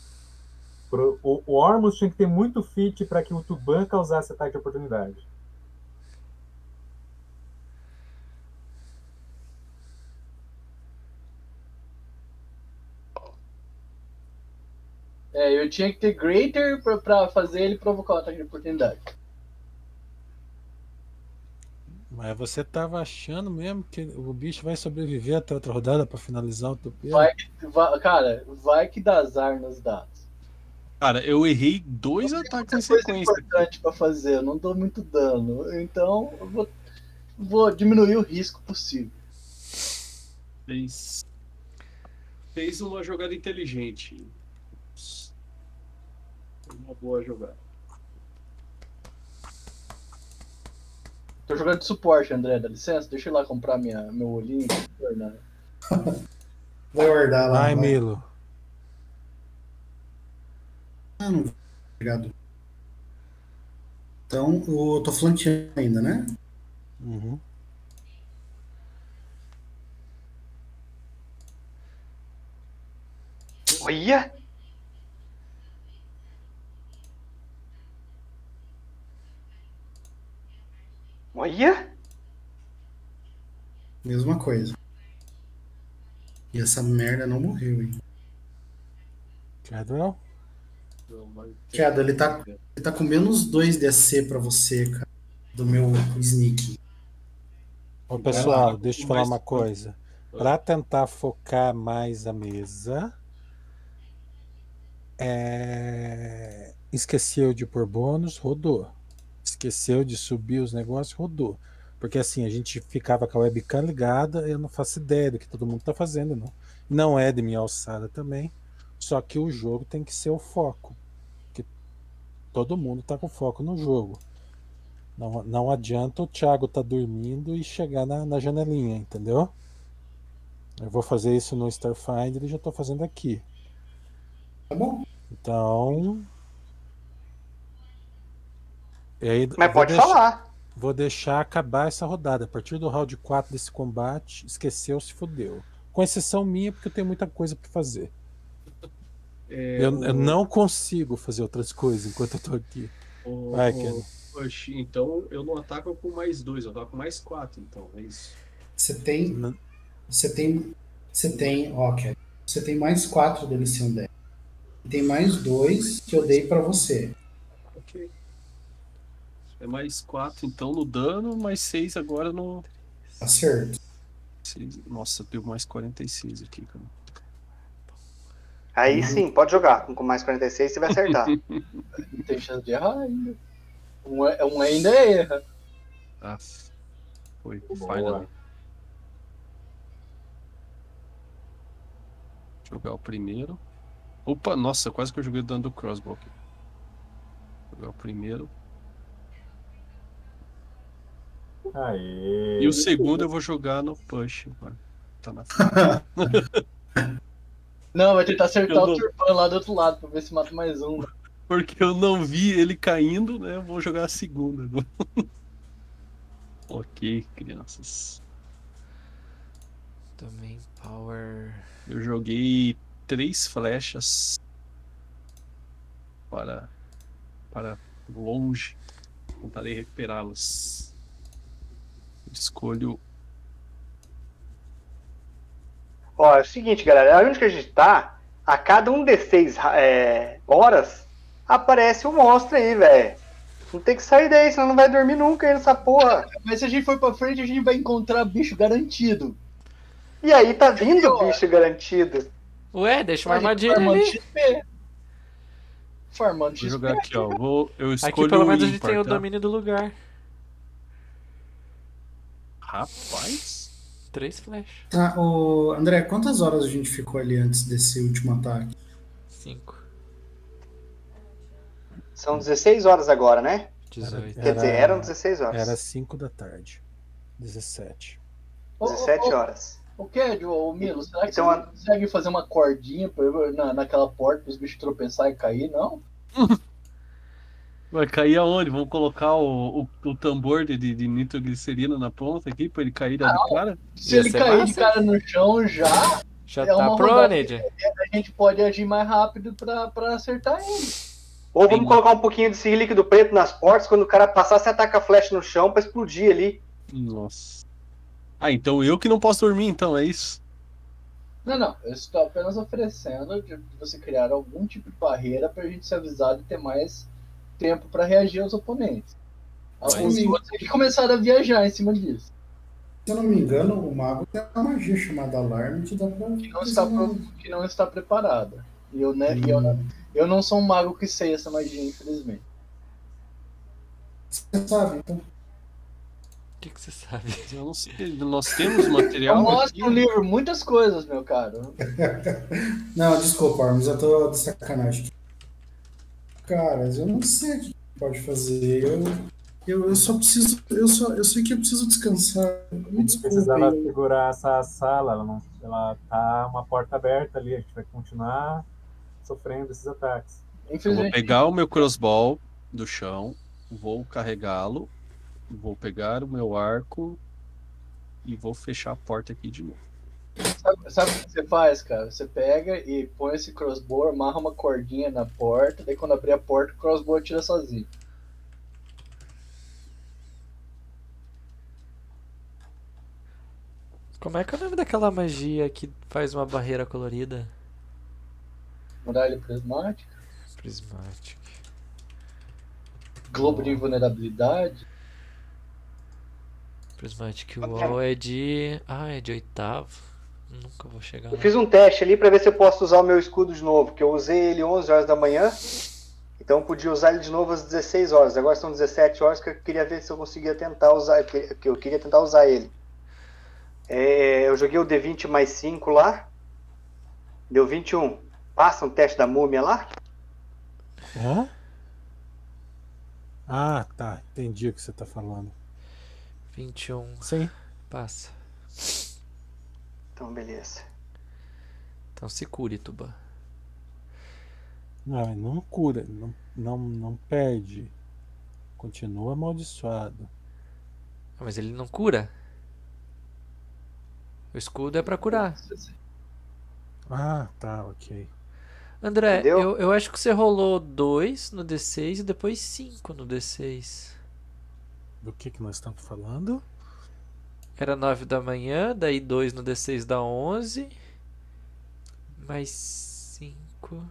pro- O, o Ormus tinha que ter muito fit pra que o Tuban causasse ataque de oportunidade. É, eu tinha que ter greater pra, pra fazer ele provocar o ataque de oportunidade. Mas você tava achando mesmo que o bicho vai sobreviver até outra rodada pra finalizar o Tuban? Vai. Va- cara, vai que dá azar nos dados. Cara, eu errei dois ataques em Coisa sequência. importante pra fazer, eu não dou muito dano. Então, eu vou, vou diminuir o risco possível. Fez. Fez uma jogada inteligente. Uma boa jogada. Tô jogando de suporte, André, dá licença? Deixa eu ir lá comprar minha, meu olhinho. Fernando. Vai guardar lá. Ai, vai. Milo. Ah, não. Obrigado. Então, eu tô flanqueando ainda, né? Uhum. Olha! Olha! Mesma coisa. E essa merda não morreu, hein? Cadwell? Cara, ele tá, ele tá com menos 2 DC pra você, cara. Do meu sneak. Ô, Vai pessoal, lá, deixa eu mais- falar uma coisa. Para tentar focar mais a mesa, é, esqueceu de pôr bônus, rodou. Esqueceu de subir os negócios, rodou. Porque assim, a gente ficava com a webcam ligada, eu não faço ideia do que todo mundo tá fazendo, não. Não é de minha alçada também. Só que o jogo tem que ser o foco. Porque todo mundo tá com foco no jogo. Não, não adianta o Thiago tá dormindo e chegar na, na janelinha, entendeu? Eu vou fazer isso no Starfinder e já tô fazendo aqui. Tá bom? Então. E aí, eu Mas vou pode deixar- falar. Vou deixar acabar essa rodada. A partir do round 4 desse combate, esqueceu, se fodeu. Com exceção minha, porque eu tenho muita coisa pra fazer. eu, eu não consigo fazer outras coisas enquanto eu tô aqui. O- Vai, o- Ken. Oxi, então eu não ataco com mais dois, eu ataco com mais quatro, então, é isso. Você tem. Não- Você tem. Você tem. Ó, Cat, Você tem mais 4 do Elysium 10. Tem mais 2 que eu dei pra você. Ok. É mais quatro, então, no dano, mais seis agora no. Tá certo? seis- Nossa, deu mais 46 aqui, cara. Uhum. Aí sim, pode jogar. Com mais 46 você vai acertar. [LAUGHS] Não tem chance de errar ainda. Um, é- um ainda erra. Ah, foi. Boa. Final. Jogar o primeiro. Opa, nossa, quase que eu joguei o dano do crossbow aqui. Jogar o primeiro. Aê! E o segundo eu vou jogar no push. mano. Tá na frente. Não, vai tentar acertar Eu o não- Turpan lá do outro lado pra ver se mata mais um. Porque eu não vi ele caindo, né? Eu vou jogar a segunda agora. [LAUGHS] ok, crianças. Também power. Eu joguei três flechas para, para longe. Tentarei recuperá-las. Escolho. Ó, é o seguinte, galera. Onde que a gente tá, a cada um D6 é, horas, aparece o monstro aí, velho. Não tem que sair daí, senão não vai dormir nunca aí nessa porra. Mas se a gente for pra frente, a gente vai encontrar bicho garantido. E aí tá vindo o bicho garantido. Ué, deixa uma A gente armadilha farmando ali. XP. Farmando Vou XP. jogar aqui, ó. Vou, eu escolho Aqui pelo menos o a gente ímpar, tem o tá? domínio do lugar. Rapaz. Três flechas. Tá, ô, André, quantas horas a gente ficou ali antes desse último ataque? Cinco. São 16 horas agora, né? Dezoito. Quer dizer, Era- eram 16 horas. Ah, Era 5 da tarde. 17. Ô, ô, 17 ô, horas. Ô, Ked, ô, Milo, será que Então, você a- não consegue fazer uma cordinha pra eu- na, naquela porta pros bichos tropeçar e cair, não? Vai cair aonde? Vamos colocar o, o, o tambor de, de, de nitroglicerina na ponta aqui pra ele cair da de cara? Se Ia ele ser cair de massa. cara no chão já, Já É tá uma proned. a gente pode agir mais rápido pra, pra acertar ele. Ou vamos Entendi. colocar um pouquinho desse líquido preto nas portas, quando o cara passar, você ataca a flecha no chão pra explodir ali. Nossa. Ah, então eu que não posso dormir, então, é isso? Não, não, eu estou apenas oferecendo de você criar algum tipo de barreira pra gente ser avisado e ter mais tempo pra reagir aos oponentes. Alguns Sim. outros que começaram a viajar em cima disso. Se eu não me engano, o mago tem uma magia chamada alarme que dá pra. não está pro- que não está preparada. E eu, né, e eu, não- eu não sou um mago que sei essa magia, infelizmente. Você sabe, então O que, que você sabe? Eu não sei. Nós temos Eu material. né? mostro aqui? no livro muitas coisas, meu caro. Não, desculpa, Armes, eu tô de sacanagem. Cara, eu não sei o que pode fazer. Eu, eu, eu só preciso. Eu, só, eu sei que eu preciso descansar. A Me gente precisava desculpem. segurar essa sala, ela, não, ela tá uma porta aberta ali, a gente vai continuar sofrendo esses ataques. Eu vou Infelizmente, pegar o meu crossbow do chão, vou carregá-lo, vou pegar o meu arco e vou fechar a porta aqui de novo. sabe Sabe o que você faz, cara? Você pega e põe esse crossbow, amarra uma cordinha na porta, daí quando abrir a porta, o crossbow atira sozinho. Como é que é o nome daquela magia que faz uma barreira colorida? Muralha prismática, Prismatic. globo de invulnerabilidade. Prismatic Wall é de. Ah, é de oitavo. Nunca vou chegar Eu lá. fiz um teste ali pra ver se eu posso usar o meu escudo de novo, que eu usei ele 11 horas da manhã, então eu podia usar ele de novo às 16 horas. Agora são 17 horas que eu queria ver se eu conseguia tentar usar, que que eu queria tentar usar ele. É, eu joguei o D20 mais 5 lá, deu 21. Passa um teste da múmia lá? Hã? Ah, tá. Entendi o que você tá falando. 21. Sim. Passa. Então, beleza. Então se cure, Tuba. Não, Ah, não cura, não, não, não perde. Continua amaldiçoado. Ah, mas ele não cura? O escudo é pra curar. Ah, tá, ok. André, Entendeu? eu, eu acho que você rolou 2 no D6 e depois 5 no D6. Do que, que nós estamos falando? Era 9 da manhã, daí 2 no D6 dá 11. Mais 5.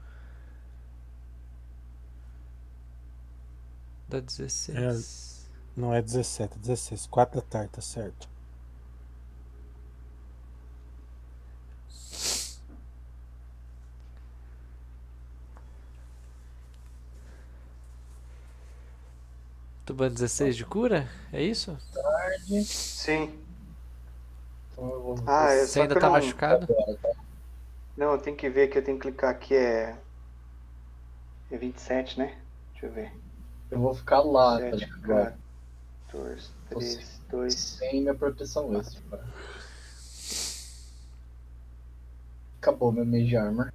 Dá 16. Não é 17, é 16. 4 da tarde, tá certo. Tuban 16 de cura? É isso? Sim. Então eu vou. Ah, é Você só ainda que eu tá não- machucado? Não, eu tenho que ver aqui, eu tenho que clicar aqui, é. É 27, né? Deixa eu ver. Eu vou ficar lá, tá 7, ligado? 14, Você- 3, 2. Sem minha proteção extra. cara. Acabou meu mage armor.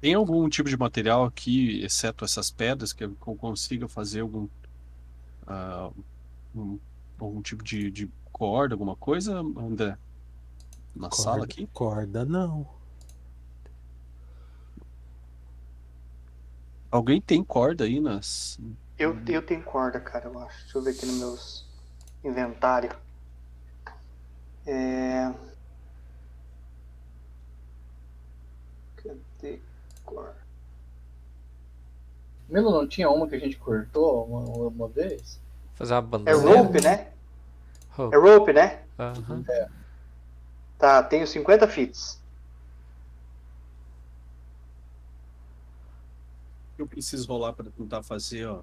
Tem algum tipo de material aqui, exceto essas pedras, que eu consiga fazer algum. ah, um- algum tipo de, de corda, alguma coisa, André? Na sala aqui? Corda não. Alguém tem corda aí nas. Eu, eu tenho corda, cara, eu acho. Deixa eu ver aqui no meus inventário. É... Cadê corda? Milo, não tinha uma que a gente cortou uma, uma vez? Fazer uma É bandana. rope, né? Rope. É rope, né? Aham. Tá, tenho 50 fits. Eu preciso rolar para tentar fazer, ó.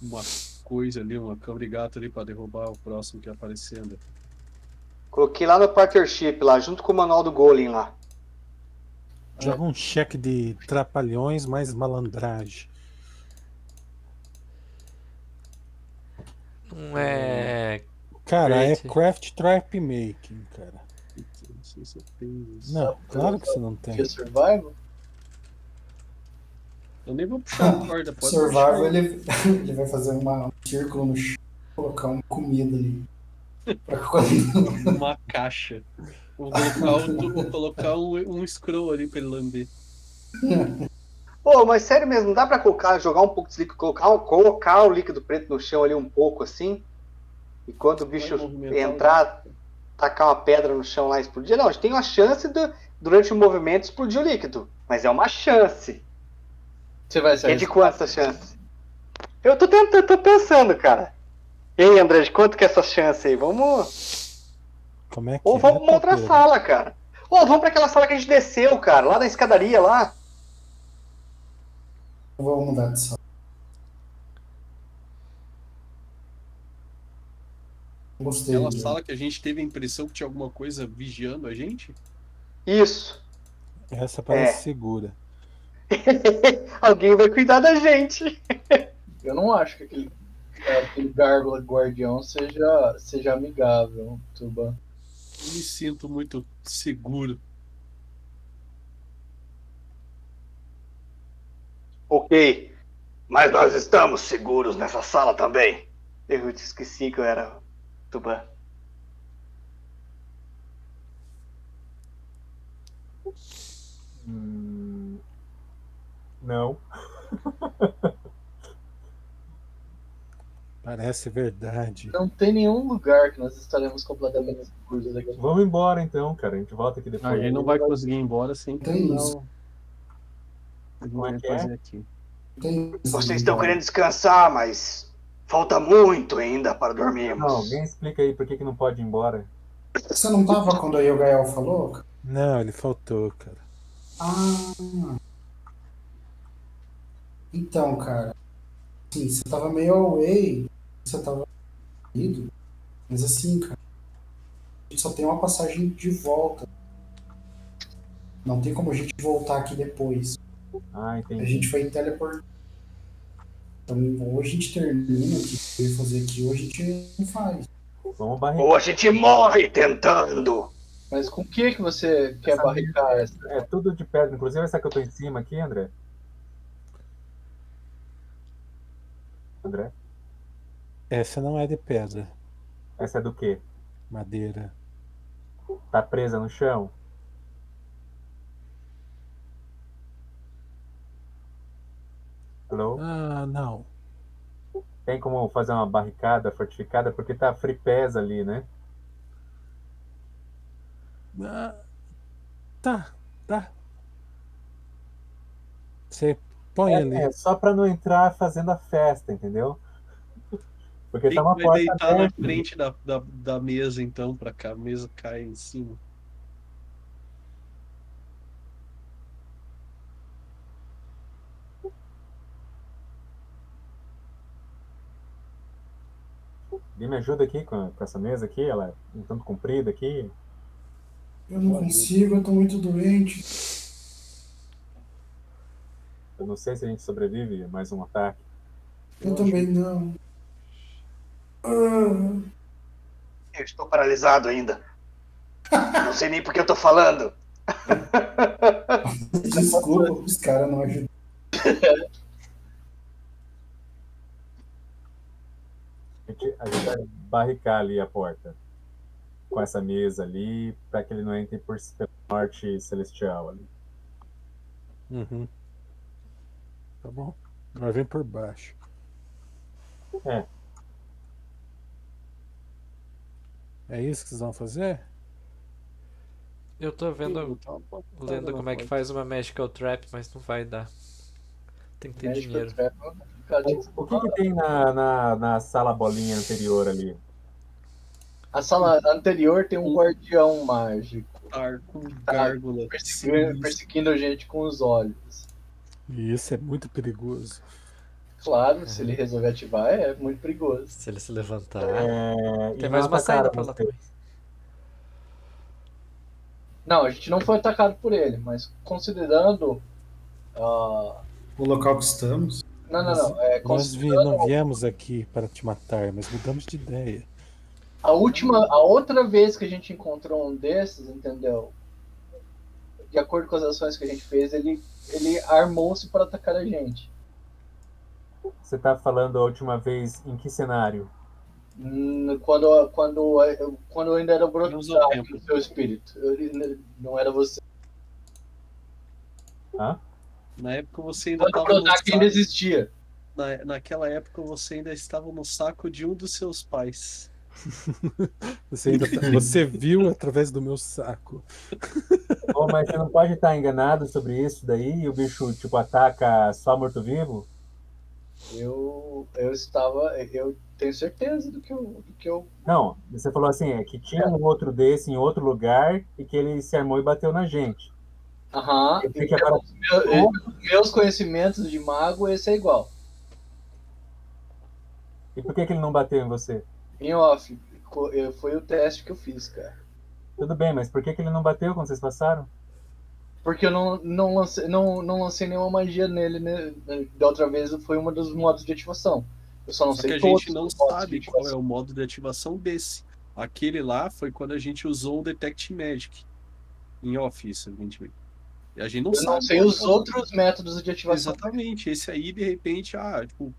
Uma coisa ali, uma cambrigata ali para derrubar o próximo que aparecer, André. Coloquei lá no partnership, lá, junto com o manual do Golem lá. Joga um cheque de trapalhões mais malandragem. Não é. Cara, Great. é craft trap making, cara. Não sei se eu tenho isso. Não, claro que você não tem. Que survival? Eu nem vou puxar a corda, pode Survival, ele, ele [LAUGHS] vai fazer uma, um círculo no chão, colocar uma comida ali. Pra quando- puxar uma caixa. Vou colocar, um, vou colocar um, um scroll ali pra ele lamber. Pô, mas sério mesmo, não dá pra colocar, jogar um pouco de líquido, colocar, o- colocar o líquido preto no chão ali um pouco assim? E quando o bicho movimentar entrar, tacar uma pedra no chão lá e explodir? Não, a gente tem uma chance de, durante o movimento, explodir o líquido. Mas é uma chance. Você vai se É de arriscar? quanto essa chance? Eu tô tentando, tô pensando, cara. E aí, André, de quanto que é essa chance aí? Vamos. Como é que Ou é, vamos pra uma outra Topeira? sala, cara. Ou vamos pra aquela sala que a gente desceu, cara, lá na escadaria lá. Eu vou mudar de sala. Gostei. Aquela viu? sala que a gente teve a impressão que tinha alguma coisa vigiando a gente? Isso. Essa parece segura. Alguém vai cuidar da gente. Eu não acho que aquele, aquele gárgula guardião seja, seja amigável, Tuba. Eu me sinto muito seguro. Ok. Mas nós estamos seguros nessa sala também. Eu te esqueci que eu era Tuban. Hum, não. Parece verdade. Não tem nenhum lugar que nós estaremos completamente seguros aqui. Vamos embora então, cara. A gente volta aqui A depois. gente não vai conseguir ir embora sem Tem terminar isso. o- o que vão é que fazer aqui. Tem- né? Vocês estão querendo descansar, mas falta muito ainda para Não, dormirmos. alguém explica aí por que, que não pode ir embora. Você não tava quando aí o Gael falou? Não, ele faltou, cara. Ah. Então, cara. Sim, você tava meio away. Você tava ido. Mas assim, cara. A gente só tem uma passagem de volta. Não tem como a gente voltar aqui depois. Ah, A entendi. gente foi teleportar. Então, ou a gente termina o que eu ia fazer aqui, ou a gente não faz. Vamos barricar. Ou a gente morre tentando. Mas com o que, que você quer barricar essa? É tudo de pedra. Inclusive essa que eu tô em cima aqui, André. André? Essa não é de pedra, Essa é do quê? madeira. Tá presa no chão? Alô? Ah, não. Tem como fazer uma barricada fortificada? Porque tá free pass ali, né? Ah, tá, tá. Você põe ali. É, é, só pra não entrar fazendo a festa, entendeu? Porque Quem tá uma que vai porta deitar na aberta. frente da, da, da mesa, então, pra cá? A mesa cai em cima. Alguém me ajuda aqui com, com essa mesa aqui, ela é um tanto comprida aqui. Eu não consigo, eu tô muito doente. Eu não sei se a gente sobrevive a mais um ataque. Eu também não. Ah, Eu estou paralisado ainda. Não sei nem por que eu tô falando. desculpa, os caras não ajudam. A gente, a gente vai barricar ali a porta com essa mesa ali, pra que ele não entre por pelo norte celestial ali. Uhum. Tá bom. Agora vem por baixo. É. É isso que vocês vão fazer? Eu tô vendo, Tá uma portada lendo na como é que porta. faz uma Magical Trap, mas não vai dar. Tem que ter Magical dinheiro. Trap é complicado de O que, que tem na, na, na sala bolinha anterior ali? A sala anterior tem um guardião mágico Tar- com Tá, gárgula. perseguindo, sinistro. perseguindo a gente com os olhos. E isso é muito perigoso. Claro, se ele resolver ativar, é muito perigoso. Se ele se levantar. É, Tem e mais não uma saída atacaram pra lá vocês. também. Não, a gente não foi atacado por ele, mas considerando. ah, O local que estamos. Não, não, não. É, Nós vi- considerando não viemos aqui para te matar, mas mudamos de ideia. a última. A outra vez que a gente encontrou um desses, entendeu? De acordo com as ações que a gente fez, ele, ele armou-se para atacar a gente. Você tá falando a última vez em que cenário? Hum, Quando, quando, eu- quando eu ainda era brotado Nos outros tempos. no seu espírito. Eu ainda- não era você. Na época você ainda Quando o tava no Prozac ainda saco, existia. na, naquela época você ainda estava no saco de um dos seus pais. Você, ainda tá- você viu através do meu saco. Ô, mas você não pode estar enganado sobre isso daí e o bicho, tipo, ataca só morto-vivo? Eu, eu estava. Eu tenho certeza do que eu, do que eu Não, você falou assim, é que tinha um outro desse em outro lugar e que ele se armou e bateu na gente. Aham. então, Eu fiquei agora- Meu- eu- meus conhecimentos de mago, esse é igual. E por que, que ele não bateu em você? Em off, co- eu- foi o teste que eu fiz, cara. Tudo bem, mas por que, que ele não bateu quando vocês passaram? Porque eu não, não, lancei, não, não lancei nenhuma magia nele, né? Da outra vez foi um dos modos de ativação. Eu só não Só que sei a todos gente não os modos de sabe ativação. qual é o modo de ativação desse. Aquele lá foi quando a gente usou o Detect Magic. Em off, isso, evidentemente. E a gente não Eu sabe. é não sei os outros métodos de ativação. Exatamente. Esse aí, de repente, ah, tipo,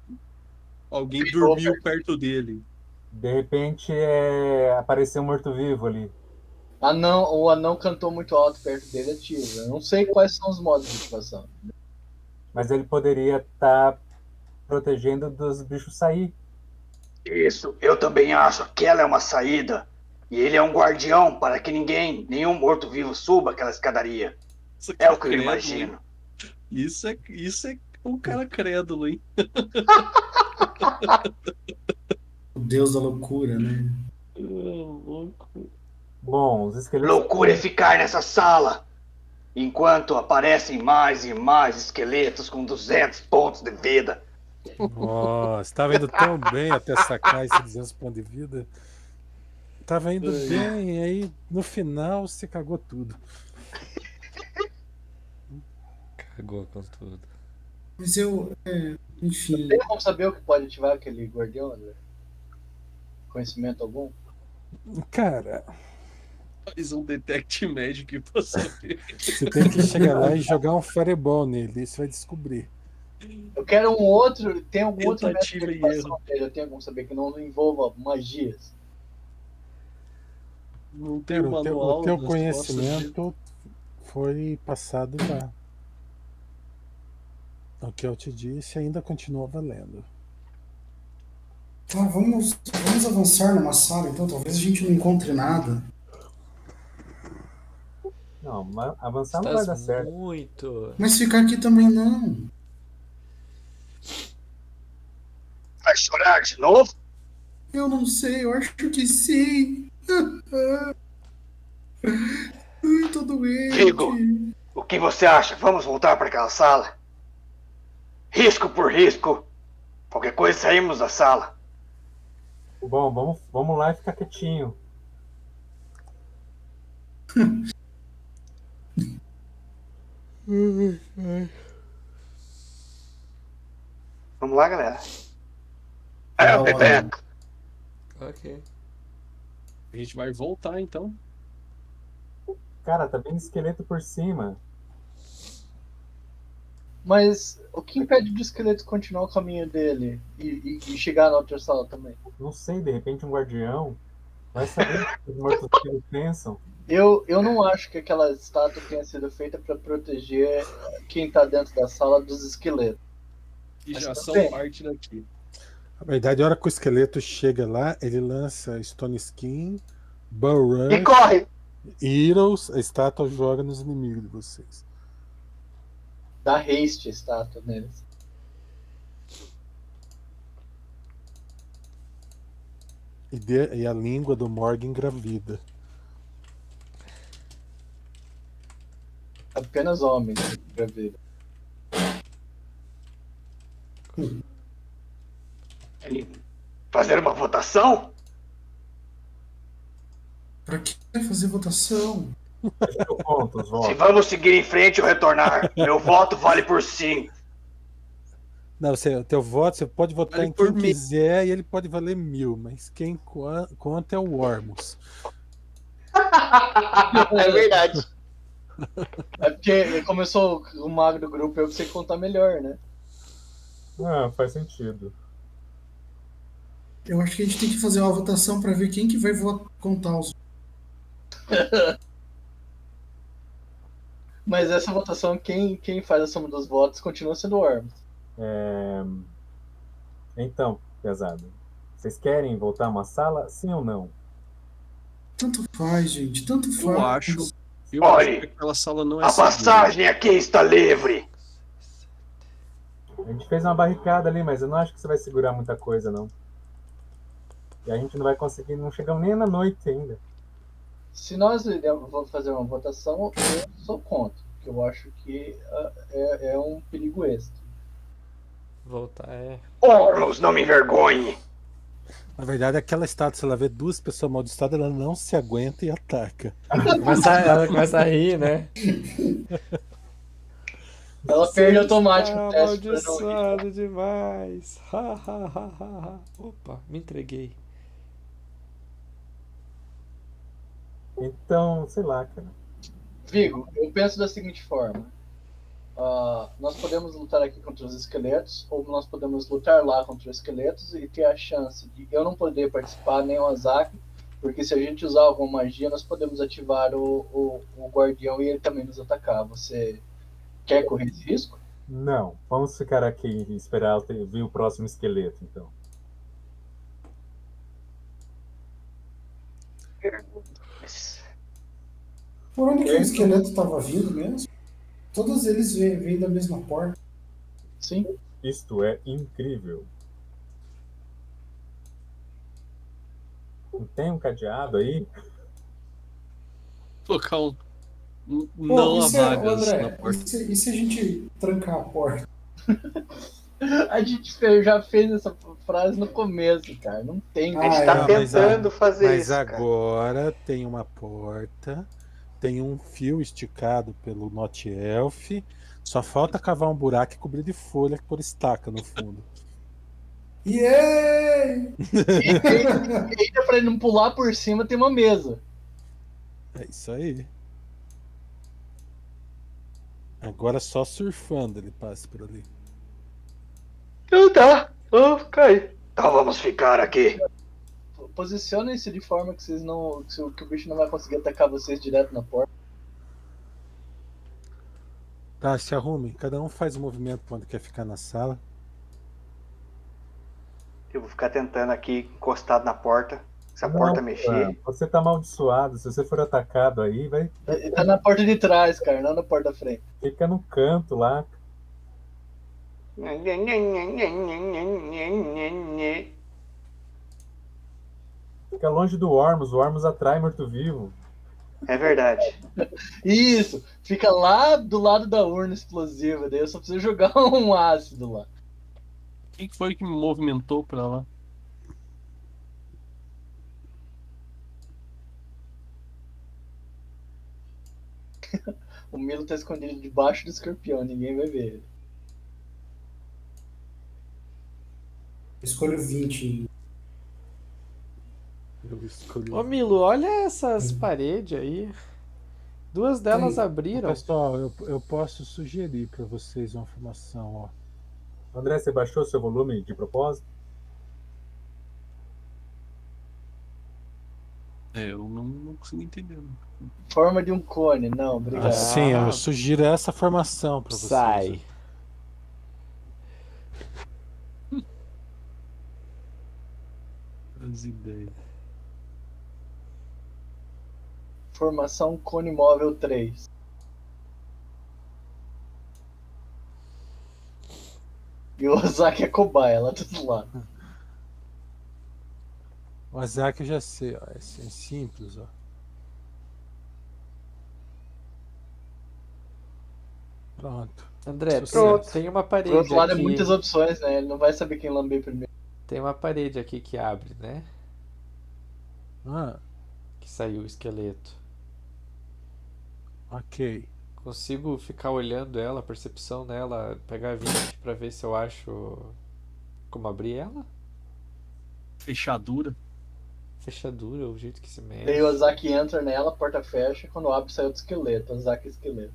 alguém Ficou dormiu perto dele. De repente é... apareceu um morto-vivo ali. Anão, o anão cantou muito alto perto dele, ativa. Eu não sei quais são os modos de ativação. Mas ele poderia estar protegendo dos bichos sair. Isso, eu também acho. Aquela é uma saída. E ele é um guardião para que ninguém, nenhum morto-vivo suba aquela escadaria. Isso aqui É o que eu credo, imagino. hein? Isso é, isso é um cara crédulo, hein? O deus da loucura, né? Ah, louco. Bom, os esqueletos. Loucura é ficar nessa sala. Enquanto aparecem mais e mais esqueletos com 200 pontos de vida. Nossa, tava indo tão bem até sacar esse 200 pontos de vida. Tava indo Ai. bem, aí no final se cagou tudo. Cagou com tudo. Mas eu. é, enfim. Tem como saber o que pode ativar aquele guardião, André? Conhecimento algum? Cara, Faz um detect magic pra saber. você tem que chegar lá e jogar um fireball nele, isso vai descobrir. Eu quero um outro. Tem algum outro método Tentativa de e ativação dele? Eu tenho como saber que não envolva magias. Não tem Cara, [LAUGHS] um o teu, manual. o teu das costas conhecimento foi passado lá. O que eu te disse ainda continua valendo. Tá, vamos, vamos avançar numa sala, então talvez a gente não encontre nada. Não, ma- Então avançar não vai dar Estás certo. muito. Mas ficar aqui também não. Vai chorar de novo? Eu não sei, eu acho que sim. [LAUGHS] Ai, tô doente. Digo. O que você acha? Vamos voltar para aquela sala? Risco por risco. Qualquer coisa saímos da sala. Bom, vamos, vamos lá e ficar quietinho. Vamos lá, galera. Da É, hora. Pepe. Ok. A gente vai voltar então. Cara, tá bem esqueleto por cima. Mas o que impede do esqueleto continuar o caminho dele e, e- e chegar na outra sala também? Não sei, de repente um guardião. Vai saber o que os mortos-vivos pensam. Eu, eu não acho que aquela estátua tenha sido feita para proteger quem tá dentro da sala dos esqueletos. E Mas já tudo são é. bem. parte daqui. Na verdade, a hora que o esqueleto chega lá, ele lança Stone Skin, Bull E É Rush, corre! Heroes, a estátua joga nos inimigos de vocês. Dá haste a estátua neles. E, de- e a língua do Morgan engravida. Apenas homens pra ver. Fazer uma votação? Pra que fazer votação? Fechou pontos, Se volta. vamos seguir em frente [LAUGHS] ou retornar, meu voto vale por sim. Não, você, teu voto, você pode votar Vale em por quem mil. quiser e ele pode valer mil, mas quem co- conta é o Ormus. é verdade. É porque começou o mago do grupo, eu que sei contar melhor, né? Ah, faz sentido. Eu acho que a gente tem que fazer uma votação pra ver quem que vai vo- contar os. Mas essa votação, quem, quem faz a soma dos votos continua sendo o Ormus. É, Então, pesado. Vocês querem voltar a uma sala? Sim ou não? Tanto faz, gente, tanto faz. Eu acho. Eu Olhe, acho que aquela sala não é A passagem aqui está livre. A gente fez uma barricada ali, mas eu não acho que você vai segurar muita coisa, não. E a gente não vai conseguir, não chegamos nem na noite ainda. Se nós iremos- vamos fazer uma votação, eu sou contra. Porque eu acho que ah, é, é um perigo extra. Voltar é. Ormus, não me envergonhe. Na verdade, aquela estátua, se ela vê duas pessoas amaldiçoadas, ela não se aguenta e ataca. Mas a- Ah, ela começa a rir, né? [LAUGHS] Ela perde é automático o teste pra não ir. tá Amaldiçoado demais. [LAUGHS] Ha, ha, ha, ha, ha. Opa, me entreguei. Então, sei lá, cara. Então, Vigo, eu penso da seguinte forma. ah, nós podemos lutar aqui contra os esqueletos, ou nós podemos lutar lá contra os esqueletos e ter a chance de eu não poder participar nem o Azak, porque se a gente usar alguma magia, nós podemos ativar o, o, o guardião e ele também nos atacar. Você quer correr esse risco? Não, vamos ficar aqui e esperar até vir o próximo esqueleto, então. Por onde que o esqueleto tava vindo mesmo? Todos eles vêm vêm da mesma porta. Sim. Isto é incrível. Não Tem um cadeado aí? Colocar um. um- Pô, Não e há se, a- vagas André, na porta. E se, e se a gente trancar a porta? A gente fe- já fez essa frase no começo, cara. Não tem. A gente Ah, tá não, mas a- tentando fazer Mas isso. cara. agora tem uma porta, tem um fio esticado pelo Not Elf. Só falta cavar um buraco e cobrir de folha por estaca [LAUGHS] no fundo. Yay! E ainda pra ele não pular por cima, tem uma mesa. É isso aí. Agora só surfando ele passa por ali. Então tá. Oh, cai. Então vamos ficar aqui. Posicionem-se de forma que vocês não. Que o- que o bicho não vai conseguir atacar vocês direto na porta. Tá, se arrumem. Cada um faz o movimento pra onde quer ficar na sala. Eu vou ficar tentando aqui, encostado na porta. Se a Não, porta cara, mexer. Você tá amaldiçoado. Se você for atacado aí, vai Ele tá na porta de trás, cara, não na porta da frente. ficar no canto lá. Fica longe do Ormus. O Ormus atrai morto-vivo. É verdade. Isso! Fica lá do lado da urna explosiva, daí eu só preciso jogar [LAUGHS] um ácido lá. Quem que foi que me movimentou pra lá? O Milo tá escondido debaixo do escorpião, ninguém vai ver ele. Escolho 20. Eu escolhi. Ô Milo, olha essas Hum. paredes aí. Duas delas Tem. abriram. Pessoal, eu, eu posso sugerir pra vocês uma formação, ó. André, você baixou seu volume de propósito? É, eu não, não consigo entender. né? Forma de um cone, não, obrigado. Assim, ó, eu sugiro essa formação pra vocês. assim. Sai. As ideias. Formação cone móvel 3. E o Ozaki é cobaia lá do lado. ó. O Azak eu já sei, ó. É sim- é simples, ó. Pronto. André, Pronto. tem uma Por parede outro lado, é aqui. muitas opções, né? Ele não vai saber quem lamber primeiro. Tem uma parede aqui que abre, né? Ah, Que saiu o esqueleto. ok. Consigo ficar olhando ela, a percepção dela, pegar 20 pra ver se eu acho como abrir ela? Fechadura. Fechadura, o jeito que se Daí mexe. o Ozaki entra nela, a porta fecha. Quando abre, sai outro esqueleto. Ozaki é esqueleto.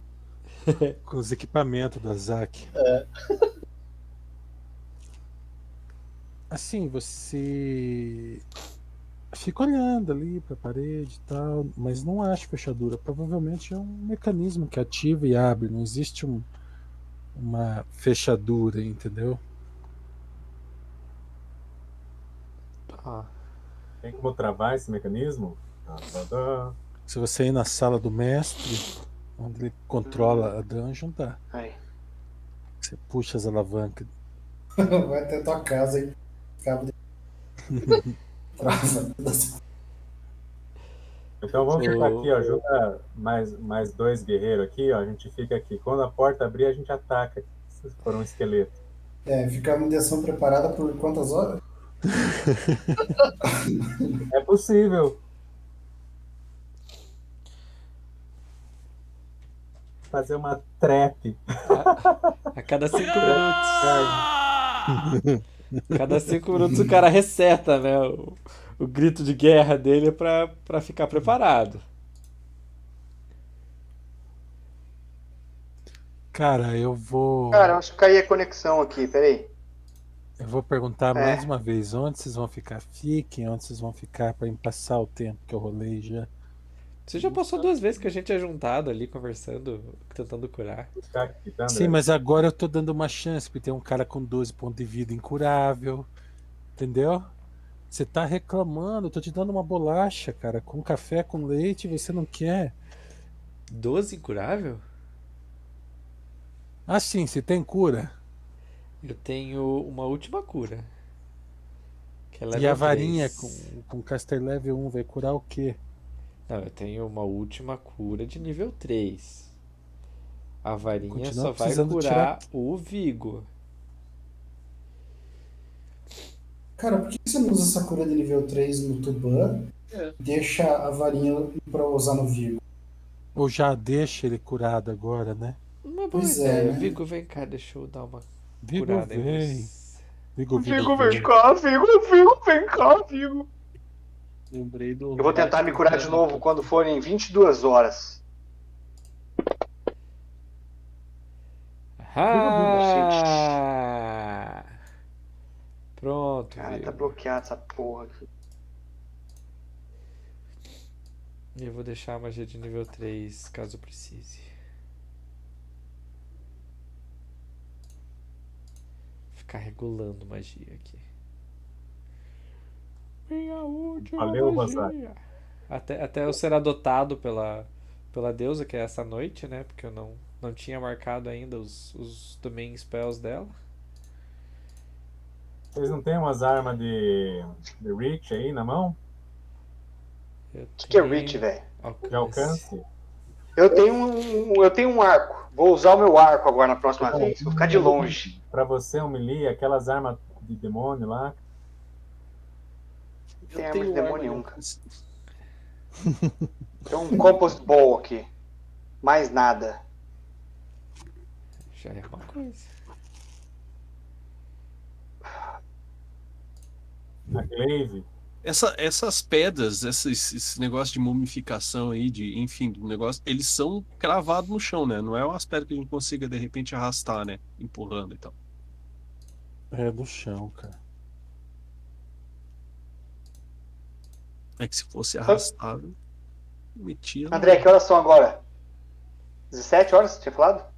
Com os equipamentos do Azak. É. Assim, você fica olhando ali pra parede e tal, mas não acha fechadura. Provavelmente é um mecanismo que ativa e abre. Não existe um- uma fechadura, entendeu? Ah, Tem como travar esse mecanismo? Tá, tá, tá. Se você ir na sala do mestre, onde ele controla a dungeon, dá. Aí. Você puxa as alavancas. [LAUGHS] Vai até tua casa aí. Cabo de... [LAUGHS] Trava. Então vamos Eu- ficar aqui, ó. Junta mais, mais dois guerreiros aqui, ó. A gente fica aqui. Quando a porta abrir, a gente ataca. Se for um esqueleto. É, fica a mediação preparada por quantas horas? É possível. Fazer uma trap. a cada 5 minutos. A cada 5 minutos o cara reseta, né? O, o grito de guerra dele pra, pra ficar preparado. Cara, eu vou. Cara, eu acho que caiu a conexão aqui, peraí. Eu vou perguntar É. mais uma vez, onde vocês vão ficar? Fiquem, onde vocês vão ficar para passar o tempo que eu rolei já. Você já passou duas vezes que a gente é juntado ali conversando, tentando curar. Tá aqui, tá, André? Sim, mas agora eu tô dando uma chance, porque tem um cara com 12 pontos de vida incurável. Entendeu? Você tá reclamando, eu tô te dando uma bolacha, cara, com café, com leite, você não quer. Doze incurável? Ah, sim, você tem cura. Eu tenho uma última cura. Que é e a level varinha 3. com, com Caster Level 1 vai curar o quê? Não, eu tenho uma última cura de nível 3. A varinha Continua só vai precisando curar o Vigo. Cara, por que você não usa essa cura de nível 3 no Tuban? É. Deixa a varinha pra usar no Virgo. Ou já deixa ele curado agora, né? Uma boa Pois é, ideia. né? Vigo, vem cá, deixa eu dar uma Vigo curada em vem. você. Vigo, Vigo, vem cá, Vigo, Vigo, vem cá, Vigo. Lembrei do. Eu vou tentar me curar de novo quando forem 22 horas. Ah! Pronto, Cara, tá Vigo. bloqueado essa porra aqui. Eu vou deixar a magia de nível 3, caso precise. Ficar regulando magia aqui. Minha última Valeu, magia. Até, até eu ser adotado pela, pela deusa, que é essa noite, né? Porque eu não, não tinha marcado ainda os, os domain spells dela. Vocês não têm umas armas de, de Reach aí na mão? Eu O que, que é tenho Reach, velho? É De alcance? Eu tenho um. Eu tenho um arco. Vou usar o meu arco agora na próxima vez. um Vou ficar de longe. Pra você, um melee, aquelas armas de demônio lá. Eu Tem arma tenho um de arma demônio de [LAUGHS] nunca. alcance. Tem um compost ball aqui. Mais nada. Já é uma coisa. A Glaive. Essa- essas pedras, esses, esse negócio de mumificação aí, de, enfim, do negócio, eles são cravados no chão, né? Não é umas pedras que a gente consiga, de repente, arrastar, né? Empurrando e tal. É do chão, cara. É que se fosse arrastável, metia. no- André, que horas são agora? 17 horas, você tinha falado?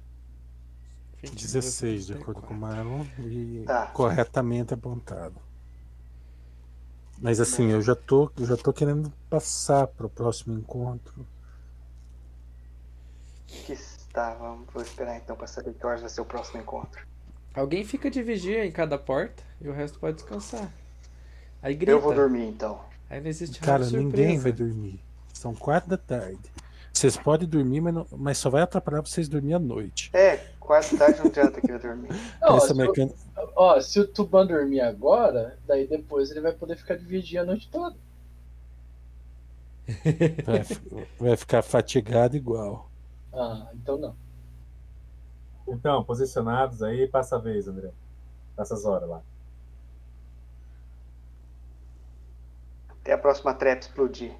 16, de acordo com o Marlon, e Tá. corretamente apontado. Mas assim, eu já tô, eu já tô querendo passar pro próximo encontro. Que tá, vamos vou esperar então pra saber que horas vai ser o próximo encontro. Alguém fica de vigia em cada porta e o resto pode descansar. Aí grita. Eu vou dormir então. Aí não existe Cara, rádio ninguém surpresa. vai dormir. São quatro da tarde. Vocês podem dormir, mas, não- mas só vai atrapalhar pra vocês dormir à noite. É, quase tarde não adianta querer dormir. Não, Essa se, o- mecânica. ó, se o Tuban dormir agora, daí depois ele vai poder ficar de vigia a noite toda. Vai, fi- vai ficar fatigado igual. Ah, então não. Então, posicionados aí, passa a vez, André. Passa as horas lá. Até a próxima trap explodir.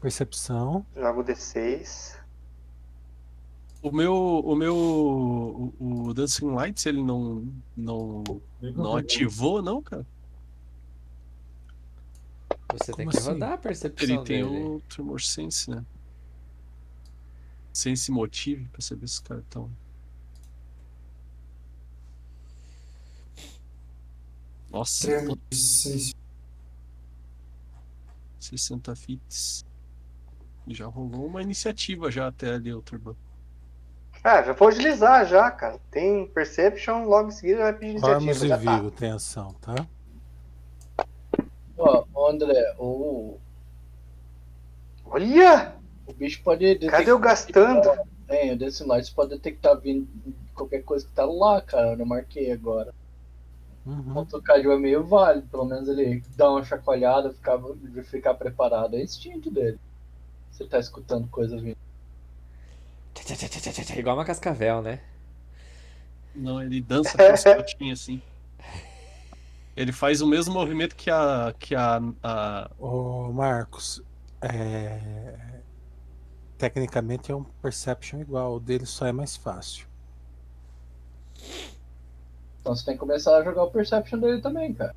Percepção. Jogo D6. O meu. O meu. O, o Dancing Lights, ele não. Não, Vigo, não ativou, não, cara? Você tem Como que assim? rodar a Ele percepção tem dele. o Tremor Sense, né? Sense Motive, pra saber se os caras estão. Nossa, Tremor Sense. 60 fits. Já rolou uma iniciativa já até ali, o Turban. Ah, já vou utilizar já, cara. Tem Perception, logo em seguida vai pedir Ormos iniciativa. e Já tá. Vigo tem ação, tá? Ó, ô, André, o, Olha! o bicho pode detectar. Cadê eu gastando? É, o Dancing Lights pode detectar vindo qualquer coisa que tá lá, cara. Eu não marquei agora. Uhum. O Tocadil é meio válido, pelo menos ele dá uma chacoalhada, ficar, ficar preparado. É instinto dele. Você tá escutando coisa vindo. Tchá, tchá, tchá, tchá, tchá, tchá, tchá, é Igual uma cascavel, né? Não, ele dança com as patinhas assim. Ele faz o mesmo movimento que a. que a. a- Ô, Marcos, é, tecnicamente é um perception igual, o dele só é mais fácil. Então você tem que começar a jogar o Perception dele também, cara.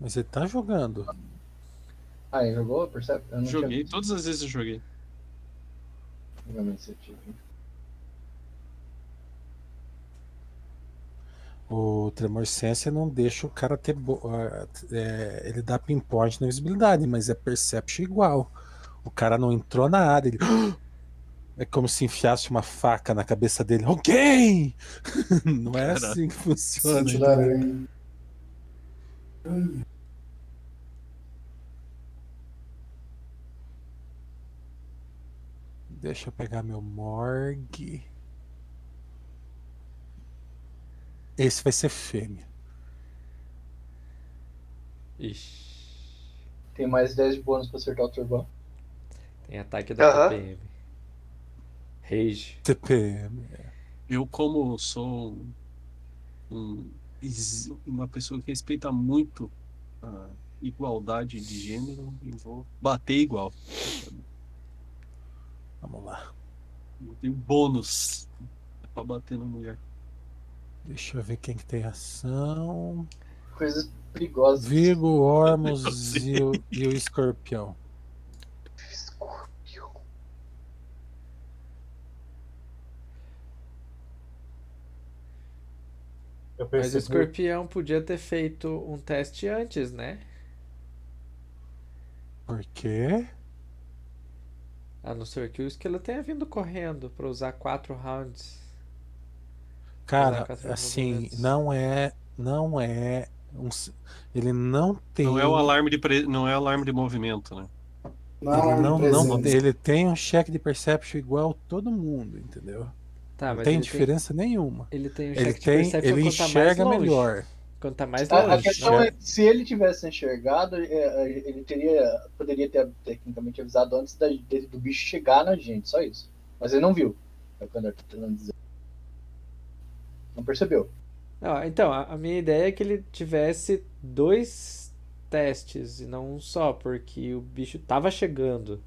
Mas ele tá jogando. Ah, ele jogou o Perception? Eu não tinha Joguei, todas as vezes eu joguei. visto jogar na iniciativa. O Tremor Sense não deixa o cara ter. bo- ah, é, ele dá pinpoint na visibilidade, mas é perception igual. O cara não entrou na área. Ele... [GASPS] É como se enfiasse uma faca na cabeça dele. [LAUGHS] Alguém! não é Caraca. assim que funciona. Sentido aranha. Deixa eu pegar meu morgue. Esse vai ser fêmea. Ixi. Tem mais 10 de bônus pra acertar o turbão. Tem ataque da Aham. TPM. Rage. TPM. Eu, como sou um- um ex- uma pessoa que respeita muito a igualdade de gênero, eu vou bater igual. Vamos lá. Eu tenho bônus pra bater na mulher. Deixa eu ver quem que tem ação. Coisas perigosas. Vigo, Ormus e o, e o escorpião. Eu Mas o percebi escorpião podia ter feito um teste antes, né? Por quê? A não ser que o esquilo tenha vindo correndo pra usar quatro rounds. Cara, Caraca, são assim, movimentos. não é. Não é. Um, s- ele não tem. Não é o alarme de pre- não é o alarme de movimento, né? Ele, Não, é um não, não, Ah, presente. ele tem um cheque de perception igual a todo mundo, entendeu? Tá, não mas tem ele diferença nenhuma. Tem, ele tem um Ele check de tem, perception ele quanto tá mais enxerga longe. melhor. Quanto tá mais A, a longe. questão é, se ele tivesse enxergado, é, é, ele teria, poderia ter tecnicamente avisado antes da- dele- do bicho chegar na gente, só isso. Mas ele não viu. É o que o André tá tentando dizer. Não percebeu. Não, então, a, a minha ideia é que ele tivesse dois testes e não um só, porque o bicho tava chegando.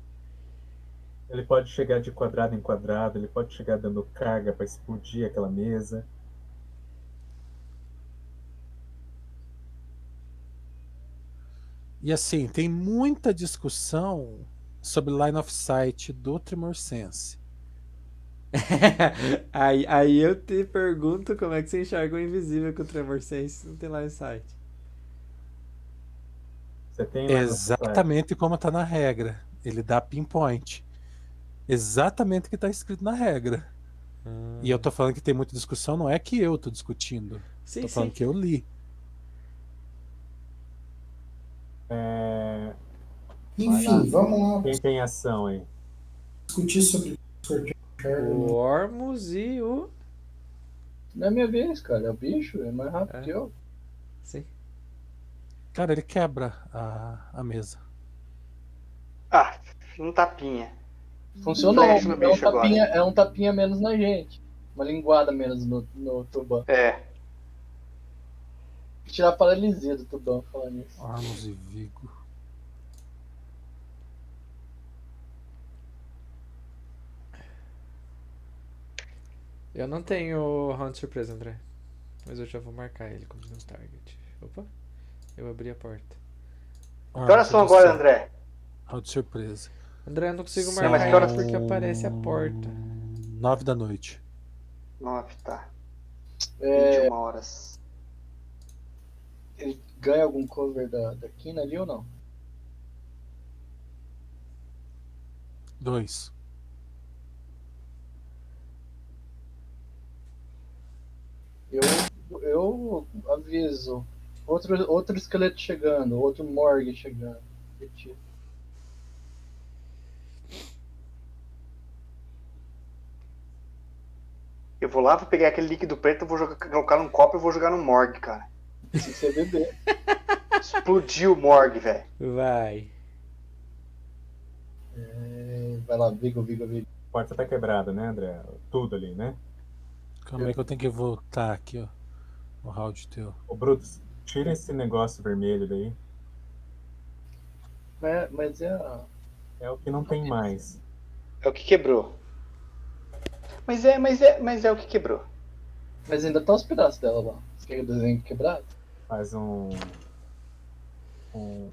Ele pode chegar de quadrado em quadrado, ele pode chegar dando carga para explodir aquela mesa. E assim, tem muita discussão sobre line of sight do Tremor Sense. [LAUGHS] aí, aí eu te pergunto como é que você enxerga o invisível com o Tremor Sense, não tem lá em site. Você tem é, lá no Exatamente como tá na regra. Ele dá pinpoint. Exatamente o que tá escrito na regra. E eu Hum. tô falando que tem muita discussão, não é que eu tô discutindo. Sim, Tô sim. falando que eu li. É, Enfim, vamos lá Quem tem ação aí? discutir sobre o escorpião enxerga. O Ormus e o. Não é minha vez, cara. É o bicho, é mais rápido É. que eu. Sim. Cara, ele quebra a, a mesa. Ah, um tapinha. Funcionou. Flecha no É um, bicho agora. tapinha, é um tapinha menos na gente. Uma linguada menos no, no tubão. É. Tirar a paralisia do tubão falando isso. Ormus e Vigo. Eu não tenho round surpresa, André. Mas eu já vou marcar ele como meu target. Opa, eu abri a porta. Que horas são agora, André? Round de surpresa. André, eu não consigo São marcar mas que horas- ele porque aparece a porta. Nove da noite. Nove, tá. É, 21 horas. ele ganha algum cover da, da Kina ali ou não? Dois. Eu, eu aviso. Outro, outro esqueleto chegando, outro morgue chegando. Retiro. Eu vou lá, vou pegar aquele líquido preto, vou jogar, colocar num copo e vou jogar no morgue, cara. Se você beber. Explodiu o morgue, velho. Vai. É, Vai lá, vigo, vigo, vigo. A porta tá quebrada, né, André? Tudo ali, né? Calma aí que eu tenho que voltar aqui, ó. O round teu. Ô, Brutus, tira esse negócio vermelho daí. Mas, mas é a. É o que não tem mais. É o que quebrou. Mas é, mas é, mas é o que quebrou. Mas ainda tá os pedaços dela lá. Você quer desenho quebrado? Faz um. Um.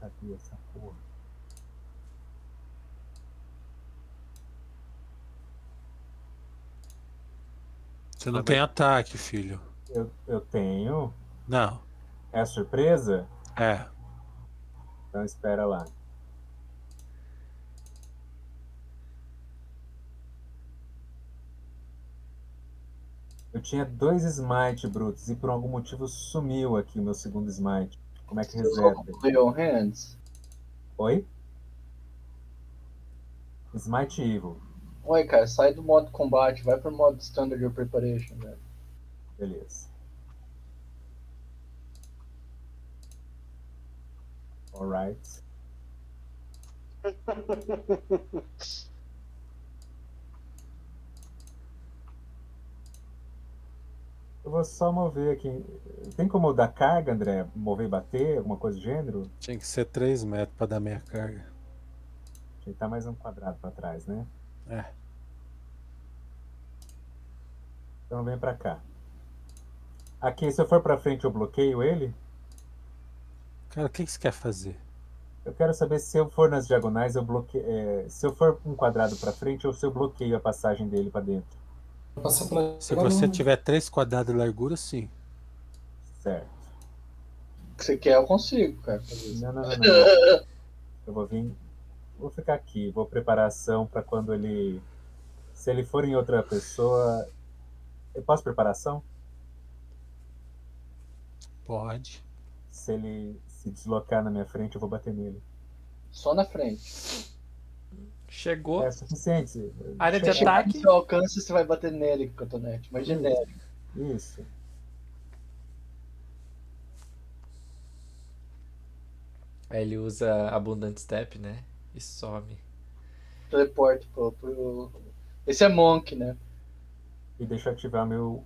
Cadê essa porra? Você Não não tem ataque, filho. Eu, eu tenho. Não. É a surpresa? É. Então espera lá. Eu tinha dois smite brutos e por algum motivo sumiu aqui o meu segundo smite. Como é que Você usou reserva? com Lay on Hands? Oi? Smite Evil. Oi, cara, sai do modo combate, vai pro modo Standard or Preparation, né? velho. Beleza. Alright. Eu vou só mover aqui. Tem como dar carga, André? Mover e bater? Alguma coisa do gênero? Tinha que ser 3 metros pra dar meia carga. Ajeitar mais um quadrado pra trás, né? É. Então vem pra cá. Aqui, se eu for pra frente, eu bloqueio ele? Cara, o que, que você quer fazer? Eu quero saber se eu for nas diagonais, eu bloqueio. é, se eu for um quadrado pra frente, ou se eu bloqueio a passagem dele pra dentro. Passa pra... Se você tiver 3 quadrados de largura, sim. Certo. O que você quer, eu consigo, cara. fazer isso. Não, não, não, não, não. Eu vou vir. Vou ficar aqui, vou preparar a ação pra quando ele. Se ele for em outra pessoa. Eu posso preparação? Pode. Se ele se deslocar na minha frente, eu vou bater nele. Só na frente. Chegou. É suficiente. Área de Chega. ataque. Se seu alcance, você vai bater nele, cotonete. Mas genérico. Isso. Aí ele usa Abundant Step, né? E some. Teleporte, pô, pro. Esse é Monk, né? E deixa eu ativar meu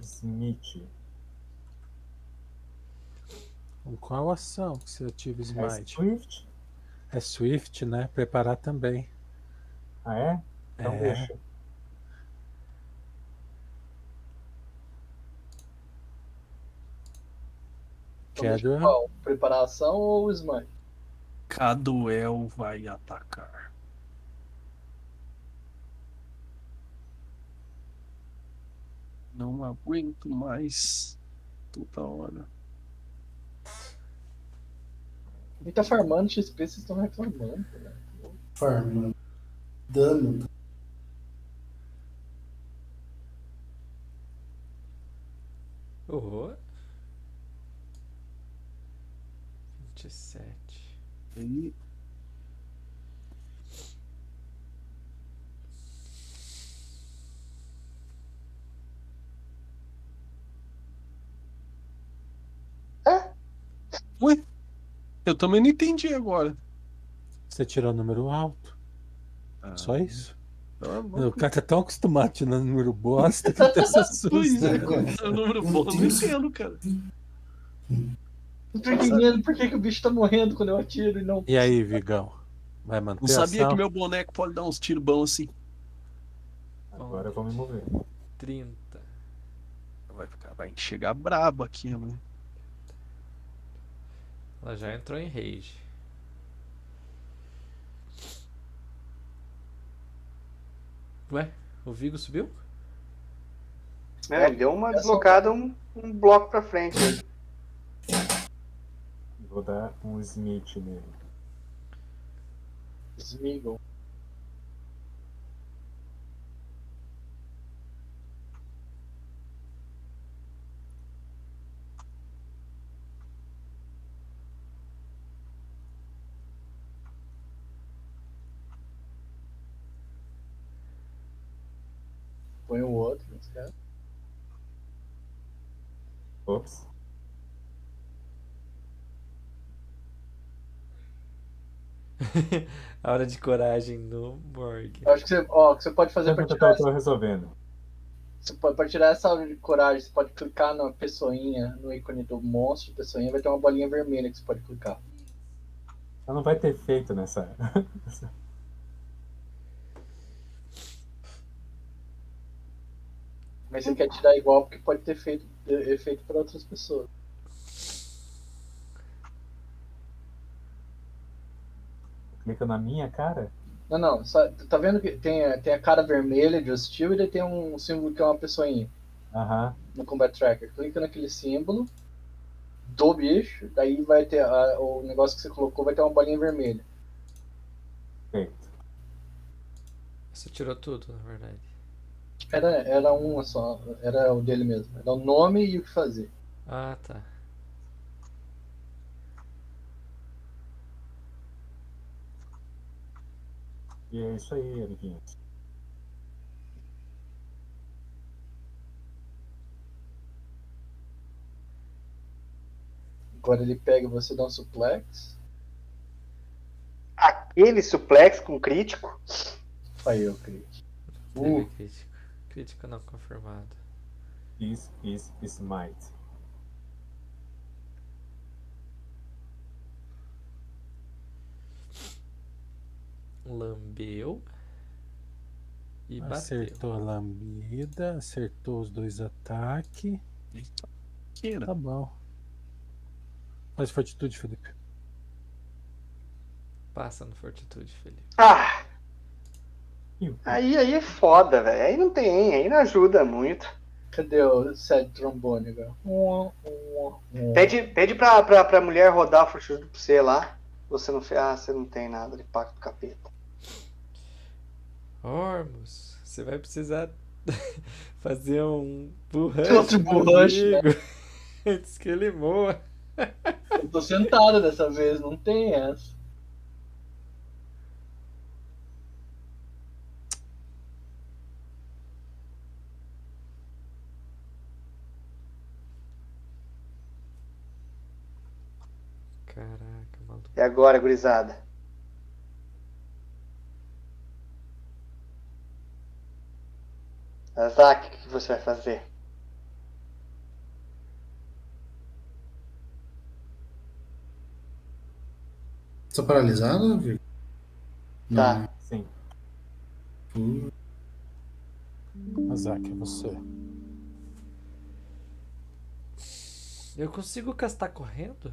Smith. Com qual ação que você ativa É Smite? Swift? É Swift, né? Preparar também. Ah, é? Então É. deixa. Então, Quero- deixa eu falar, Preparação ou smite? Caduel vai atacar. Não aguento mais toda hora. Ele tá farmando XP, vocês estão reclamando, né? Farm, mano. Dano. Uhum. 27. Ele Ué? Eu também não entendi agora. Você tirou o número alto. Só isso. Tá bom. O cara tá tão acostumado a tirar número bosta que tá- até se Pois assusta. é, cara. O número bom, eu não entendo, cara. Não tô entendendo por que, que o bicho tá morrendo quando eu atiro e não. E aí, Vigão? Vai manter Não sabia ação? que meu boneco pode dar uns tiros bons assim. Agora eu vou me mover. 30. Vai ficar, vai chegar brabo aqui, né? mano. Ela já entrou em rage. Ué, o Vigo subiu? É, ele deu uma deslocada um, um bloco pra frente. Vou dar um Smith nele. Smiggle. Põe o outro, mas cara. Ops. A hora de coragem no Borg. Eu acho que você, ó, o que você pode fazer Eu pra tô, tirar tô, tô resolvendo. Você pode, pra tirar essa aura de coragem, você pode clicar na pessoinha, no ícone do monstro, pessoinha, vai ter uma bolinha vermelha que você pode clicar. Ela não vai ter feito nessa. [LAUGHS] Mas ele quer tirar igual porque pode ter feito, efeito para outras pessoas. Clica na minha cara? Não, não. Só, tá vendo que tem, a- tem a cara vermelha de hostil e daí tem um símbolo que é uma pessoinha Aham. no Combat Tracker. Clica naquele símbolo do bicho, daí vai ter a- o negócio que você colocou, vai ter uma bolinha vermelha. Feito. Você tirou tudo, na verdade. Era, era uma só, era o dele mesmo. Era o nome e o que fazer. Ah, tá. E é isso aí, amiguinhos. Agora ele pega você dá um suplex. Aquele suplex com crítico. Aí eu creio. Teve Uh. crítico. Crítico não confirmado. This is Smite. Lambeu. E bateu. Acertou a lambida, acertou os dois ataques. Queira. Tá bom. Faz fortitude, Felipe. Passa no Fortitude, Felipe. Ah, E o aí, aí é foda, velho. Aí não tem, aí não ajuda muito. Cadê o set trombone agora? Um, um, um. Pede, pede pra, pra, pra mulher rodar o fortitude pra você lá. Você não fez. Ah, você não tem nada de pacto do capeta. Ormus, você vai precisar [LAUGHS] fazer um burrante. Outro burranche, né? [LAUGHS] Antes que ele moa. Eu tô sentado dessa vez, não tem essa. Caraca, maluco. E agora, gurizada? Azak, o que que você vai fazer? Estou paralisado, Vic? Tá. Sim. Não. Azak, é você. Eu consigo castar correndo?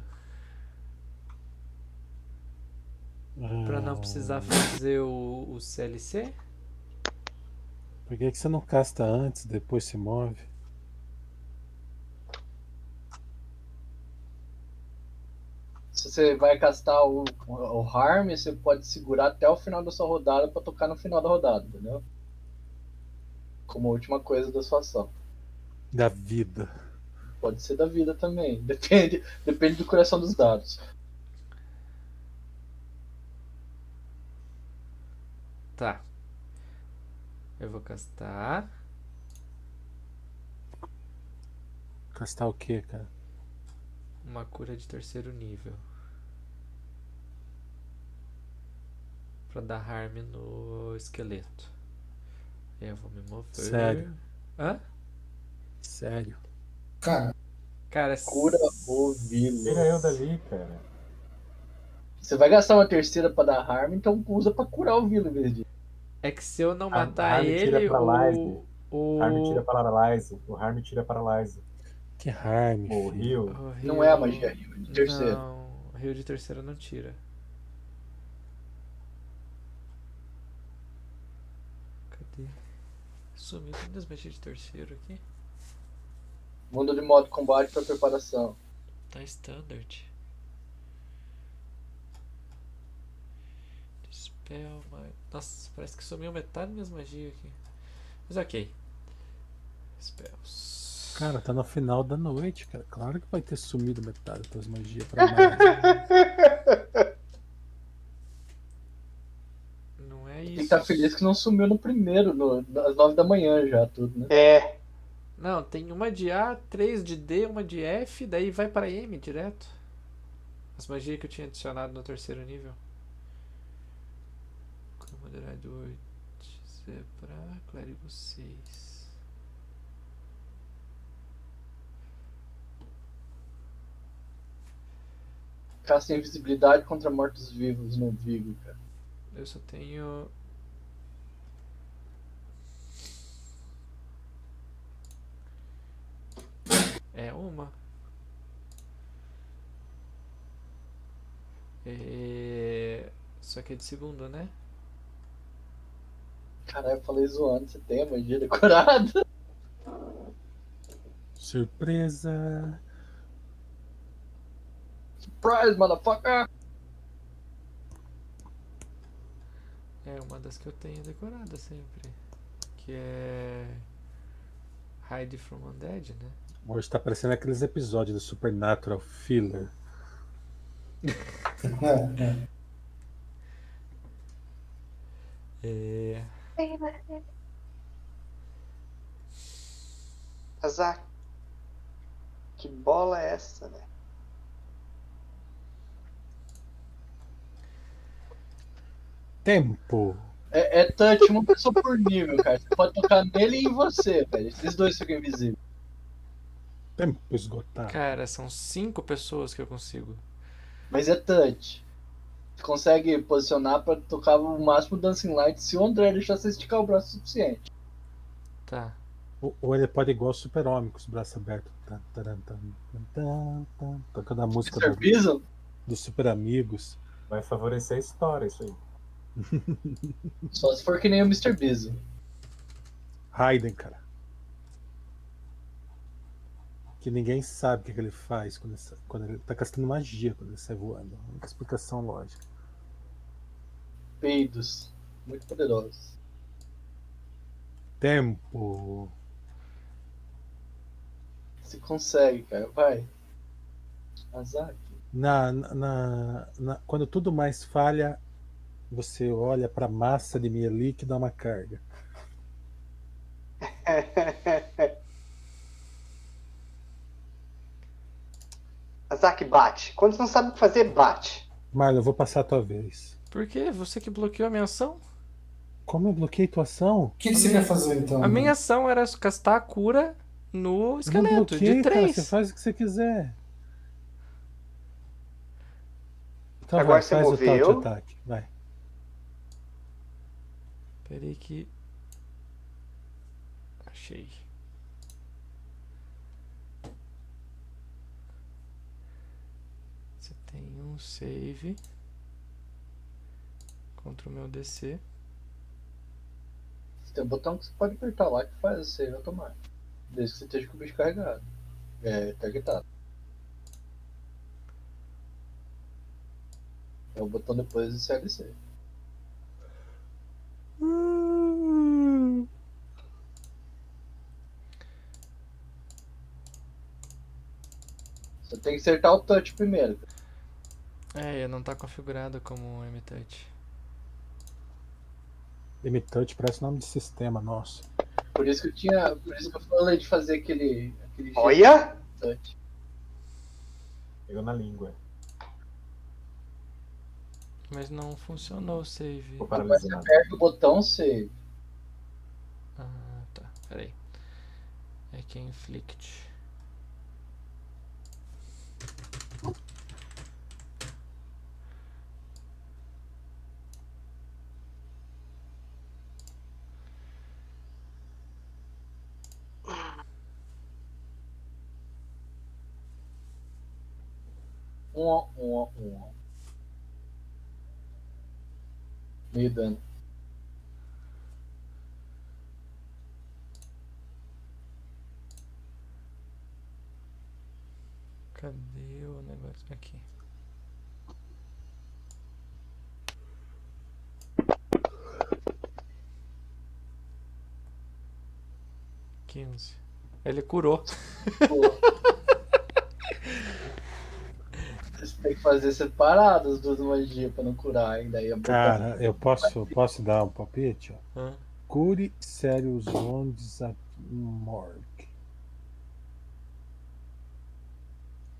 Pra não Ah, precisar fazer o, o CLC? Por que, que você não casta antes, depois se move? Se você vai castar o, o harm, você pode segurar até o final da sua rodada pra tocar no final da rodada, entendeu? Como última coisa da sua ação. Da vida. Pode ser da vida também. [LAUGHS] Depende, depende do coração dos dados. Tá. Eu vou castar. Castar o quê, cara? Uma cura de terceiro nível. Pra dar harm no esqueleto. Eu vou me mover. Sério? Hã? Sério. Cara, Cara, Cura o Tira vilão. eu dali, cara. Você vai gastar uma terceira pra dar harm, então usa pra curar o vilão em vez disso. é que se eu não Har- matar Harm tira ele, pra o, live. o. Harm tira Paralyze. O Harm tira Paralyze. Que harm, O filho. Rio. o Não rio- é a magia é de terceiro. Não, o rio de terceiro não tira. Cadê? Sumiu todas as magias de terceiro aqui. Mundo de modo combate pra preparação. Tá standard. Dispel, ma- Nossa, parece que sumiu metade das minhas magias aqui. Mas ok. Spells. Cara, tá no final da noite, cara. Claro que vai ter sumido metade das tuas magias pra nada. Não é Tem que isso. estar tá feliz que não sumiu no primeiro, no, às nove da manhã já, tudo, né? É, Não, tem uma de A, três de D, uma de F, daí vai pra M direto. As magias que eu tinha adicionado no terceiro nível. Cura moderado 8, Zebra, Clérigo 6. Caça invisibilidade contra mortos-vivos no Vigo, cara. Eu só tenho. É uma. É... Só que é de segunda, né? Caralho, eu falei zoando. Você tem a magia decorada? [LAUGHS] Surpresa. Surprise, motherfucker! É uma das que eu tenho decorada sempre. Que é. Hide from Undead, né? Hoje tá parecendo aqueles episódios do Supernatural Filler. né? É. Azar. Que bola é essa, velho? Tempo. É, é touch uma pessoa por nível, cara. Você pode tocar nele e em você, velho. Esses dois ficam invisíveis. Tempo Tá. esgotado. Cara, são cinco pessoas que eu consigo. Mas é touch. Você consegue posicionar pra tocar o máximo Dancing Light se o André deixar você esticar o braço o suficiente. Tá. Ou, ou ele pode igual o Super-Homem, com os braços abertos. Tan, taran, tan, tan, tan, tan. Tocando a música Mr. do, Bison? dos Super Amigos. Vai favorecer a história isso aí. Só se for que nem o Mr. Bison. Raiden, cara. Que ninguém sabe o que, que ele faz quando ele, sa- quando ele tá castando magia quando ele sai voando. A única explicação lógica. Peidos. Muito poderosos. Tempo. Você consegue, cara. Vai. Azar. Na, na, na- quando tudo mais falha, você olha pra massa de Mielik e dá uma carga. Azar que bate. Quando você não sabe o que fazer, bate. Marlon, eu vou passar a tua vez. Por quê? Você que bloqueou a minha ação? Como eu bloqueei tua ação? O que, que você quer fazer então? Uhum. A minha ação era castar a cura no Eu não esqueleto, de bloqueei, cara. Você três. faz o que você quiser. Então Agora vai, você faz o tal moveu. de ataque. Vai. Peraí que. Achei. Você tem um save contra o meu DC. Tem um botão que você pode apertar lá que faz o save automático. Desde que você esteja com o bicho carregado. É, targetado. É o botão depois do CLC. Você tem que acertar o touch primeiro. É, ele não tá configurado como um M-Touch. Limitante parece nome de sistema nosso. Por isso que eu tinha. Por isso que eu falei de fazer aquele. aquele jeito Olha! de touch. Pegou na língua. Mas não funcionou o save. Ficou Mas você paralisado. aperta o botão save. Ah, tá. Peraí. É que é inflict. Um, um, um. Meio dano. Cadê o negócio? Aqui. Quinze. Ele curou. Boa. Você tem que fazer separado as duas magias pra não curar ainda. Aí é Cara, eu posso, eu posso dar um palpite? ó? Hã? Cure Serious Wounds at Morgue.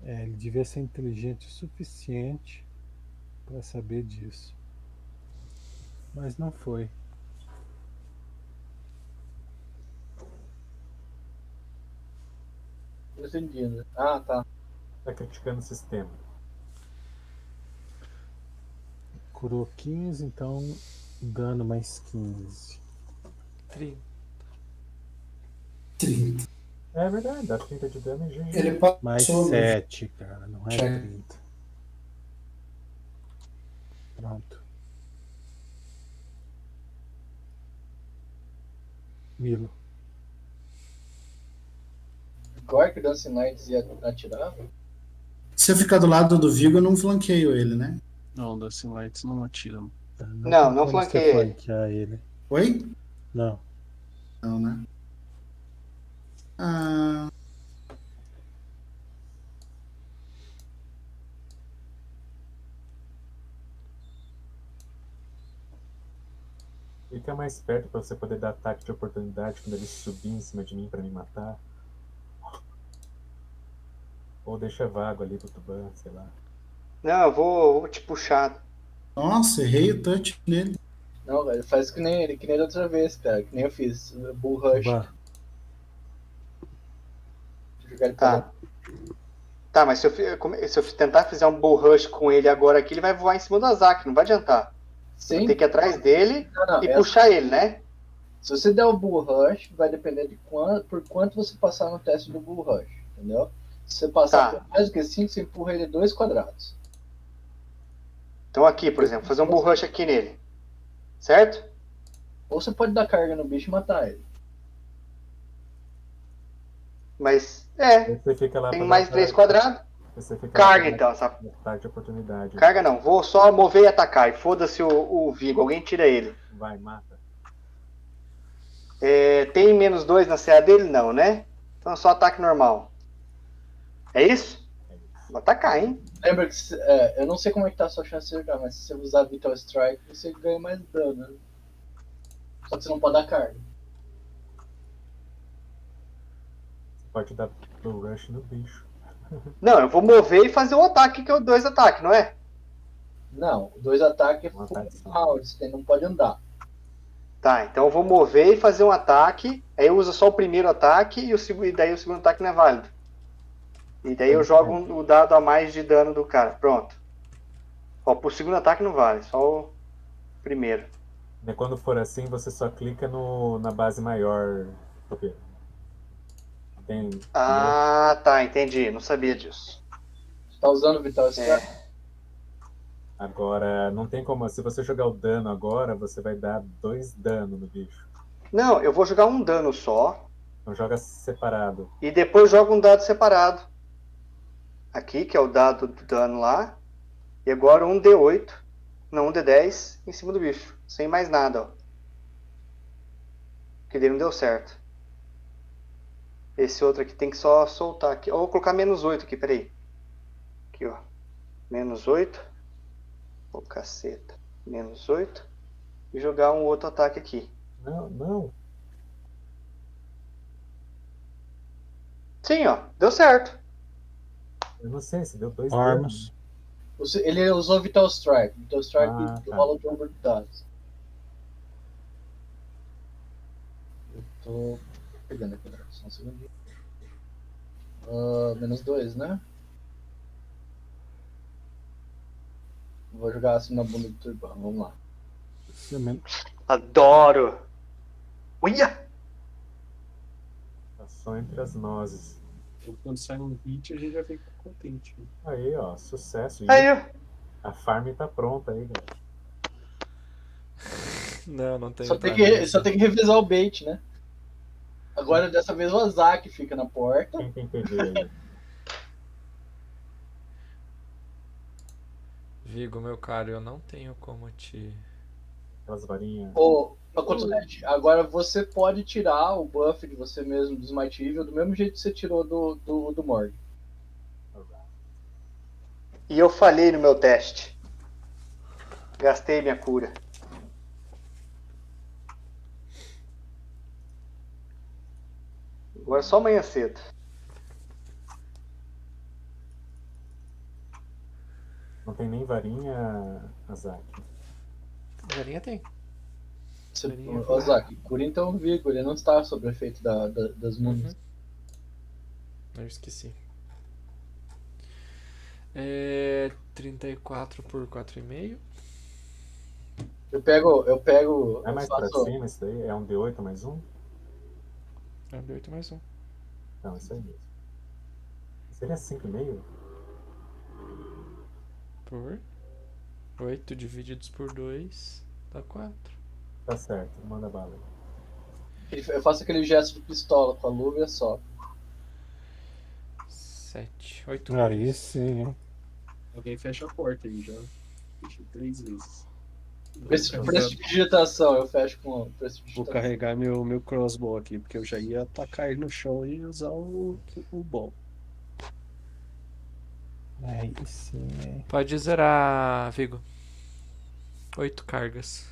É, ele devia ser inteligente o suficiente para saber disso. Mas não foi. Não entendi, né? Ah, tá. Tá criticando o sistema. Curou 15, então dano mais 15. Tri. 30. É verdade, dá 30 de dano é e GG. Ele Mais passou. é- né? 7, cara. Não é Check. 30. Pronto. Milo. Gork, Dance Knights ia atirar? Se eu ficar do lado do Vigo, eu não flanqueio ele, né? Não, Dancing Lights não atira. mano. Não, tem não como flanqueia. você flanquear ele. Oi? Não. Não, né? Ah, Fica mais perto pra você poder dar ataque de oportunidade quando ele subir em cima de mim pra me matar. Ou deixa vago ali pro Tuban, sei lá. Não, eu vou, vou te puxar. nossa, errei o touch nele. Não, velho, faz que nem ele, que nem da outra vez, cara. Que nem eu fiz. Bull Rush. Bah, Jogar ele pra Tá. Tá, mas se eu, fi- come- se eu tentar fazer um bull rush com ele agora aqui, ele vai voar em cima do Azak, não vai adiantar. Sim, Tem que ir atrás dele não, não, e é- puxar ele, né? Se você der o Bull Rush, vai depender de quanto, por quanto você passar no teste do Bull Rush, entendeu? Se você passar Tá. por mais do que 5, você empurra ele dois quadrados. Então aqui, por exemplo, fazer um bull rush aqui nele. Certo? Ou você pode dar carga no bicho e matar ele. Mas, é, Aí você fica lá tem pra mais dar três ataque. quadrados. Aí Você fica lá Carga pra então, essa dar Ataque de oportunidade. carga não. Vou só mover e atacar. E foda-se o, o Vigo, alguém tira ele. Vai, mata. É, tem menos dois na CA dele? Não, né? Então é só ataque normal. É isso? Vou atacar, hein? Lembra que, se- é, eu não sei como é que tá a sua chance de jogar, mas se você usar Vital Strike, você ganha mais dano. né? Só que você não pode dar carga. Você pode dar Blue Rush no bicho. Não, eu vou mover e fazer o ataque, que é o dois ataque, não é? Não, dois ataques é Um full ataque só. round, você não pode andar. Tá, então eu vou mover e fazer um ataque. Aí eu uso só o primeiro ataque e, o, seg- e daí o segundo ataque não é válido. E daí eu jogo um- o dado a mais de dano do cara. Pronto. Ó, pro segundo ataque não vale, só o primeiro. Né, Quando for assim, você só clica no, na base maior. Topeiro. Tem. Ah, tá, entendi. Não sabia disso. Você tá usando Vital É. Strike? Agora, não tem como. Se você jogar o dano agora, você vai dar dois dano no bicho. Não, eu vou jogar um dano só Então joga separado. e depois jogo um dado separado. Aqui, que é o dado do dano lá. E agora um D8, não um D10 em cima do bicho. Sem mais nada, ó. Porque dele não deu certo. Esse outro aqui tem que só soltar aqui. Ó, vou colocar menos 8 aqui, peraí. Aqui, ó. Menos 8. Ô, caceta. Menos 8. E jogar um outro ataque aqui. Não, não. Sim, ó. Deu certo. Eu não sei se deu dois Ormus. Você- Ele usou Vital Strike. Vital Strike Ah, tá. rola o dobro de dados. Eu tô pegando aqui, só um segundinho. Ah, menos dois, né? Vou jogar assim na bunda do Turban, vamos lá. Adoro! Uia! dano. Passou Tá entre as nozes. Então, quando sai um hit, a gente já fica contente. né? Aí, ó. Sucesso. E Aí, ó. A farm tá pronta aí, galera. Não, não tem. Só tem, pra que, mim. só tem que revisar o bait, né? Agora dessa vez o Azak fica na porta. Quem tem PV aí? Vigo, meu caro, eu não tenho como te. Aquelas varinhas. Ô, Makotonete, agora você pode tirar o buff de você mesmo do Smite Evil do mesmo jeito que você tirou do, do, do Morg. E eu falhei no meu teste. Gastei minha cura. Agora só amanhã cedo. Não tem nem varinha, Azak. Galinha tem. Você, Seria. Ô, Azak, cura então o Vigor, ele não está sob o efeito da, da- das múmias. Uhum. Eu esqueci. É. 34 por 4,5. Eu pego, eu pego, É eu mais pra faço, cima isso daí? É um D8 mais um? É 8 mais um. Não, isso aí mesmo. é Seria 5,5? Por 8 divididos por 2 dá 4. Tá certo, manda bala. Ele- Eu faço aquele gesto de pistola com a luva e é só. 7, 8 Aí sim, hein? Alguém fecha a porta aí já. Fecha três vezes. Preço, Vou- preço de digitação, eu fecho com o preço de Vou digitação. carregar meu, meu crossbow aqui, porque eu já ia atacar ele no chão e usar o, o bom. Aí sim, hein? Pode zerar, Vigo. 8 cargas.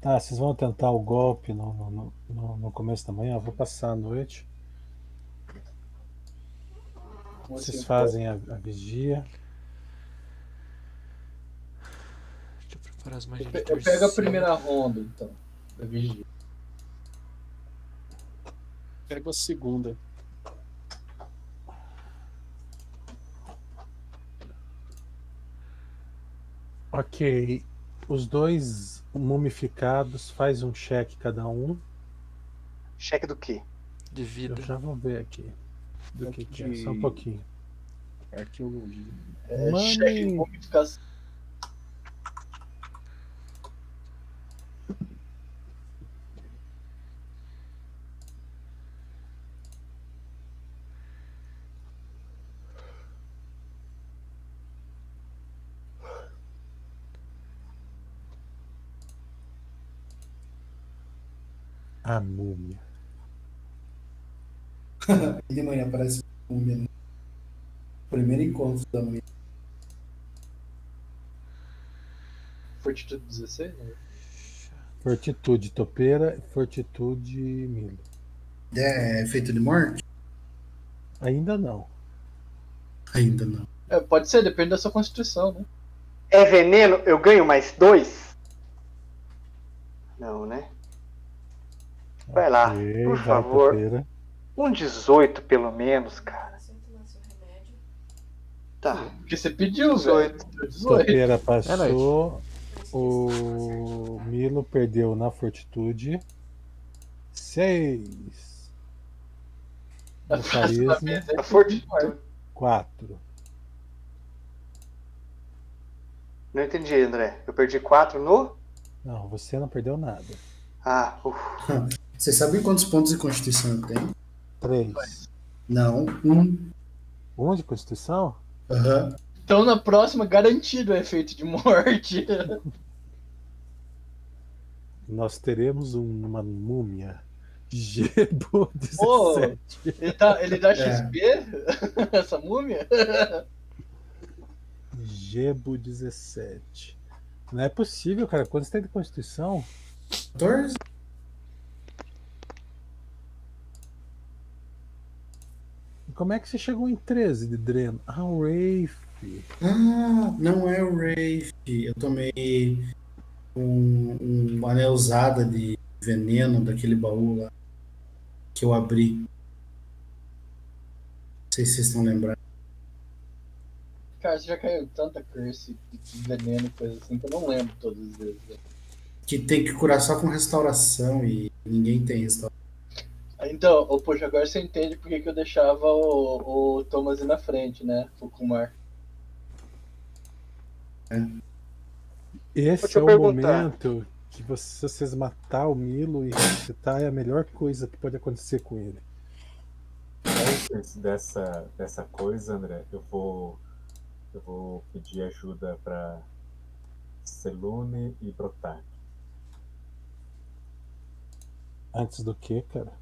Tá, vocês vão tentar o golpe no, no- no, no, no começo da manhã? Eu vou passar a noite. Como assim, Vocês fazem a, a vigia. Deixa eu preparar as magias Eu, de pe- eu pego a torcida. primeira ronda, então. Da vigia. Pego a segunda. Ok. Os dois mumificados faz um cheque cada um. Cheque do quê? de vida. Eu já vou ver aqui. Do que, que é. Só um Aqui. pouquinho. Arqueologia. É, Mano. cheque de comunicação. A múmia. E de manhã aparece uma múmia. né? Primeiro encontro da múmia. Fortitude 16? né? Fortitude topeira e fortitude milho. É feito de morte? Ainda não. Ainda não. É, pode ser, depende da sua constituição, né? É veneno, eu ganho mais dois? Não, né? Vai lá, Ok, Ah, por vai, favor. Topeira. Um 18 pelo menos, cara. Você tomar Tá, seu remédio. Tá. Porque você pediu, velho. 18. [LAUGHS] 18. Topeira É passou. noite. Mas O Milo perdeu na fortitude. seis A No próxima carisma, vez é A fortitude. quatro Não entendi, André. Eu perdi 4 no. Não, você não perdeu nada. Ah, ufa. Vocês sabem quantos pontos de constituição eu tenho? três Não. Um. Um de Constituição? Aham. Então na próxima, garantido o efeito de [LAUGHS] morte. Nós teremos uma múmia. Gebo 17. Pô, ele, tá, ele É. dá XP? [LAUGHS] Essa múmia? Gebo 17. Não é possível, cara. Quantos tem de Constituição? 14? E Como é que você chegou em 13 de Dreno? Ah, o Rafe. Ah, não é o Rafe. Eu tomei um, uma anelzada de veneno daquele baú lá que eu abri. Não sei se vocês estão lembrando. Cara, você já caiu tanta curse, veneno, coisa assim, que eu não lembro todas as vezes. velho. Que tem que curar só com restauração e ninguém tem restauração. Então, ô, poxa, agora você entende por que que eu deixava o, o Thomas ir na frente, né? O Kumar. Vou Esse te é o perguntar. momento que você, se vocês matar o Milo e ressuscitar é a melhor coisa que pode acontecer com ele. Antes dessa, dessa coisa, André, eu vou, eu vou pedir ajuda para Selune e Brotar. Antes do que, cara?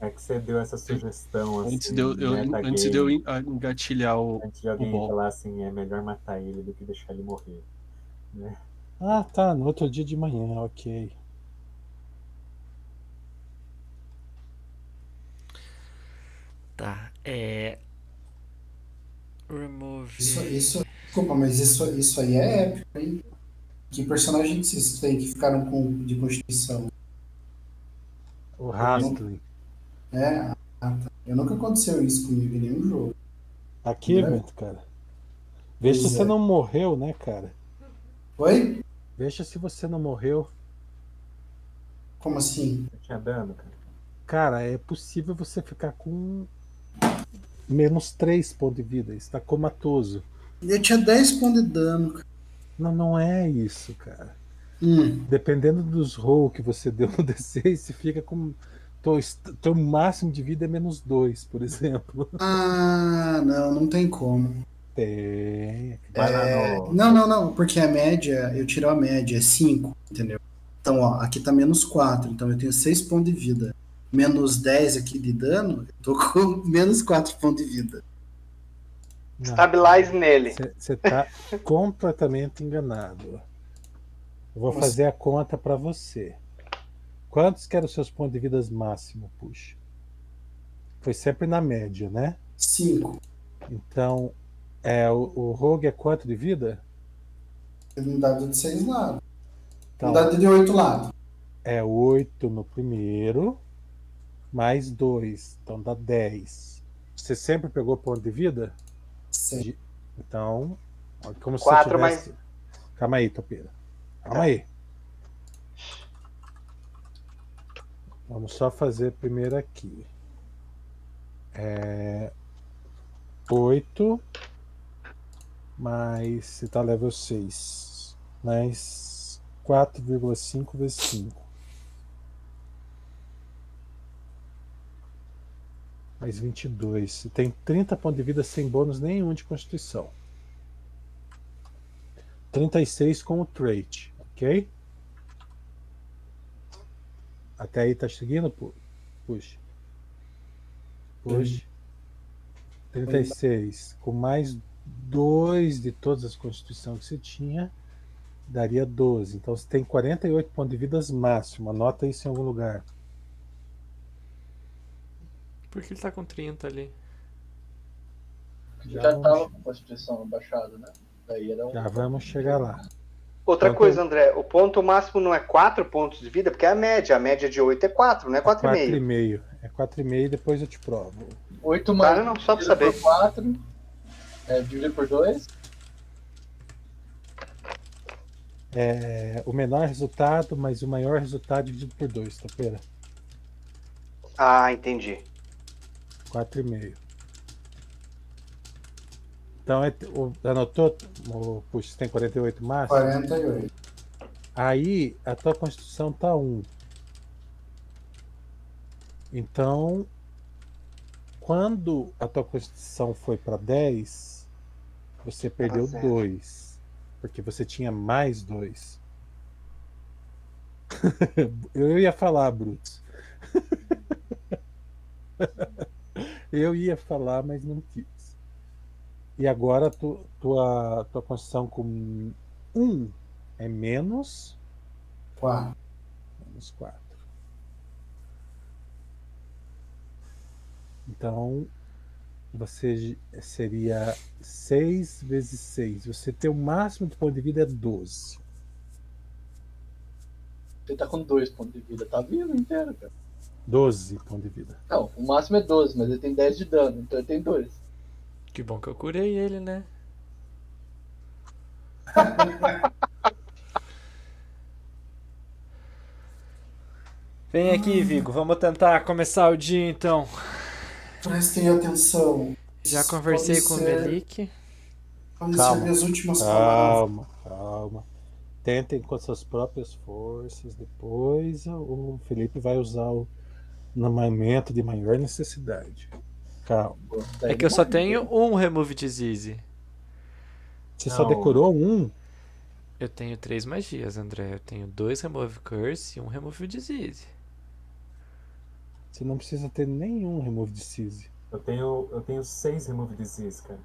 É que você deu essa sugestão assim. Antes de eu, eu- metagame, antes de eu en- a- engatilhar o. Antes de alguém o bom. falar assim, é melhor matar ele do que deixar ele morrer. Ah, tá. No outro dia de manhã, ok. Tá, é. Remove. Isso, isso, desculpa, mas isso, isso aí é épico, hein? Que personagem que vocês têm que ficaram com, de constituição? O Rastlin. É, ah, tá. Eu nunca aconteceu isso comigo em nenhum jogo. Aqui, Bento, cara. Veja se Pois você é. não morreu, né, cara? Oi? Veja se você não morreu. Como assim? Não tinha dano, cara. Cara, é possível você ficar com menos 3 pontos de vida. Está comatoso. Eu tinha 10 pontos de dano. cara. Não, não é isso, cara. Hum, Dependendo dos rolls que você [LAUGHS] deu no D6, você fica com. Teu, est- teu máximo de vida é menos 2, por exemplo. [LAUGHS] Ah, não, não tem como. Tem. Vai lá no. Não, não, não, porque a média, eu tiro a média, é 5, entendeu? Então, ó, aqui tá menos 4, então eu tenho 6 pontos de vida. Menos 10 aqui de dano, eu tô [LAUGHS] com menos 4 pontos de vida. Não. Stabilize nele. Você tá completamente enganado. Eu vou Nossa. fazer a conta para você. Quantos que eram os seus pontos de vida máximo, puxa? Foi sempre na média, né? 5. Então, é, o, o rogue é 4 de vida? Um dado de 6 lados. Então, Um dado de 8 lados. é 8 no primeiro, mais 2, então dá 10. Você sempre pegou ponto de vida? Sim. Então, ó, como se Quatro, você tivesse... Calma aí, Topeira. Calma aí. Vamos só fazer primeiro aqui. É... 8 mais... Você tá level 6. Mais 4,5 vezes 5. Mais 22. Você tem 30 pontos de vida sem bônus nenhum de constituição. 36 com o trait, ok? Até aí tá seguindo? Pu- Puxa. Puxa. 36. Com mais 2 de todas as constituições que você tinha, daria 12. Então você tem 48 pontos de vida máximo. Anota isso em algum lugar. Por que ele tá com 30 ali? Já, Já tava vamos- com a constituição baixada, né? Daí era um. Já vamos chegar lá. Outra Então, coisa, André, o ponto máximo não é 4 pontos de vida, porque é a média. A média de 8 é 4, não é 4,5. 4,5. É 4,5 e depois eu te provo. 8 mais. Cara, não, só pra dividido saber. por 4. É, dividido por 2. É, o menor resultado, mas o maior resultado dividido por 2, tá pera? Ah, entendi. 4,5. Então, é, o, anotou? O, puxa, você tem 48 máximo? 48. Aí a tua constituição tá 1. Então, quando a tua constituição foi para 10, você perdeu certo. 2. Porque você tinha mais 2. [LAUGHS] Eu ia falar, Brutus. [LAUGHS] Eu ia falar, mas não quis. E agora tu, tua, tua constituição com 1 é menos 4. Menos 4. Então, você j- seria 6 vezes 6. Você tem o máximo de ponto de vida é 12. Você tá com 2 pontos de vida. Tá vivo inteiro, cara. 12 ponto de vida. Não, o máximo é 12, mas ele tem 10 de dano, então ele tem 2. Que bom que eu curei ele, né? Vem aqui, Vigo. Vamos tentar começar o dia então. Prestem atenção. Já conversei com o Melik. É Vamos Calma. ser minhas últimas palavras. Calma, calma. Tentem com suas próprias forças. Depois o Felipe vai usar o no momento de maior necessidade. Calma. É que eu só tenho um Remove Disease. Você só Não. decorou um? Eu tenho três magias, André. Eu tenho dois Remove Curse e um Remove Disease. Você não precisa ter nenhum remove de Seize. Eu tenho, eu tenho seis remove disease, cara.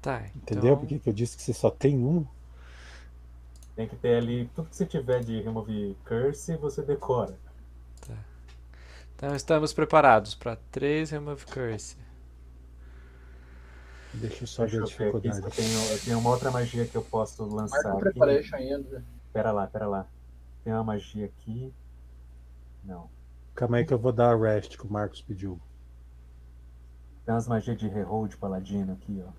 Tá, Entendeu então... por que que eu disse que você só tem um? Tem que ter ali tudo que você tiver de remove curse, você decora. Então estamos preparados para três Remove Curse. Deixa eu só ver Deixa a eu ver aqui, dificuldade. eu tenho, eu tenho uma outra magia que eu posso lançar Marca o aqui. preparation ainda. né? Pera lá, pera lá. Tem uma magia aqui. Não. Calma aí que eu vou dar a rest que o Marcos pediu. Tem umas magias de reroll de paladino aqui, ó.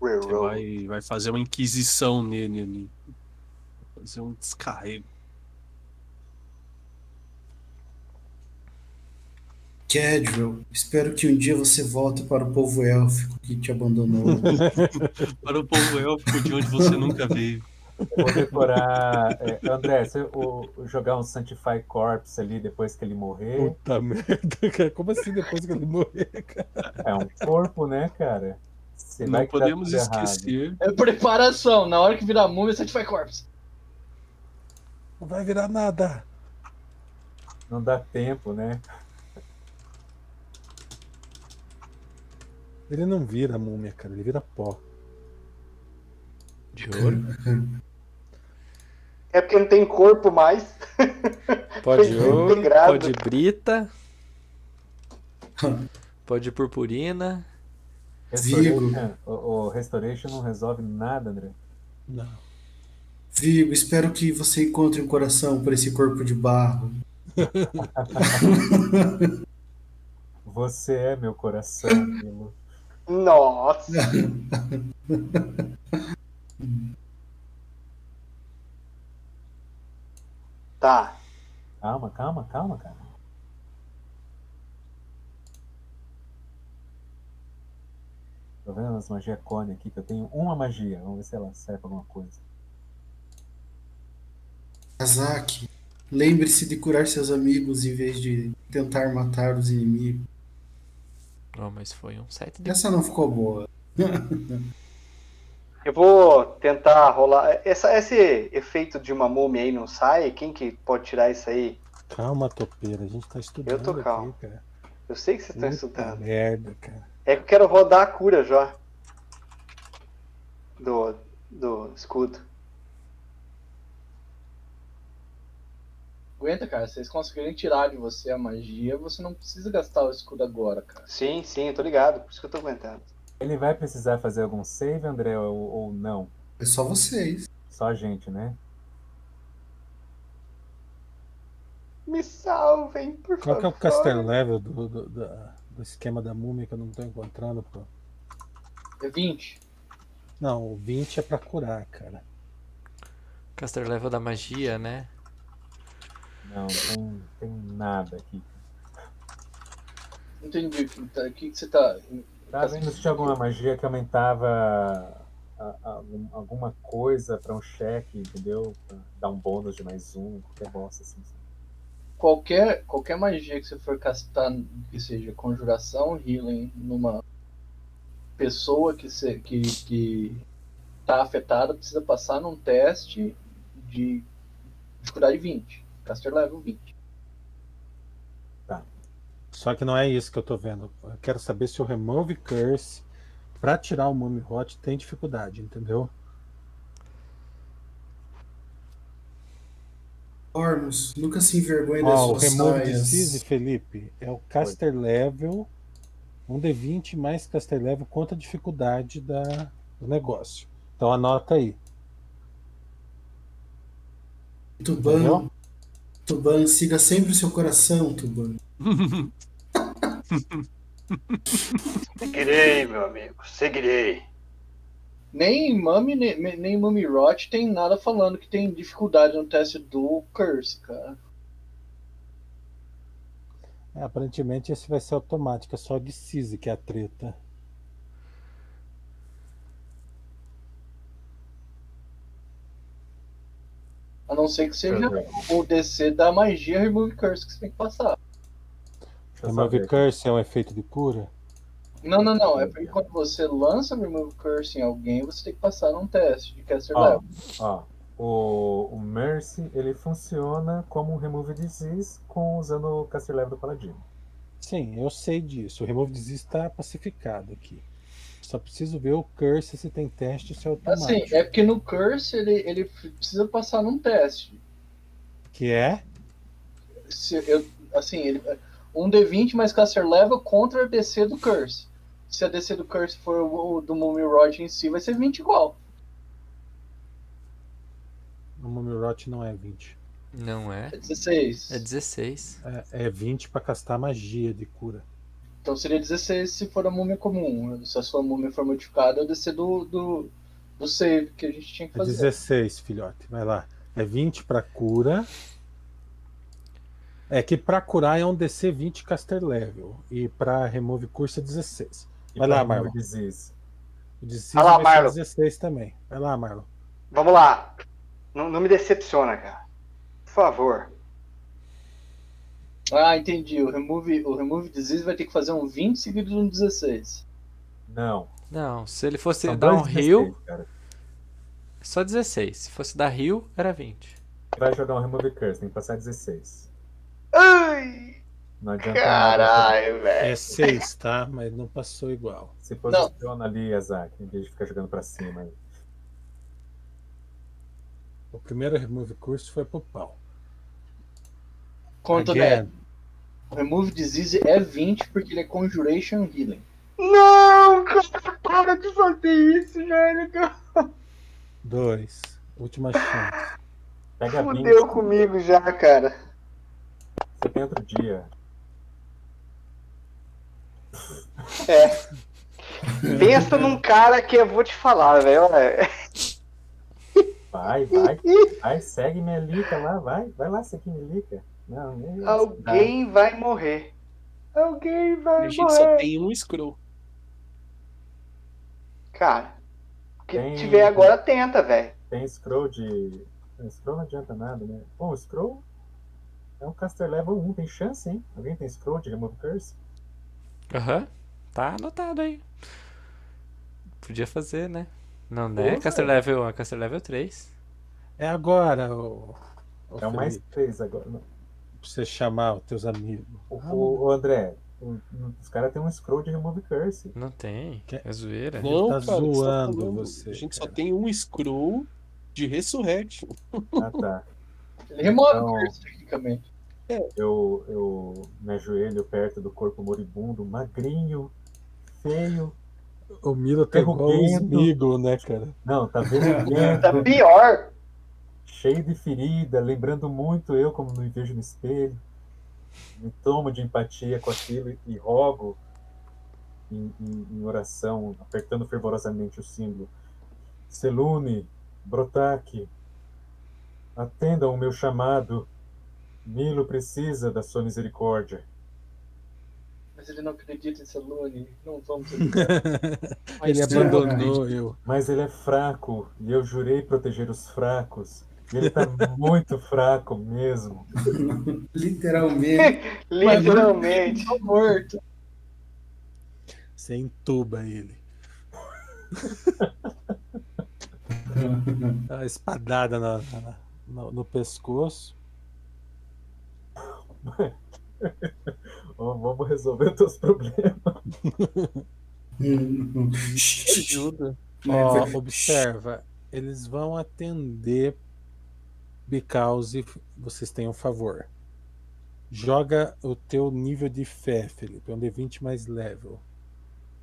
Você vai, vai fazer uma inquisição nele ali. Fazer um descarrego. [LAUGHS] Cadwell, espero que um dia você volte para o povo élfico que [LAUGHS] te abandonou. Para o povo élfico de onde você nunca veio. Eu vou decorar. [LAUGHS] é, André, se eu o- jogar um Sanctify Corpse ali depois que ele morrer, Puta Tá merda, [LAUGHS] cara. Como assim depois que ele morrer? é um corpo, né, cara? Você é vai tá Não que dá podemos tudo errado. esquecer. É preparação. Na hora que virar múmia, você faz corpse. Não vai virar nada. Não dá tempo, né? Ele não vira múmia, cara. Ele vira pó. De ouro? É porque não tem corpo mais. Pó de Foi ouro, integrado. pó de brita, pó de purpurina. Vigo. Restoration- O, o Restoration não resolve nada, André. Não. Vigo, espero que você encontre um coração por esse corpo de barro. Você é meu coração, Vilo. Nossa. [LAUGHS] tá. Calma, calma, calma, cara. Tô vendo as magias cone aqui, que eu tenho uma magia. Vamos ver se ela serve pra alguma coisa. Kazaki, lembre-se de curar seus amigos em vez de tentar matar os inimigos. Não, mas foi um 7 de Essa não ficou boa. Eu vou tentar rolar. Essa, esse efeito de uma múmia aí não sai? Quem que pode tirar isso aí? Calma, topeira. A gente tá estudando Eu tô calmo. aqui, cara. Eu sei que vocês estão Puta estudando. merda, cara. É que eu quero rodar a cura já. Do, do escudo. Aguenta, cara. Se Vocês conseguirem tirar de você a magia, você não precisa gastar o escudo agora, cara. Sim, sim, eu tô ligado. Por isso que eu tô aguentando. Ele vai precisar fazer algum save, André, ou, ou não? É só vocês. Só a gente, né? Me salvem, por favor. Qual que é o caster level do, do, da- do esquema da múmia que eu não tô encontrando, pô? É 20. Não, o 20 é pra curar, cara. Caster Level da magia, né? Não, tem, tem nada aqui. Não Entendi. O que tá- o que que você tá. Tá vendo se tinha alguma magia que aumentava a- a- algum- alguma coisa pra um cheque, entendeu? Pra dar um bônus de mais um, qualquer bosta assim. sabe? Qualquer, qualquer magia que você for castar, que seja conjuração, healing, numa pessoa que, se, que, que tá afetada, precisa passar num teste de dificuldade 20. Caster level 20. Só que não é isso que eu tô vendo. Eu quero saber se o Remove Curse pra tirar o Mummy Hot tem dificuldade, entendeu? Ormus, nunca se envergonhe das Ó, Ah, o suas Remove saias. Disease, Felipe, é o Caster Level, um D20 mais Caster Level quanto a dificuldade da, do negócio. Então anota aí. Tuban, Entendeu? Tuban, siga sempre o seu coração, Tuban. Seguirei, meu amigo, seguirei. Nem Mami, nem, nem Mami Rot tem nada falando que tem dificuldade no teste do Curse, cara. É, aparentemente esse vai ser automático, é só a Disease que é a treta. A não ser que seja Deixa o DC da magia Remove Curse que você tem que passar. eu só ver Remove aqui. Curse é um efeito de cura? Não, não, não. É porque quando você lança Remove Curse em alguém, você tem que passar num teste de Caster Ó, Level. ó, o, o Mercy ele funciona como um Remove Disease com, usando o Caster Level do Paladino. Sim, eu sei disso. O Remove Disease está pacificado aqui. Só preciso ver o Curse se tem teste se é Assim, automático. é porque no Curse ele, ele f- precisa passar num teste. Que é? Se eu, assim, ele, um D20 mais Caster Level contra a DC do Curse. Se a DC do Curse for o, o do Mummy Rod em si, vai ser 20 igual. O Mumirot não é 20. Não é? É 16. É 16. É, é 20 para castar magia de cura. Então seria 16 se for a múmia comum. Se a sua múmia for modificada, é eu descer do, do, do save que a gente tinha que É fazer. 16, filhote. Vai lá. É 20 para cura. É que pra curar é um DC 20 caster level. E pra remove curso é 16. E Vai lá, pra Marlon. Então, remove disease. O DC Vai lá, vai ser Marlon. 16 também. Vai lá, Marlon. Vamos lá. Não, não me decepciona, cara. Por favor. Ah, entendi. O remove, o remove disease vai ter que fazer um 20 seguido de um 16. Não. Não, se ele fosse são dar um dois heal, dezesseis, cara. só 16. Se fosse dar heal, era 20. Vai jogar um remove curse, tem que passar 16. Ai, Não adianta nada. caralho, velho. É 6, tá? Mas não passou igual. Se posiciona ali, Azak, em vez de ficar jogando pra cima. O primeiro remove curso foi pro pau. Conta, né? Again. O remove disease é 20 porque ele é conjuration healing. Não, cara, para de fazer isso, velho. cara. Dois. Última chance. Tá Pega a 20, Fudeu comigo já, cara. você tem outro dia. Pensa num cara que eu vou te falar, velho. olha. Vai, [LAUGHS] vai, vai, segue minha lica lá, vai. Vai lá, segue minha lica. Não, nem Tá. Ah, Alguém vai morrer. Alguém A vai gente só morrer. tem um scroll. Cara, o que Tem- tiver agora, tenta, velho. Tem scroll de. é, Scroll não adianta nada, né? Pô, o scroll é um caster level 1, tem chance, hein? Alguém tem scroll de remove curse? Aham. Tá anotado aí. Podia fazer, né? Não, né? Porra. Caster level 1, é caster level 3. É agora, ô. ô É o mais Felipe, 3 agora. Não, Pra você chamar os teus amigos. O, o- o André, o- os caras têm um scroll de [LAUGHS] remove curse. Não tem. Que- É zoeira. Não, tá cara, o que você tá zoando falando? você, A gente só cara. tem um scroll de resurrection. Ah tá. Ele remove Então- o curse, tecnicamente. Eu, eu me ajoelho perto do corpo moribundo, magrinho, feio. O Milo tá igual o Ferrugento. Smigo, né, [LAUGHS] cara? [LAUGHS] Não, tá vermelhento, [LAUGHS] Tá pior. cheio de ferida, lembrando muito eu como me vejo no espelho. Me tomo de empatia com aquilo e, e rogo em, em- em oração, apertando fervorosamente o símbolo. Selune, Brotak, atendam o meu chamado. Milo precisa da sua misericórdia. Mas ele não acredita em Selune. Não [LAUGHS] vamos. Ele sim, abandonou eu. Mas ele é fraco e eu jurei proteger os fracos. E ele tá muito fraco mesmo. [LAUGHS] Literalmente. [LAUGHS] Literalmente. Tô morto. Você entuba ele. Dá uma espadada na- na- no, no pescoço. Ó, vamos resolver os teus problemas. é Ajuda. Ó, observa, eles vão atender because if vocês têm um favor. Joga o teu nível de fé, Felipe, um D20 mais level.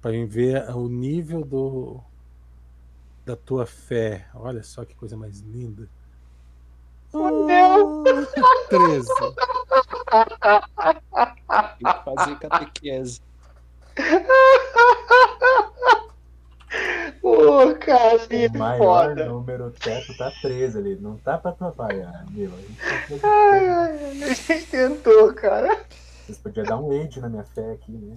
Pra mim ver o nível do da tua fé. Olha só que coisa mais linda. Meu Deus. Ah, 13. Tem que [LAUGHS] fazer catequese. Ô, cara, ele O é maior foda. número teto tá 13 ali. Não tá pra atrapalhar, Milo. Ai, ai, ai, a gente tentou, cara. Vocês podiam dar um aid na minha fé aqui, né?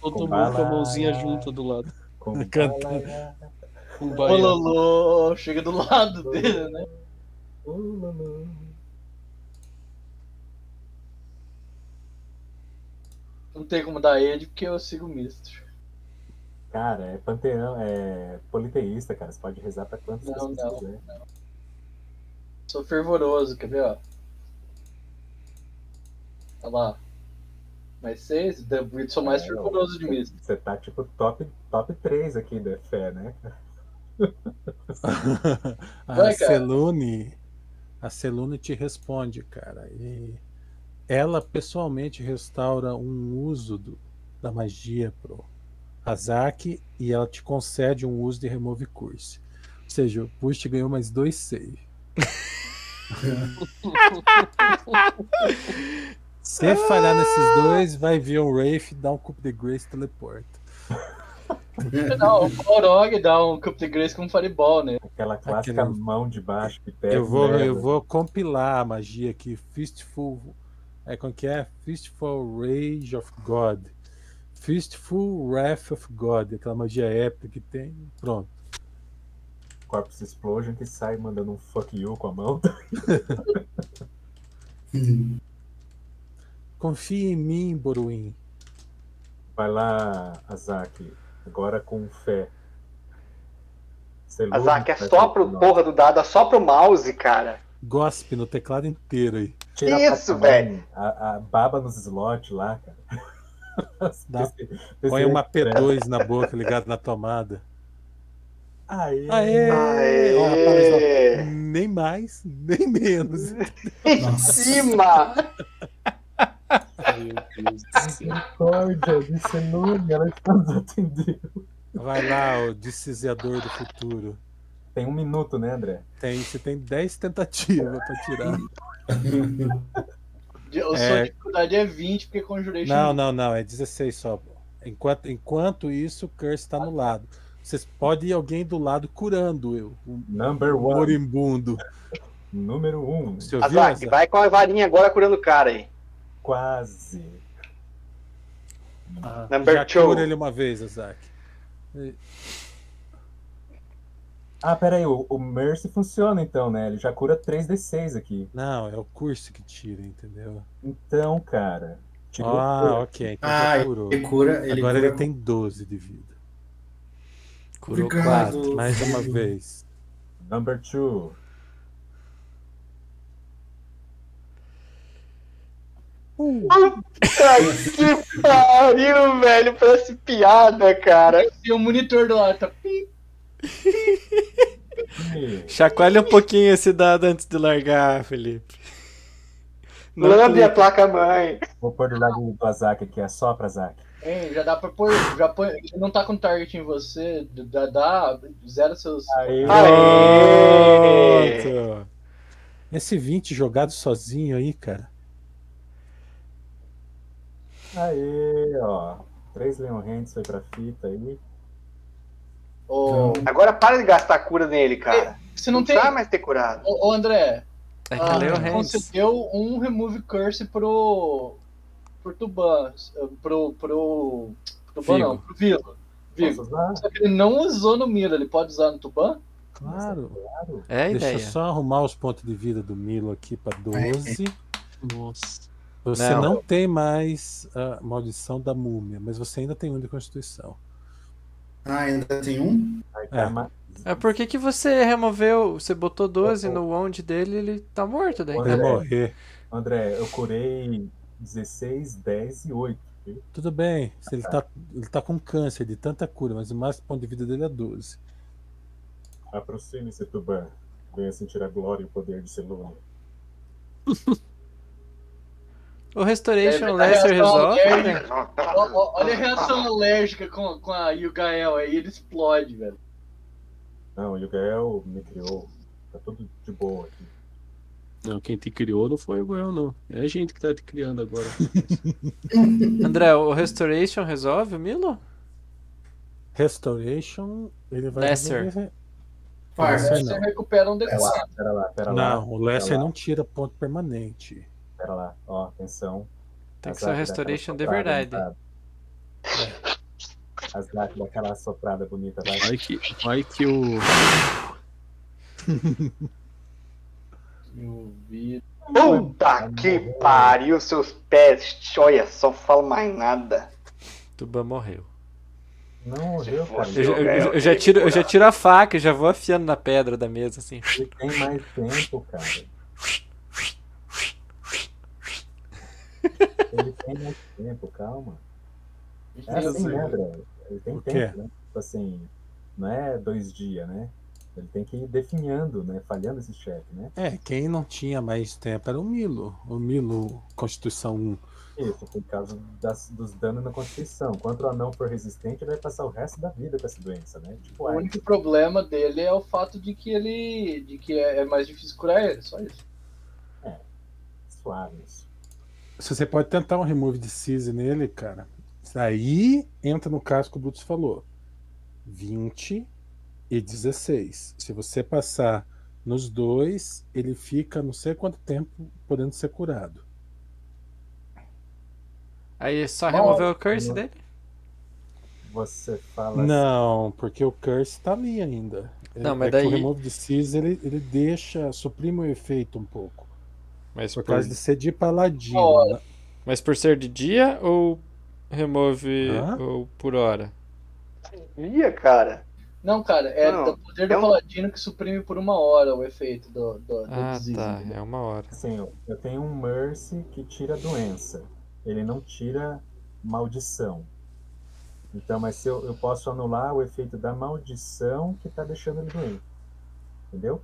Todo Com mundo com a bala. mãozinha junta do lado. Com [LAUGHS] né? Canta. Um Ô, baiano. Lolo, chega do lado dele, né? Uh, Não tem como dar ele porque eu sigo o Mistro. Cara, é panteão, é politeísta, cara. Você pode rezar pra quantas Não, pessoas não. quiser. Sou fervoroso, quer ver, ó? Olha lá. Mais seis, The Brito sou mais É, fervoroso de Mistro. Você tá tipo top, top 3 aqui da fé, né? [LAUGHS] A Vai, cara. Celune, a Celune te responde, cara. E ela pessoalmente restaura um uso do- da magia pro Azaki e ela te concede um uso de remove curse. Ou seja, o Push ganhou mais [LAUGHS] dois save. Se falhar nesses dois, vai vir um Wraith, dá um cup de grace e teleporta. [LAUGHS] Não, o Orog dá um Cup de Grace com um Fireball, né? Aquela clássica Aquele- mão de baixo que pega. Eu vou, merda. eu vou compilar a magia aqui. Fistful. É como que é? Fistful Rage of God. Fistful Wrath of God. Aquela magia épica que tem. Pronto. Corpse Explosion que sai mandando um fuck you com a mão. Confie em mim, Boruim. Vai lá, Azaki. Agora com fé. Celune, Azak, né? vai assopra pro o porra do dado, assopra o mouse, cara. Gospe no teclado inteiro aí. Tira Isso, pra caralho. A, a baba nos slots lá, cara. [LAUGHS] Dá- Esse- esse- é Põe uma P2 na boca ligado na [LAUGHS] tomada. Aê. Aê! Aê! Ó, rapaz, ó, nem mais, nem menos. Em Nossa. cima! Meu Deus do céu. Misericórdia de Celune, ela está nos atendendo. Vai lá, o decisor do futuro. Tem um minuto, né, André? Tem, você tem 10 tentativas pra tirar. De- O É. sua dificuldade é 20, porque Conjuration. Não, não, não, é 16 só. pô. Enquanto, enquanto isso, o curse tá no lado. Vocês podem ir alguém do lado curando eu, o Number one. moribundo. Número um. Você ouviu Azak, essa? vai com a varinha agora curando o cara aí. Quase. Ah, Number já two. cura ele uma vez, Azak. Ah, peraí, o, o Mercy funciona então, né? Ele já cura 3d6 aqui. Não, é o curso que tira, entendeu? Então, cara. Tirou Ah, ok. Então Ah, já curou. Ele cura, ele Agora cura. ele tem 12 de vida. Curou Obrigado. quatro. Mais uma vez. Number two. Ai, que pariu, velho, parece piada, cara. E o um monitor do lado tá. E Chacoalha um pouquinho esse dado antes de largar, Felipe. Não Lambe a clica. placa-mãe. Vou pôr do lado do Azak aqui, é só pra Azak. Hein, já dá pra pôr. Já põe, ele não tá com target em você. d- Dá, dá zero seus. Aí, Aê! Pronto. Esse 20 jogado sozinho aí, cara. aí, ó. Três Leon Hands foi pra fita aí. Ô, Agora para de gastar cura nele, cara. você não tem. precisa mais ter curado. Ô, ô, André, É ah, que Leo Hands. concedeu um remove curse pro. pro Tuban. Pro. pro. Tuban não, Vigo. pro Vila. Posso Vigo. usar? Só que ele não usou no Milo, ele pode usar no Tuban? Claro. É a Deixa eu ideia. só arrumar os pontos de vida do Milo aqui pra 12. É, Nossa. Você Não. não, tem mais a maldição da múmia, mas você ainda tem um de constituição. Ah, ainda tem um? Aí É. tá ma- É por que que você removeu, você botou 12 no wound dele ele tá morto daí. Olha. Vai morrer. André, eu curei 16, 10 e 8. viu? Tudo bem, se ele, tá, ele tá com câncer de tanta cura, mas o máximo ponto de vida dele é 12. Aproxime-se, Tuban. Venha sentir a glória e o poder de Celune. O É, Restoration vai dar Lesser reação resolve, alérgica. né? Ó, ó, olha a reação alérgica com, com a Yugael aí, ele explode, velho. Não, o Gael me criou. Tá tudo de boa aqui. Não, quem te criou não foi o Goel, não. É a gente que tá te criando agora. André, o Restoration resolve o Milo? Restoration, ele vai. Lesser. resolver- Par. Lesser Você não. recupera um Pera D4. lá, pera lá, pera lá. Não, o Lesser lá. não tira ponto permanente. Pera lá. Ó, atenção. Tem que ser o Azak dá aquela Restoration de soprada, verdade. É. sabe? Azak daquela soprada bonita, É vai. Vai que, vai que o. Meu vida. Puta é que né? pariu, seus pés. Olha, só falo mais nada. Tuban morreu. Não morreu, cara. Eu, é, fosse- Ele eu- eu- eu já tiro, eu já tiro a faca e já vou afiando na pedra da mesa assim. ele tem mais tempo, cara. Ele tem mais tempo, calma. É assim, né, André? Ele tem O quê? tempo, né? Tipo assim, não é dois dias, né? Ele tem que ir definhando, né? Falhando esse chefe, né? É, quem não tinha mais tempo era o Milo. O Milo, Constituição 1. Isso, por causa das- dos danos na Constituição. Quando o anão for resistente, ele vai passar o resto da vida com essa doença, né? Tipo, O ai, único problema dele é o fato de que ele. de que é, é mais difícil curar ele, só isso. suave isso. Se você pode tentar um remove de Seize nele, cara. Aí entra no caso que o Brutus falou. 20 e 16. Se você passar nos dois, ele fica não sei quanto tempo podendo ser curado. Aí só Bom, removeu o curse eu- dele? Você fala. assim. Não, porque o curse tá ali ainda. Não, É- mas é que daí- o remove disease ele, ele deixa, suprime o efeito um pouco. Mas Por por, causa de ser de paladino. Ó, né? mas por ser de dia ou remove Hã? ou por hora? Ia, cara. Não, cara, é Não, do poder é do um- paladino que suprime por uma hora o efeito do, do, do Ah, desígnio. tá. É uma hora. Assim, eu- eu tenho um Mercy que tira a doença. Ele não tira maldição. Então, mas se eu, eu posso anular o efeito da maldição que tá deixando ele doente. Entendeu?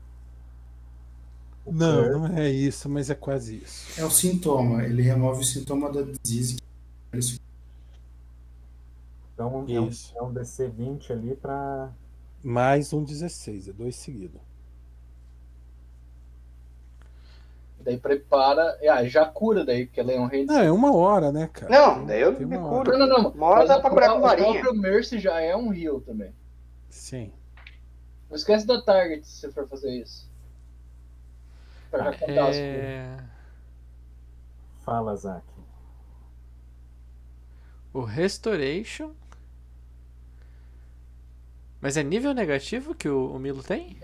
O Não, Curse- não é isso, mas é quase isso. É o sintoma. Ele remove o sintoma da disease. Então é um, Isso. é um DC 20 ali pra. Mais um 16, é dois seguidos. Daí prepara. é, Ah, já cura daí, porque ela é um rei. Não, é uma hora, né, cara? Não, Tem- daí eu tem me uma curo. hora. Não, não, não. Uma hora Mas dá o pra curar pró- com varinha. O próprio Mercy já é um heal também. Sim. Não esquece da target se você for fazer isso. Pra já contar as coisas. É... Fala, Zac. O Restoration. Mas é nível negativo que o, o Milo tem?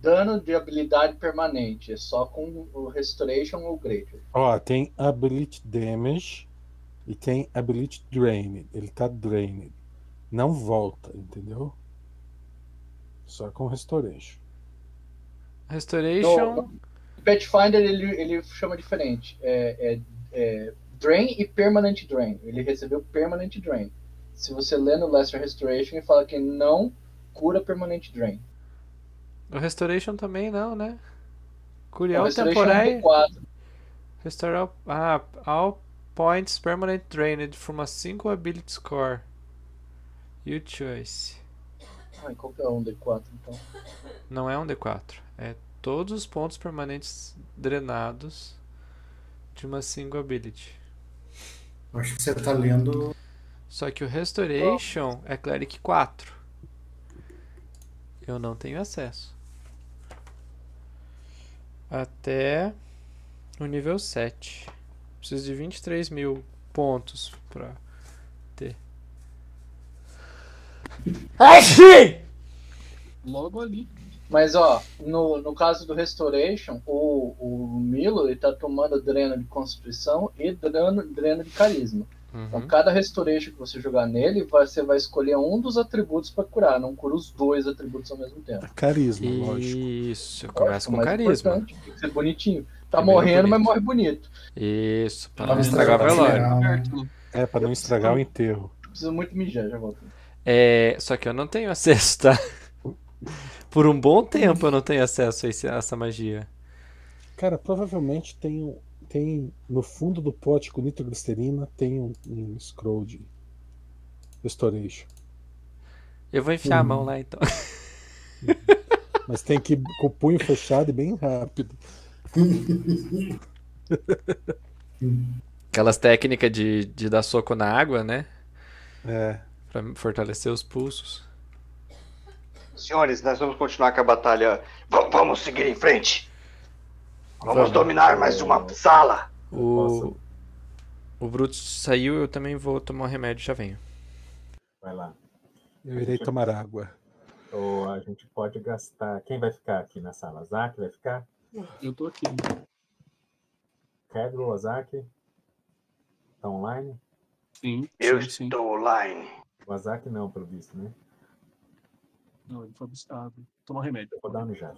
Dano de habilidade permanente. É só com o Restoration ou Greater. Ó, tem Ability Damage e tem Ability Drained. Ele tá drained. Não volta, entendeu? Só com Restoration. Restoration. O Pathfinder ele, ele chama diferente. É, é- é Drain e Permanent Drain. Ele recebeu Permanent Drain. Se você lê no Lesser Restoration, ele fala que não cura Permanent Drain. O Restoration também não, né? o Curial Restoration é um temporário. D4. Restore all, ah, all points permanent drained from a single ability score. You choice. Ai, qual que é um D4 então? Não é um D4. É todos os pontos permanentes drenados de uma single ability. Eu acho que você tá lendo. Só que o Restoration é Cleric 4. Eu não tenho acesso. Até o nível 7. Preciso de 23 mil pontos pra ter. Achei! Logo ali. Mas ó, no, no caso do Restoration, o, o Milo ele tá tomando dreno de constituição e dreno, dreno de carisma. Uhum. Então cada Restoration que você jogar nele, vai- você vai escolher um dos atributos pra curar, não cura os dois atributos ao mesmo tempo. Carisma, lógico. é Isso, começa Lógico, com mais carisma. importante, Tem que ser bonitinho. Tá Primeiro morrendo, mas bonito. morre bonito. Isso, para Pra não estragar o tá velório. funeral, né? Certo. É, pra não estragar o enterro. Preciso muito mijar, já volto. É, só que eu não tenho acesso, tá? [LAUGHS] Por um bom tempo eu não tenho acesso a esse- a essa magia. Cara, provavelmente tem, um- tem no fundo do pote com nitroglicerina tem um, um scroll de restoration. Eu vou enfiar a Uhum. mão lá então. Mas tem que ir com o punho fechado e bem rápido. Aquelas técnicas de, de dar soco na água, né? É. Pra fortalecer os pulsos. Senhores, nós vamos continuar com a Batalha. V- vamos seguir em frente. Vamos Vamos. dominar mais uma sala. Eu posso- O, o Brutus saiu, eu também vou tomar um remédio, já venho. Vai lá. Eu irei tomar água. Ou a gente pode gastar. Quem vai ficar aqui na sala? Zac vai ficar? Eu tô aqui. Kedro, Ozaki? Tá online? Sim, Eu sim, sim. estou online. O Azaki não, pelo visto, né? Não, ele foi buscar. Tomar um remédio. Eu vou dar uma mijada.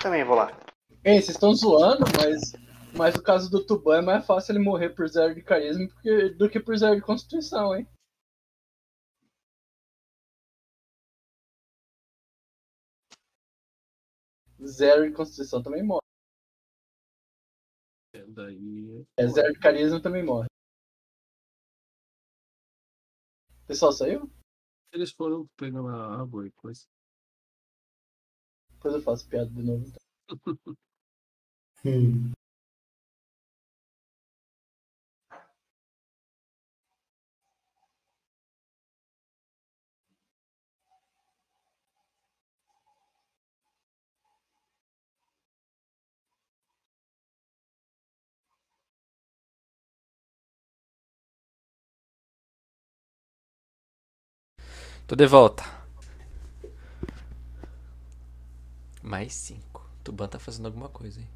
Também vou lá. Ei, vocês estão zoando, mas, mas o caso do Tuban é mais fácil ele morrer por zero de carisma porque- do que por zero de constituição, hein? Zero de constituição também morre. É, Daí. É zero de carisma também morre. O pessoal saiu? Eles foram pegar uma água e coisa. Depois eu faço então. piada de novo. Hum. Tô de volta. Mais cinco. Tuban tá fazendo alguma coisa, hein?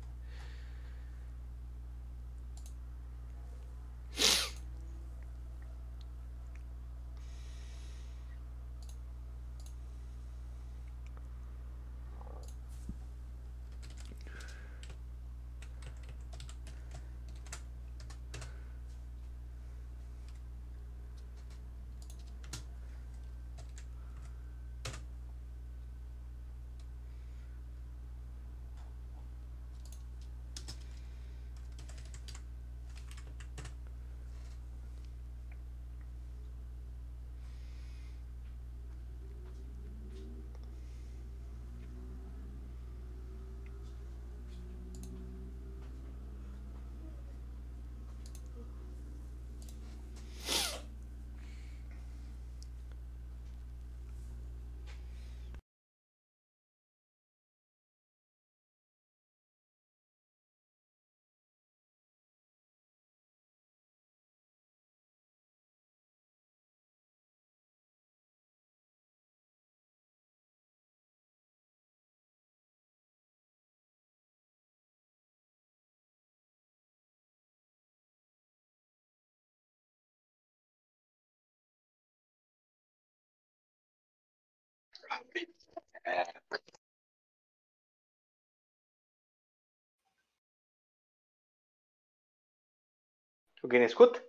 Alguém não escuta?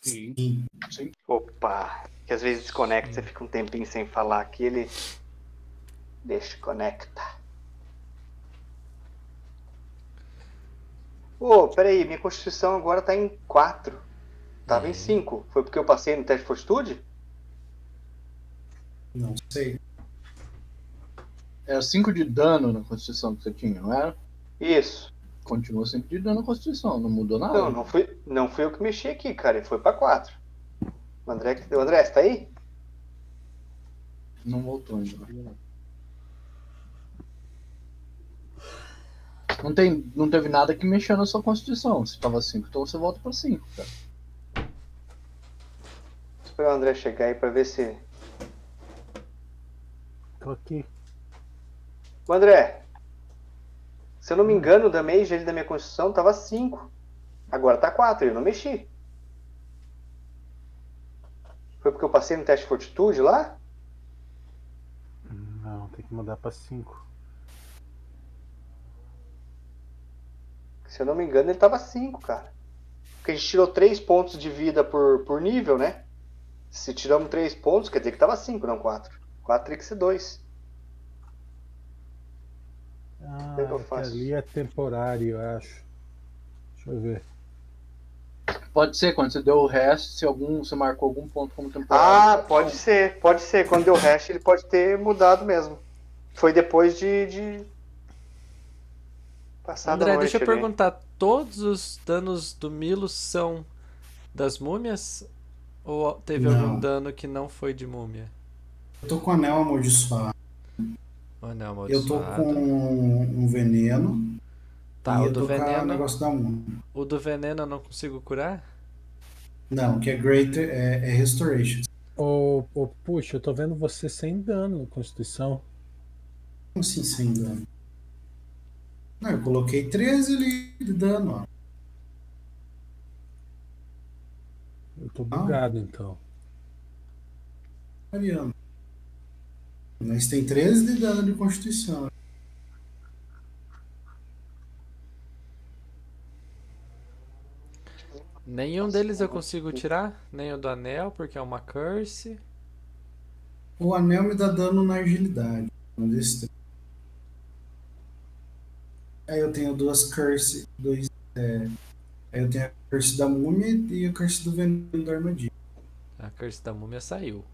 Sim. Opa! Que às vezes desconecta, você fica um tempinho sem falar aqui, ele. Desconecta. Ô, peraí, minha constituição agora tá em 4. Tava em 5. Foi porque eu passei no teste de fortitude? Não sei. Era 5 É, de dano na Constituição que você tinha, não era? Isso. Continua 5 de dano na Constituição, não mudou nada. Não, não fui, não fui eu que mexi aqui, cara. Ele foi pra 4. O André, que- o André, você tá aí? Não voltou ainda. Não, tem, não teve nada que mexeu na sua constituição. Se tava 5, então você volta pra 5, cara. Esperar o André chegar aí pra ver se. Tô aqui. Ô, André, se eu não me engano, o damage ali da minha construção tava 5. Agora tá 4, eu não mexi. Foi porque eu passei no teste de fortitude lá? Não, tem que mudar pra 5. Se eu não me engano, ele tava 5, cara. Porque a gente tirou 3 pontos de vida por, por nível, né? Se tiramos 3 pontos, quer dizer que tava 5, não 4. 4 teria que ser 2. Ah, que eu é que faço? ali é temporário, eu acho. Deixa eu ver. Pode ser, quando você deu o resto, se algum, você marcou algum ponto como temporário. Ah, pode ser, pode ser. Quando deu hash, ele pode ter mudado mesmo. Foi depois de. de... Passada André, a noite deixa eu Tá ali. perguntar, todos os danos do Milo são das múmias? Ou teve algum Não. dano que não foi de múmia? Eu tô com anel amaldiçoado. Ou não, Eu tô amaldiçoado? com um veneno. Tá, e o eu do tô com o veneno. negócio da mão. O do veneno eu não consigo curar? Não, que é Great é, é Restoration. Ô, ô, puxa, eu tô vendo você sem dano na Constituição. Como assim sem dano? Não, eu coloquei 13 ali de dano, ó. Eu tô bugado, então. Mariano. Mas tem 13 de dano de constituição. Nenhum deles eu consigo tirar? Nem o do anel, porque é uma curse. O anel me dá dano na agilidade. no destreza. Aí eu tenho duas curse. Dois, é, aí eu tenho a curse da múmia e a curse do veneno da armadilha. A curse da múmia saiu.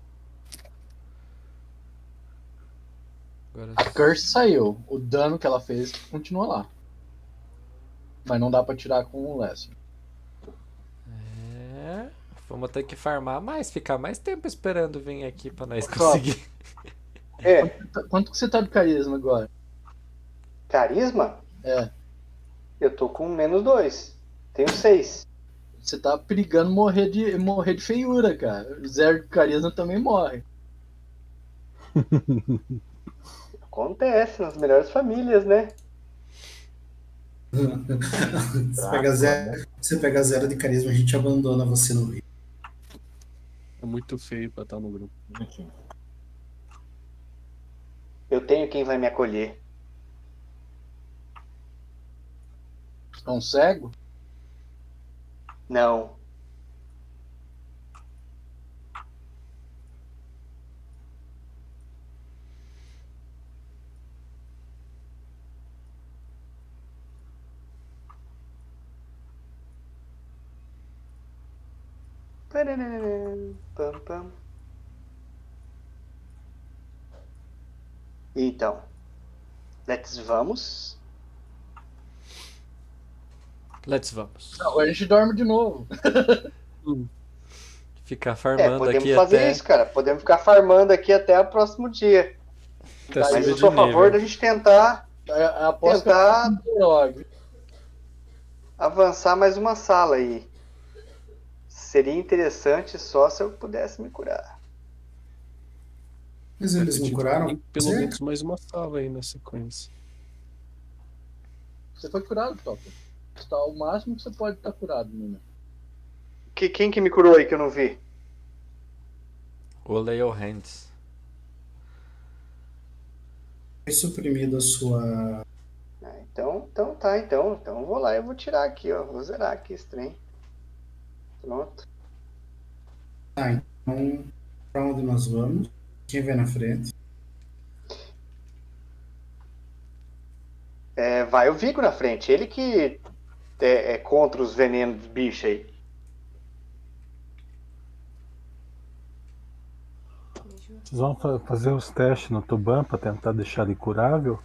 Agora A curse saiu. O dano que ela fez continua lá. Mas não dá pra tirar com o Lesser. é. Vamos ter que farmar mais, ficar mais tempo esperando vir aqui pra nós Só. conseguir. [LAUGHS] É, Tá- Quanto que você tá de carisma agora? carisma? É. Eu tô com menos 2. Tenho 6. Você tá perigando morrer de, morrer de feiura, cara. Zero de carisma também morre. Acontece nas melhores famílias, né? Ah, Você pega né? zero, você pega zero de carisma, a gente abandona você no meio. É muito feio pra estar no grupo. Tá, Bonitinho. Eu tenho quem vai me acolher. É um cego? Não. Pam, pam. Então, let's vamos. Let's vamos. Não, a gente dorme de novo. Ficar É, farmando podemos aqui fazer até, isso, cara. Podemos ficar farmando aqui até o próximo dia. até Mas Tá, Tá, Mas subir de eu um sou a nível. favor da gente tentar É, A- a Aposto que Tentar- é um droga. avançar mais uma sala aí. Seria interessante só se eu pudesse me curar. Mas eles não curaram? né? Pelo Você? menos mais uma sala aí na sequência. Você foi curado, Toca. Você tá o máximo que você pode estar curado, menina. Que, quem que me curou aí que eu não vi? O Leo Hands. Foi suprimido a sua. Ah, então, então tá, então. Então eu vou lá e vou tirar aqui, ó. Vou zerar aqui esse trem. Pronto. Tá, então. Pra onde nós vamos? Quem vai na frente? É, vai o Vico na frente. Ele que é, é contra os venenos dos bichos aí. Vocês vão fa- fazer os testes no Tuban pra tentar deixar ele curável?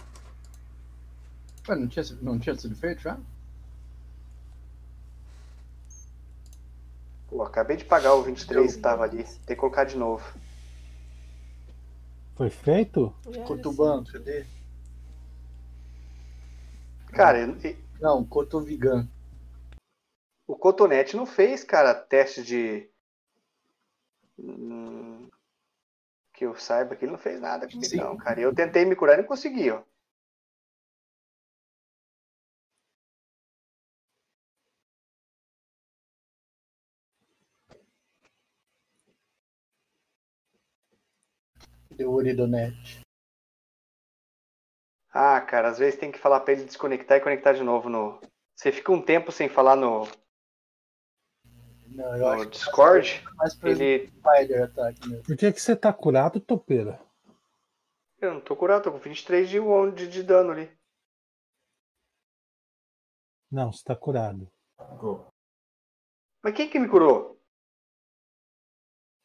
Ué, não tinha, sido- não tinha sido feito já? Pô, acabei de pagar o 23 que tava ali. Tem que colocar de novo. Foi feito? Cotuban, cadê? Cara, eu- Não, Cotovigan. O Cotonete não fez, cara, teste de. Hum, Que eu saiba que ele não fez nada comigo, Sim. não, cara. E Eu tentei me curar e não consegui, ó. Deu Oridonete. Ah, cara, às vezes tem que falar pra ele desconectar e conectar de novo no. Você fica um tempo sem falar no, Não, eu no acho que Discord, é mais pra ele... ele. Spider Attack né? mesmo. Por que, que você tá curado, Topeira? Eu não tô curado, tô com 23 de, on- de, de dano ali. Não, você tá curado. Go. Mas quem que me curou?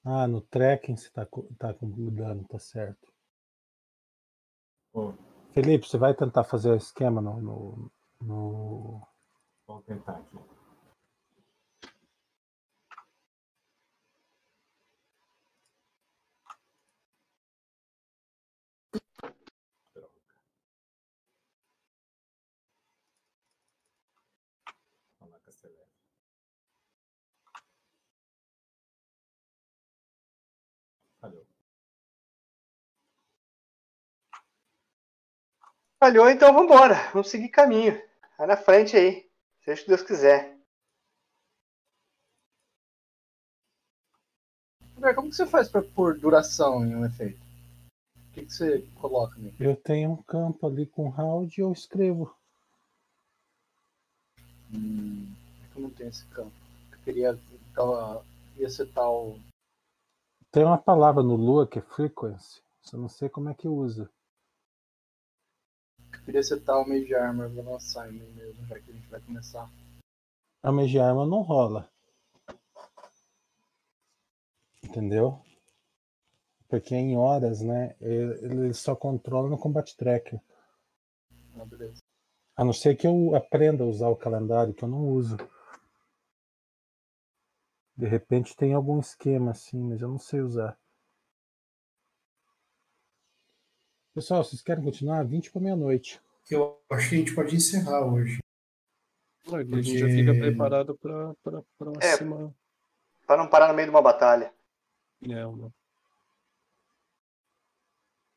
Ah, no trekking você tá, cu- tá com dano, tá certo. Pô. Felipe, você vai tentar fazer o esquema no, no, no- Vou tentar aqui. Droga. Vamos lá, Castelé. Falhou. Falhou, então vambora. Vamos seguir caminho. Vai na frente aí. Seja o que Deus quiser. André, como que você faz pra pôr duração em um efeito? O que, que você coloca nele? Eu tenho um campo ali com round e eu escrevo. É Eu não tenho esse campo. Eu queria. Tava, ia ser tal. Tem uma palavra no Lua que é frequency. Só não sei como é que usa. Eu queria ser tal Mage Armor. Vou lançar em mim mesmo, já que a gente vai começar. A magia arma não rola. Entendeu? Porque em horas, né? e- Ele só controla no combat tracker. Ah, beleza. A não ser que eu aprenda a usar o calendário, que eu não uso. De repente tem algum esquema assim, mas eu não sei usar. Pessoal, vocês querem continuar? 20 para meia-noite. Eu acho que a gente pode encerrar hoje. Não, e A gente já fica preparado pra, pra É. próxima. né? Pra não parar no meio de uma batalha. É. Né, uma-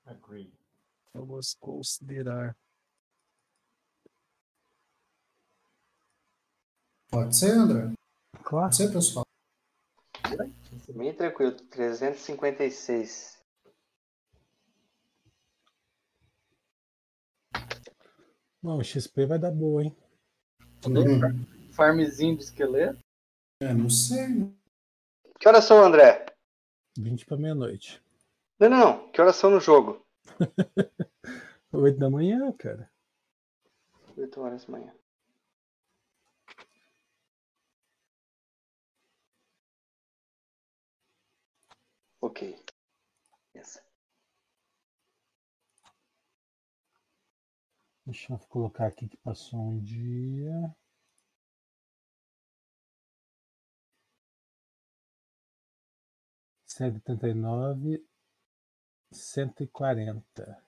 Agree. Vamos considerar. Pode ser, André? Claro. Pode ser, pessoal? Bem tranquilo, 356. Não, o XP vai dar boa, hein? Hum, Farmzinho de esqueleto. é, não sei. Que horas são, André? 20 pra meia-noite. Não, não, não. Que horas são no jogo? 8 da manhã, cara. 8 horas da manhã. Ok. Essa. Deixa eu colocar aqui que passou um dia. Cento e oitenta e nove, cento e quarenta.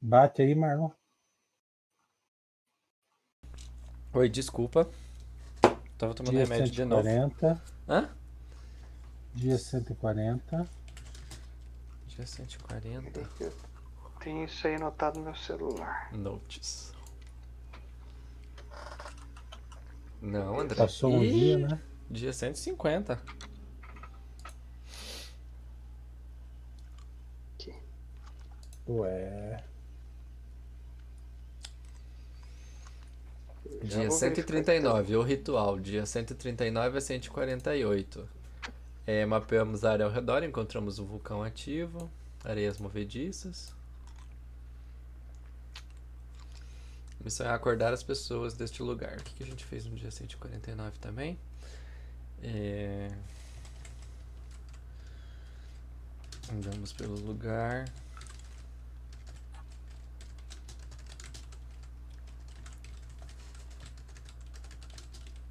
Bate aí, Marlon. Oi, desculpa. Tava tomando Dia remédio de novo. 140. Hã? Dia 140. Dia 140. Tem isso aí anotado no meu celular. Notes. Não, André. Passou um Ih, dia, né? Dia 150. Ué. Dia 139, o ritual. Dia 139 a 148. É, mapeamos a área ao redor, encontramos um vulcão ativo, areias movediças. Missão é acordar as pessoas deste lugar. O que, que a gente fez no dia 149 também? É... Andamos pelo lugar.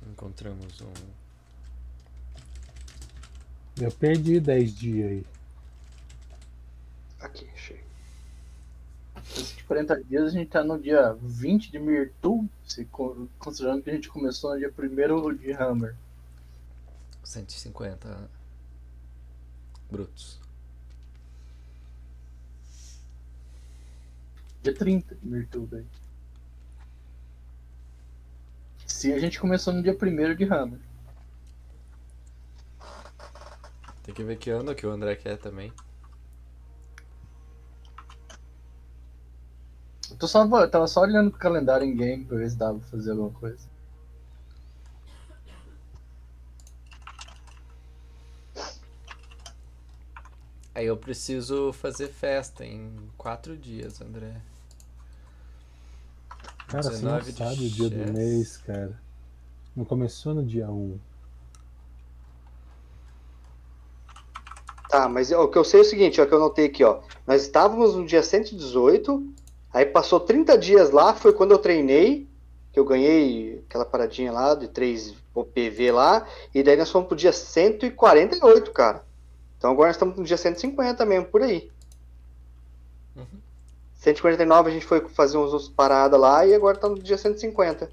Encontramos um. Eu perdi 10 dias aí. Aqui, achei. Esses 40 dias a gente tá no dia 20 de Mirtu, se co- considerando que a gente começou no dia 1 de Hammer. 150 brutos. Dia 30 de Mirtu, daí. Se a gente começou no dia 1 de Hammer. Tem que ver que ano que o André quer também. Eu, tô só, eu tava só olhando pro calendário em game pra ver se dava pra fazer alguma coisa. Aí eu preciso fazer festa em quatro dias, André. Cara, você não 19 de sabe o dia chess. do mês, cara. Não começou no dia 1. Tá, mas o que eu sei é o seguinte, ó, que eu notei aqui, ó. Nós estávamos no dia 118, aí passou 30 dias lá, foi quando eu treinei, que eu ganhei aquela paradinha lá de 3 OPV lá, e daí nós fomos pro dia 148, cara. Então agora nós estamos no dia 150 mesmo, por aí. Uhum. 149 a gente foi fazer uns outros paradas lá e agora tá no dia 150.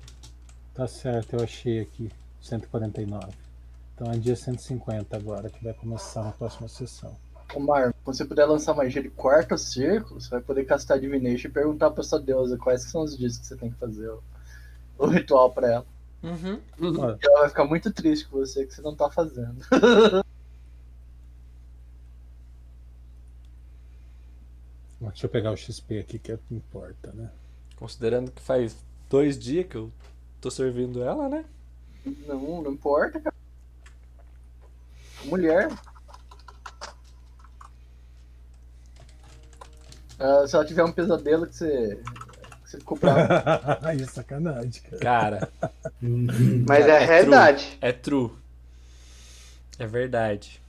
Tá certo, eu achei aqui. 149. Então é dia 150 agora que vai começar na próxima sessão. Ô Mar, quando você puder lançar magia de quarto círculo, você vai poder castar Divination e perguntar pra sua deusa quais que são os dias que você tem que fazer o, o ritual pra ela. Uhum. E ela vai ficar muito triste com você que você não tá fazendo. Bom, Deixa eu pegar o XP aqui que é o que importa, né? Considerando que faz dois dias que eu tô servindo ela, né? Não, não importa, cara. Mulher. Ah, se ela tiver um pesadelo que você, que você ficou bravo, [LAUGHS] Aí é sacanagem, cara. Cara, Mas Cara, é é, a realidade. [LAUGHS] é true. É verdade.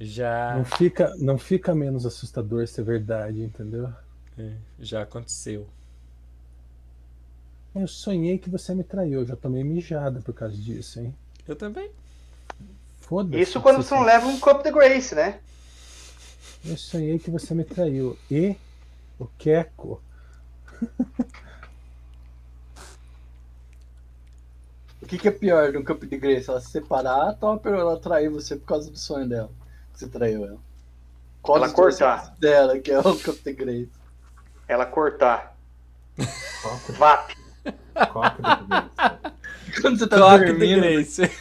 Já, Não fica, não fica menos assustador ser verdade, entendeu? já aconteceu. Eu sonhei que você me traiu, eu já tomei mijada por causa disso, hein? Eu também. Foda-se. Isso quando você não leva um Cup the Grace, né? Eu sonhei que você me traiu. E o Keco. que, que é pior de um campo de grace? Ela se separar, topper, ou ela trair você por causa do sonho dela? Que você traiu ela. Qual Ela dos dois cortar. Dela, que é o campo de grace. Ela cortar. Copo de- VAP. copo [LAUGHS] de- Quando você tá Toque do dormindo, Grace. [LAUGHS]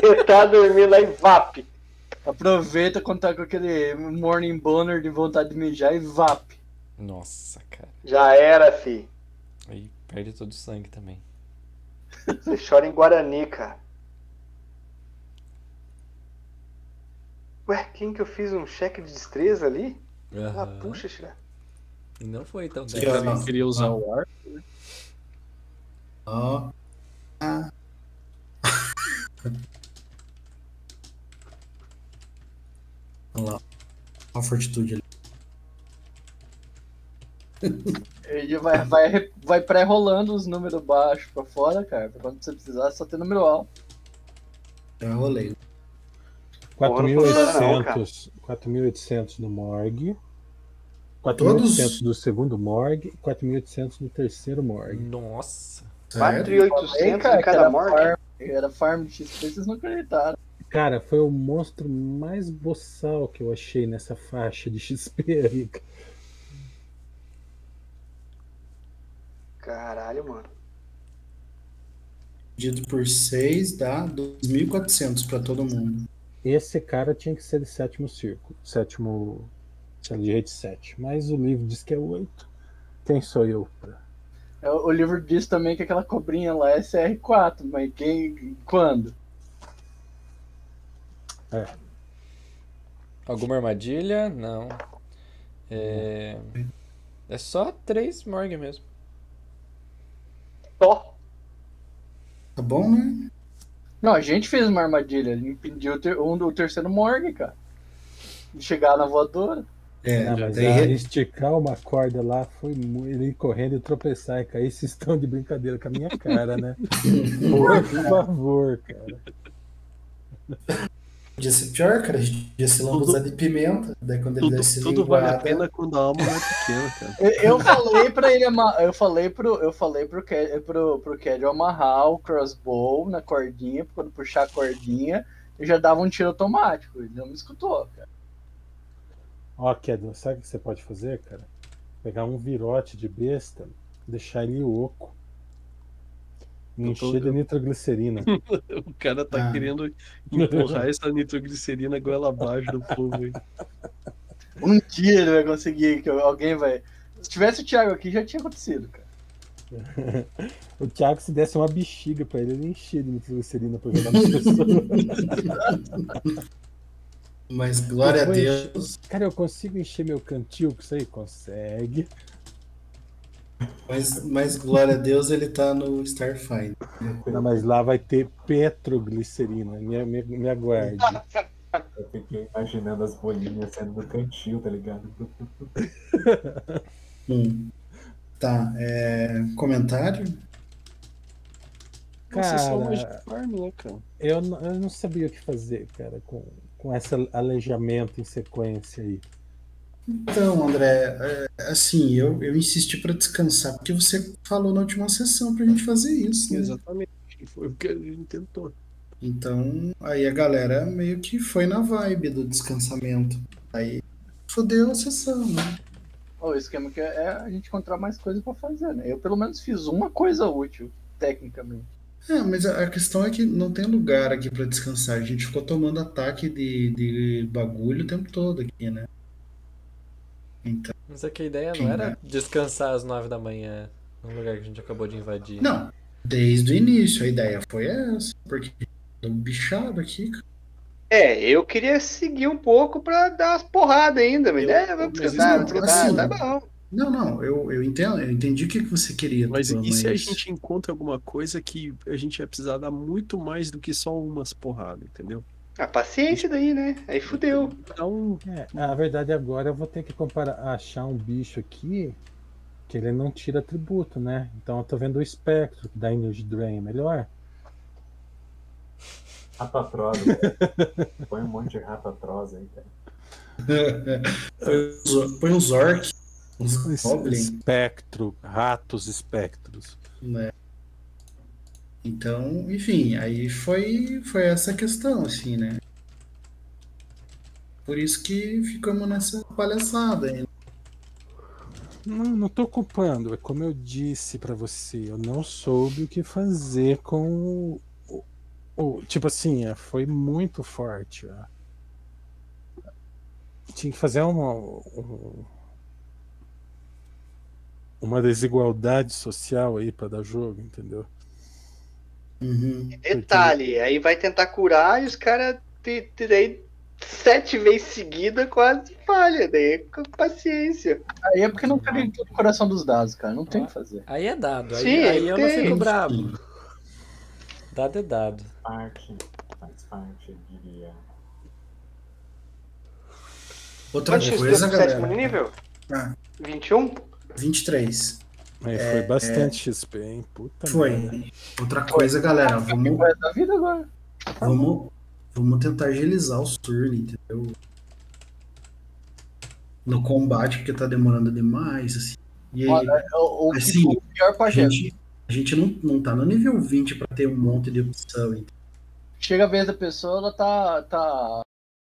Você tá dormindo lá em VAP. aproveita quando tá com aquele morning boner de vontade de mijar e vap. Nossa, cara. Já era, fi. Aí perde todo o sangue também. Você chora em Guarani, cara. Ué, quem que eu fiz um cheque de destreza ali? Ah, Aham. puxa, Shira. Não foi tão Que dez. ano? Queria usar o ar. Ó. Ah. Vamos lá. Uma fortitude ali. Ele vai, vai, re- vai pré-rolando os números baixos pra fora, cara. Pra quando você precisar, só ter número alto. Já rolei. Porra, não funciona não, cara. 4.800 4.800 no morgue. Todos? 4.800 no segundo morgue e 4.800 no terceiro morgue. Nossa. Certo? Ei, 4,800 cara, em que era cada morte. farm, era farm de XP, vocês não acreditaram. Cara, foi o monstro mais boçal que eu achei nessa faixa de [LAUGHS] XP aí. cara. Caralho, mano. Dividido por 6 dá 2.400 pra todo mundo. Esse cara tinha que ser de sétimo círculo. Sétimo. sei lá, de rede 7. Mas o livro diz que é 8. Quem sou eu? pra- É, O o livro diz também que aquela cobrinha lá é CR4, mas quem. quando? Alguma armadilha? Não. É. É só três morgue mesmo. Tó. Tá bom, né? Não, a gente fez uma armadilha, ele impediu o ter- um do o terceiro morgue, cara. De chegar na voadora. É, Ah, mas daí a- re- esticar uma corda lá foi mu- ele ir correndo e tropeçar e cair. Vocês estão de brincadeira com a minha cara, né? Por favor, cara. podia ser pior, cara. A gente podia se lambuzar de pimenta. Daí quando ele Tudo, desse tudo vale a linguada- pena quando a alma não é pequena, cara. Eu, eu falei pra ele ama- Eu falei pro. Eu falei pro Kelly, pro, pro Kelly amarrar o crossbow na cordinha, quando puxar a cordinha, eu já dava um tiro automático. Ele não me escutou, cara. Ó, Kedron, sabe o que você pode fazer, cara? Pegar um virote de besta, deixar ele oco. e Eu tô- Encher de nitroglicerina. [LAUGHS] O cara tá Ah. querendo empurrar essa nitroglicerina goela abaixo do povo. hein? Um dia ele vai conseguir, que alguém vai. Se tivesse o Thiago aqui, já tinha acontecido, cara. O Thiago, se desse uma bexiga pra ele, ele enchia de nitroglicerina pra jogar nas pessoas. Mas glória a Eu vou encher- Deus. Cara, eu consigo encher meu cantil com isso aí? Consegue. Mas, mas glória a Deus ele tá no Starfinder. Não, mas lá vai ter petroglicerina. Me, me, me aguarde. Eu fiquei imaginando as bolinhas saindo do cantil, tá ligado? Hum. Tá, é, comentário? Nossa, é só Cara. uma Magic Farm, né, cara? Eu, n- eu não sabia o que fazer, cara, com, com esse aleijamento em sequência aí. Então, André, é, assim, eu, eu insisti pra descansar, porque você falou na última sessão pra gente fazer isso, né? Exatamente. Foi o que a gente tentou. Então, aí a galera meio que foi na vibe do descansamento. Aí fodeu a sessão, né? Ó, O esquema que é é a gente encontrar mais coisas pra fazer, né? Eu pelo menos fiz uma coisa útil, tecnicamente. É, mas a a questão é que não tem lugar aqui pra descansar. A gente ficou tomando ataque de, de bagulho o tempo todo aqui, né? Então, Mas é que a ideia Sim, não era né? descansar às nove da manhã num lugar que a gente acabou de invadir. não, desde o início a ideia foi essa, porque deu um bichado aqui, cara. É, eu queria seguir um pouco pra dar umas porradas ainda, mas Eu- é, vamos mas descansar, isso- vamos descansar, assim, tá bom. Não, não, eu, eu entendo, eu entendi o que que você queria, Mas Tupan, e se a mas- gente encontra alguma coisa que a gente vai precisar dar muito mais do que só umas porradas, entendeu? Ah, paciência daí, né? Aí fudeu. Dá um É, na verdade, agora eu vou ter que comparar, achar um bicho aqui que ele não tira atributo, né? Então eu tô vendo o espectro que dá Energy Drain, é melhor. Rapatrosa. cara. Põe um monte de rapatrosa aí, cara. [LAUGHS] Põe uns orc, uns Es- goblin, Espectro, ratos espectros. né? Então, enfim, aí foi, foi essa questão, assim, né? Por isso que ficamos nessa palhaçada aí. Não, não tô culpando. É como eu disse pra você, eu não soube o que fazer com o, o- tipo assim, é, foi muito forte. é. Tinha que fazer uma um- uma desigualdade social aí pra dar jogo, entendeu? Uhum. Detalhe, aí vai tentar curar e os caras te- te- daí sete vezes seguida quase falha, daí é com paciência. Aí é porque não acreditou no coração dos dados, cara. Não tem o que fazer. Aí é dado. Aí, Sim, aí eu não tem. fico brabo. Dado é dado. Parte, faz parte, diria. Outra Quanto XP coisa, pro sétimo galera. nível? Ah. 21? 23. Aí foi bastante XP, hein? Puta merda. Foi. Outra coisa, galera, vamos, Vai da vida agora. vamos, vamos tentar agilizar o turno, entendeu? No combate, porque tá demorando demais, assim. E aí, Olha, é O, o Assim, o pior pra a gente. gente, a gente não, não tá no nível 20 pra ter um monte de opção, entendeu? Chega a vez da pessoa, ela tá, tá